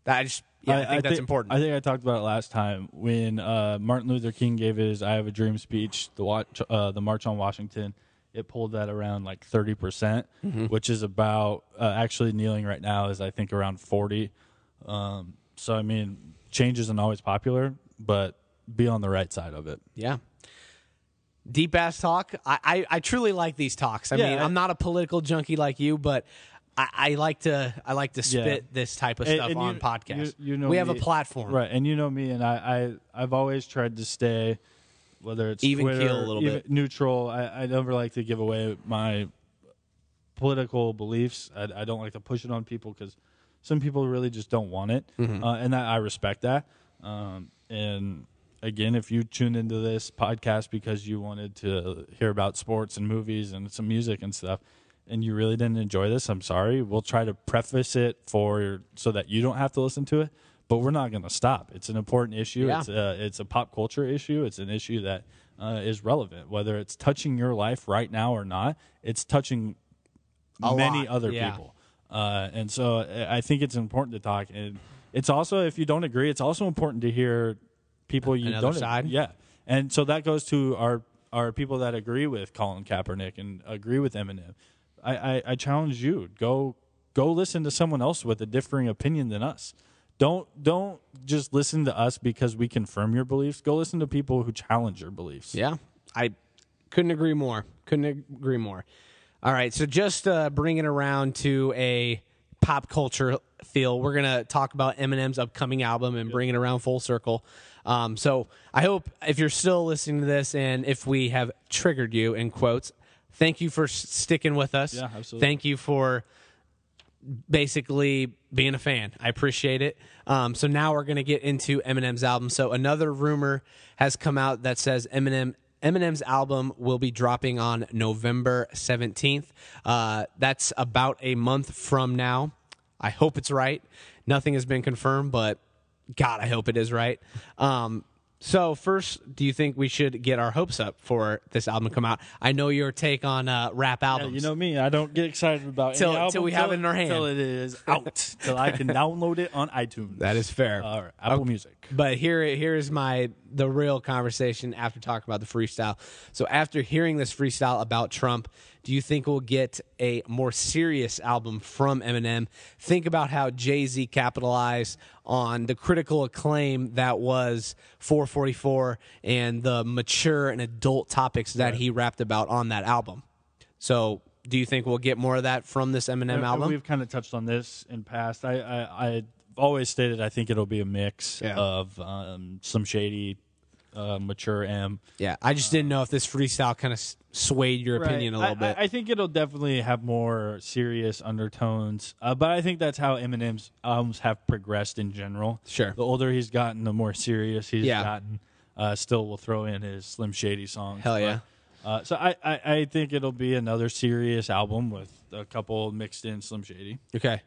Speaker 2: I just yeah, I, think that's important.
Speaker 3: I think I talked about it last time when uh, Martin Luther King gave his "I Have a Dream" speech. The watch, uh, the March on Washington, it pulled that around like thirty percent,
Speaker 2: Mm-hmm.
Speaker 3: which is about uh, actually kneeling right now is I think around forty. Um, so I mean, change isn't always popular, but be on the right side of it.
Speaker 2: yeah. Deep ass talk. I, I I truly like these talks. I
Speaker 3: Yeah,
Speaker 2: mean,
Speaker 3: I-
Speaker 2: I'm not a political junkie like you, but. I, I like to I like to
Speaker 3: Yeah.
Speaker 2: spit this type of
Speaker 3: And-
Speaker 2: stuff
Speaker 3: and
Speaker 2: on
Speaker 3: you-
Speaker 2: podcasts.
Speaker 3: you- you know
Speaker 2: we have a
Speaker 3: me.
Speaker 2: platform,
Speaker 3: Right, and you know me, and I, I I've always tried to stay, whether it's
Speaker 2: Even
Speaker 3: Twitter,
Speaker 2: keel a little bit.
Speaker 3: neutral. I, I never like to give away my political beliefs. I, I don't like to push it on people because some people really just don't want it,
Speaker 2: Mm-hmm.
Speaker 3: uh, and I, I respect that. Um, and again, if you tuned into this podcast because you wanted to hear about sports and movies and some music and stuff. And you really didn't enjoy this? I'm sorry. We'll try to preface it for so that you don't have to listen to it, but we're not going to stop. It's an important issue.
Speaker 2: Yeah.
Speaker 3: It's uh, it's a pop culture issue. It's an issue that uh, is relevant, whether it's touching your life right now or not. It's touching
Speaker 2: A
Speaker 3: many
Speaker 2: lot,
Speaker 3: other
Speaker 2: yeah.
Speaker 3: people, uh, and so I I think it's important to talk. And it's also, if you don't agree, it's also important to hear people you
Speaker 2: Another
Speaker 3: don't.
Speaker 2: side?
Speaker 3: Yeah, and so that goes to our our people that agree with Colin Kaepernick and agree with Eminem. I, I, I challenge you go go listen to someone else with a differing opinion than us. Don't don't just listen to us because we confirm your beliefs. Go listen to people who challenge your beliefs.
Speaker 2: Yeah, I couldn't agree more. Couldn't agree more. All right, so just uh, bringing around to a pop culture feel, we're gonna talk about Eminem's upcoming album and bring it around full circle. Um, so I hope if you're still listening to this and if we have triggered you in quotes, thank you for s- sticking with us.
Speaker 3: Yeah, absolutely.
Speaker 2: Thank you for basically being a fan. I appreciate it. Um, so now we're going to get into Eminem's album. So another rumor has come out that says Eminem Eminem's album will be dropping on November seventeenth. Uh, that's about a month from now. I hope it's right. Nothing has been confirmed, but God, I hope it is right. Um, so first, do you think we should get our hopes up for this album to come out? I know your take on uh, rap albums.
Speaker 3: You know me, I don't get excited about
Speaker 2: Till-
Speaker 3: any
Speaker 2: till
Speaker 3: album
Speaker 2: we have it in our hand.
Speaker 3: till it is out, till I can download it on iTunes.
Speaker 2: That is fair.
Speaker 3: Or Apple Music.
Speaker 2: But here, here's my the real conversation after talking about the freestyle. So after hearing this freestyle about Trump, do you think we'll get a more serious album from Eminem? Think about how Jay Z capitalized on the critical acclaim that was 444 and the mature and adult topics that he rapped about on that album. So. Do you think we'll get more of that from this Eminem
Speaker 3: And- and
Speaker 2: album?
Speaker 3: We've kind of touched on this in past. I I, I always stated I think it'll be a mix
Speaker 2: Yeah.
Speaker 3: of um, some shady, uh, mature M.
Speaker 2: Yeah, I just didn't know if this freestyle kind of swayed your opinion a
Speaker 3: Right.
Speaker 2: little
Speaker 3: I-
Speaker 2: bit.
Speaker 3: I, I think it'll definitely have more serious undertones, uh, but I think that's how Eminem's albums have progressed in general.
Speaker 2: Sure.
Speaker 3: the older he's gotten, the more serious he's
Speaker 2: Yeah.
Speaker 3: gotten. Uh, still, we'll throw in his Slim Shady songs.
Speaker 2: Hell yeah.
Speaker 3: but, uh, so I, I, I think it'll be another serious album with a couple mixed in Slim Shady.
Speaker 2: Okay.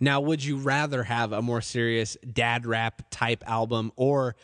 Speaker 2: Now, would you rather have a more serious dad rap type album or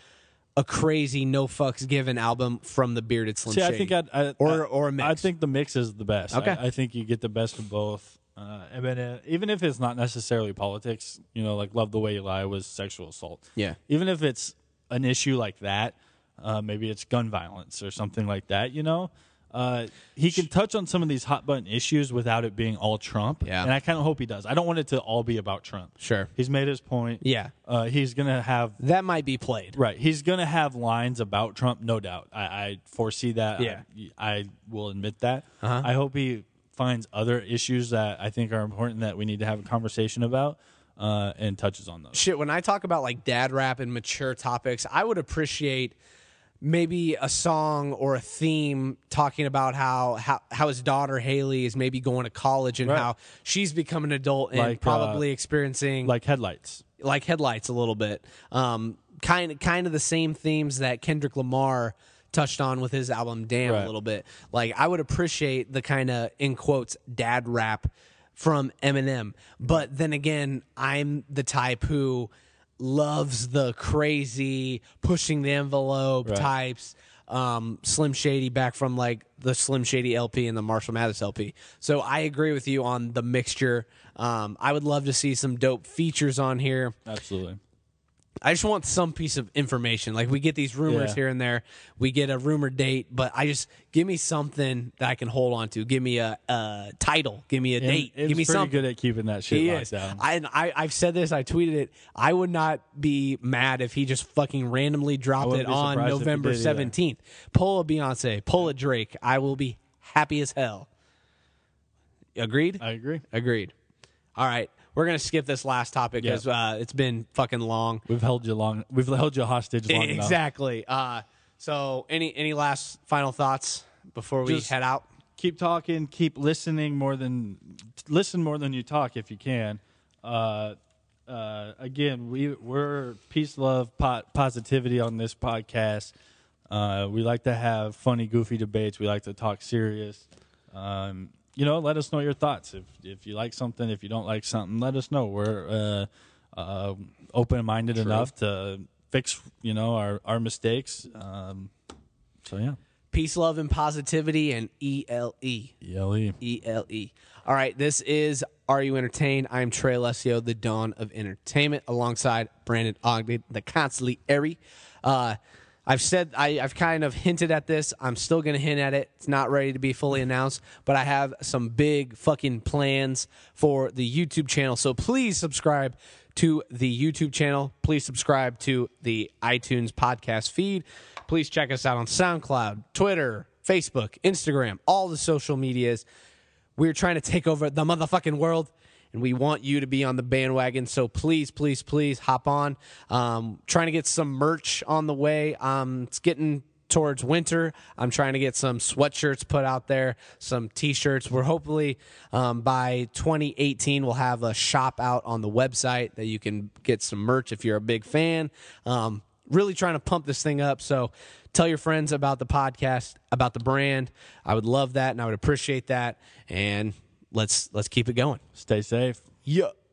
Speaker 2: a crazy no fucks given album from the bearded Slim
Speaker 3: See,
Speaker 2: Shady?
Speaker 3: I think I'd, I
Speaker 2: or
Speaker 3: I-
Speaker 2: or a mix.
Speaker 3: I think the mix is the best.
Speaker 2: Okay.
Speaker 3: I, I think you get the best of both. Uh, I mean, uh, even if it's not necessarily politics, you know, like "Love the Way You Lie" was sexual assault.
Speaker 2: Yeah.
Speaker 3: Even if it's an issue like that, uh, maybe it's gun violence or something like that. You know, uh, he can touch on some of these hot button issues without it being all Trump.
Speaker 2: Yeah.
Speaker 3: And I kind of hope he does. I don't want it to all be about Trump.
Speaker 2: Sure.
Speaker 3: He's made his point.
Speaker 2: Yeah.
Speaker 3: Uh, he's gonna have
Speaker 2: That might be played.
Speaker 3: Right. He's going to have lines about Trump, no doubt. I, I foresee that.
Speaker 2: Yeah. Uh-huh.
Speaker 3: I, I will admit that. I hope he finds other issues that I think are important that we need to have a conversation about uh, and touches on those.
Speaker 2: Shit, when I talk about like dad rap and mature topics, I would appreciate maybe a song or a theme talking about how how, how his daughter Haley is maybe going to college and
Speaker 3: Right.
Speaker 2: how she's become an adult and
Speaker 3: Like, uh,
Speaker 2: probably experiencing
Speaker 3: Like headlights.
Speaker 2: like headlights a little bit. Um, kind of kind of the same themes that Kendrick Lamar touched on with his album Damn a
Speaker 3: Right.
Speaker 2: little bit. Like I would appreciate the kind of in quotes dad rap from Eminem, but then again, I'm the type who loves the crazy pushing the envelope types. Um, Slim Shady back from like the Slim Shady LP and the Marshall Mathers LP. So I agree with you on the mixture. Um, I would love to see some dope features on here.
Speaker 3: Absolutely.
Speaker 2: I just want some piece of information. Like we get these rumors
Speaker 3: Yeah.
Speaker 2: here and there, we get a rumor date, but I just give me something that I can hold on to. Give me a, a title. Give me a
Speaker 3: And
Speaker 2: date.
Speaker 3: Ibs
Speaker 2: Give me
Speaker 3: pretty
Speaker 2: something.
Speaker 3: good at keeping that shit
Speaker 2: He
Speaker 3: locked
Speaker 2: is.
Speaker 3: down.
Speaker 2: I, and I I've said this. I tweeted it. I would not be mad if he just fucking randomly dropped it
Speaker 3: wouldn't be
Speaker 2: on
Speaker 3: surprised if he
Speaker 2: November
Speaker 3: did either.
Speaker 2: seventeenth. Pull a Beyonce. Pull a Drake. I will be happy as hell. Agreed.
Speaker 3: I agree.
Speaker 2: Agreed. All right. We're gonna skip this last topic
Speaker 3: Yeah.
Speaker 2: because uh, it's been fucking long.
Speaker 3: We've held you long. We've held you hostage long enough.
Speaker 2: E, Exactly. Uh, so, any any last final thoughts before we
Speaker 3: Just-
Speaker 2: head out?
Speaker 3: keep talking, keep listening more than listen more than you talk if you can. Uh, uh, again, we we're peace, love, po- positivity on this podcast. Uh, we like to have funny, goofy debates. We like to talk serious. Um, you know, let us know your thoughts. If if you like something, if you don't like something, let us know. We're uh, uh, open minded enough to fix you know our our mistakes. Um, so yeah,
Speaker 2: Peace, love, and positivity, and E L E
Speaker 3: ELE.
Speaker 2: E L E. All right. This is Are You Entertained? I'm Trey Alessio, the Dawn of Entertainment, alongside Brandon Ogden, the Consigliere. Uh, I've said I, I've kind of hinted at this. I'm still going to hint at it. It's not ready to be fully announced, but I have some big fucking plans for the YouTube channel. So please subscribe to the YouTube channel. Please subscribe to the iTunes podcast feed. Please check us out on SoundCloud, Twitter, Facebook, Instagram, all the social medias. We're trying to take over the motherfucking world, and we want you to be on the bandwagon. So please, please, please hop on. Um, trying to get some merch on the way. Um, it's getting towards winter. I'm trying to get some sweatshirts put out there, some t-shirts. We're hopefully um, by 2018 we'll have a shop out on the website that you can get some merch if you're a big fan. Um, really trying to pump this thing up. So tell your friends about the podcast, about the brand. I would love that and I would appreciate that. And let's let's keep it going.
Speaker 3: Stay safe.
Speaker 2: Yeah.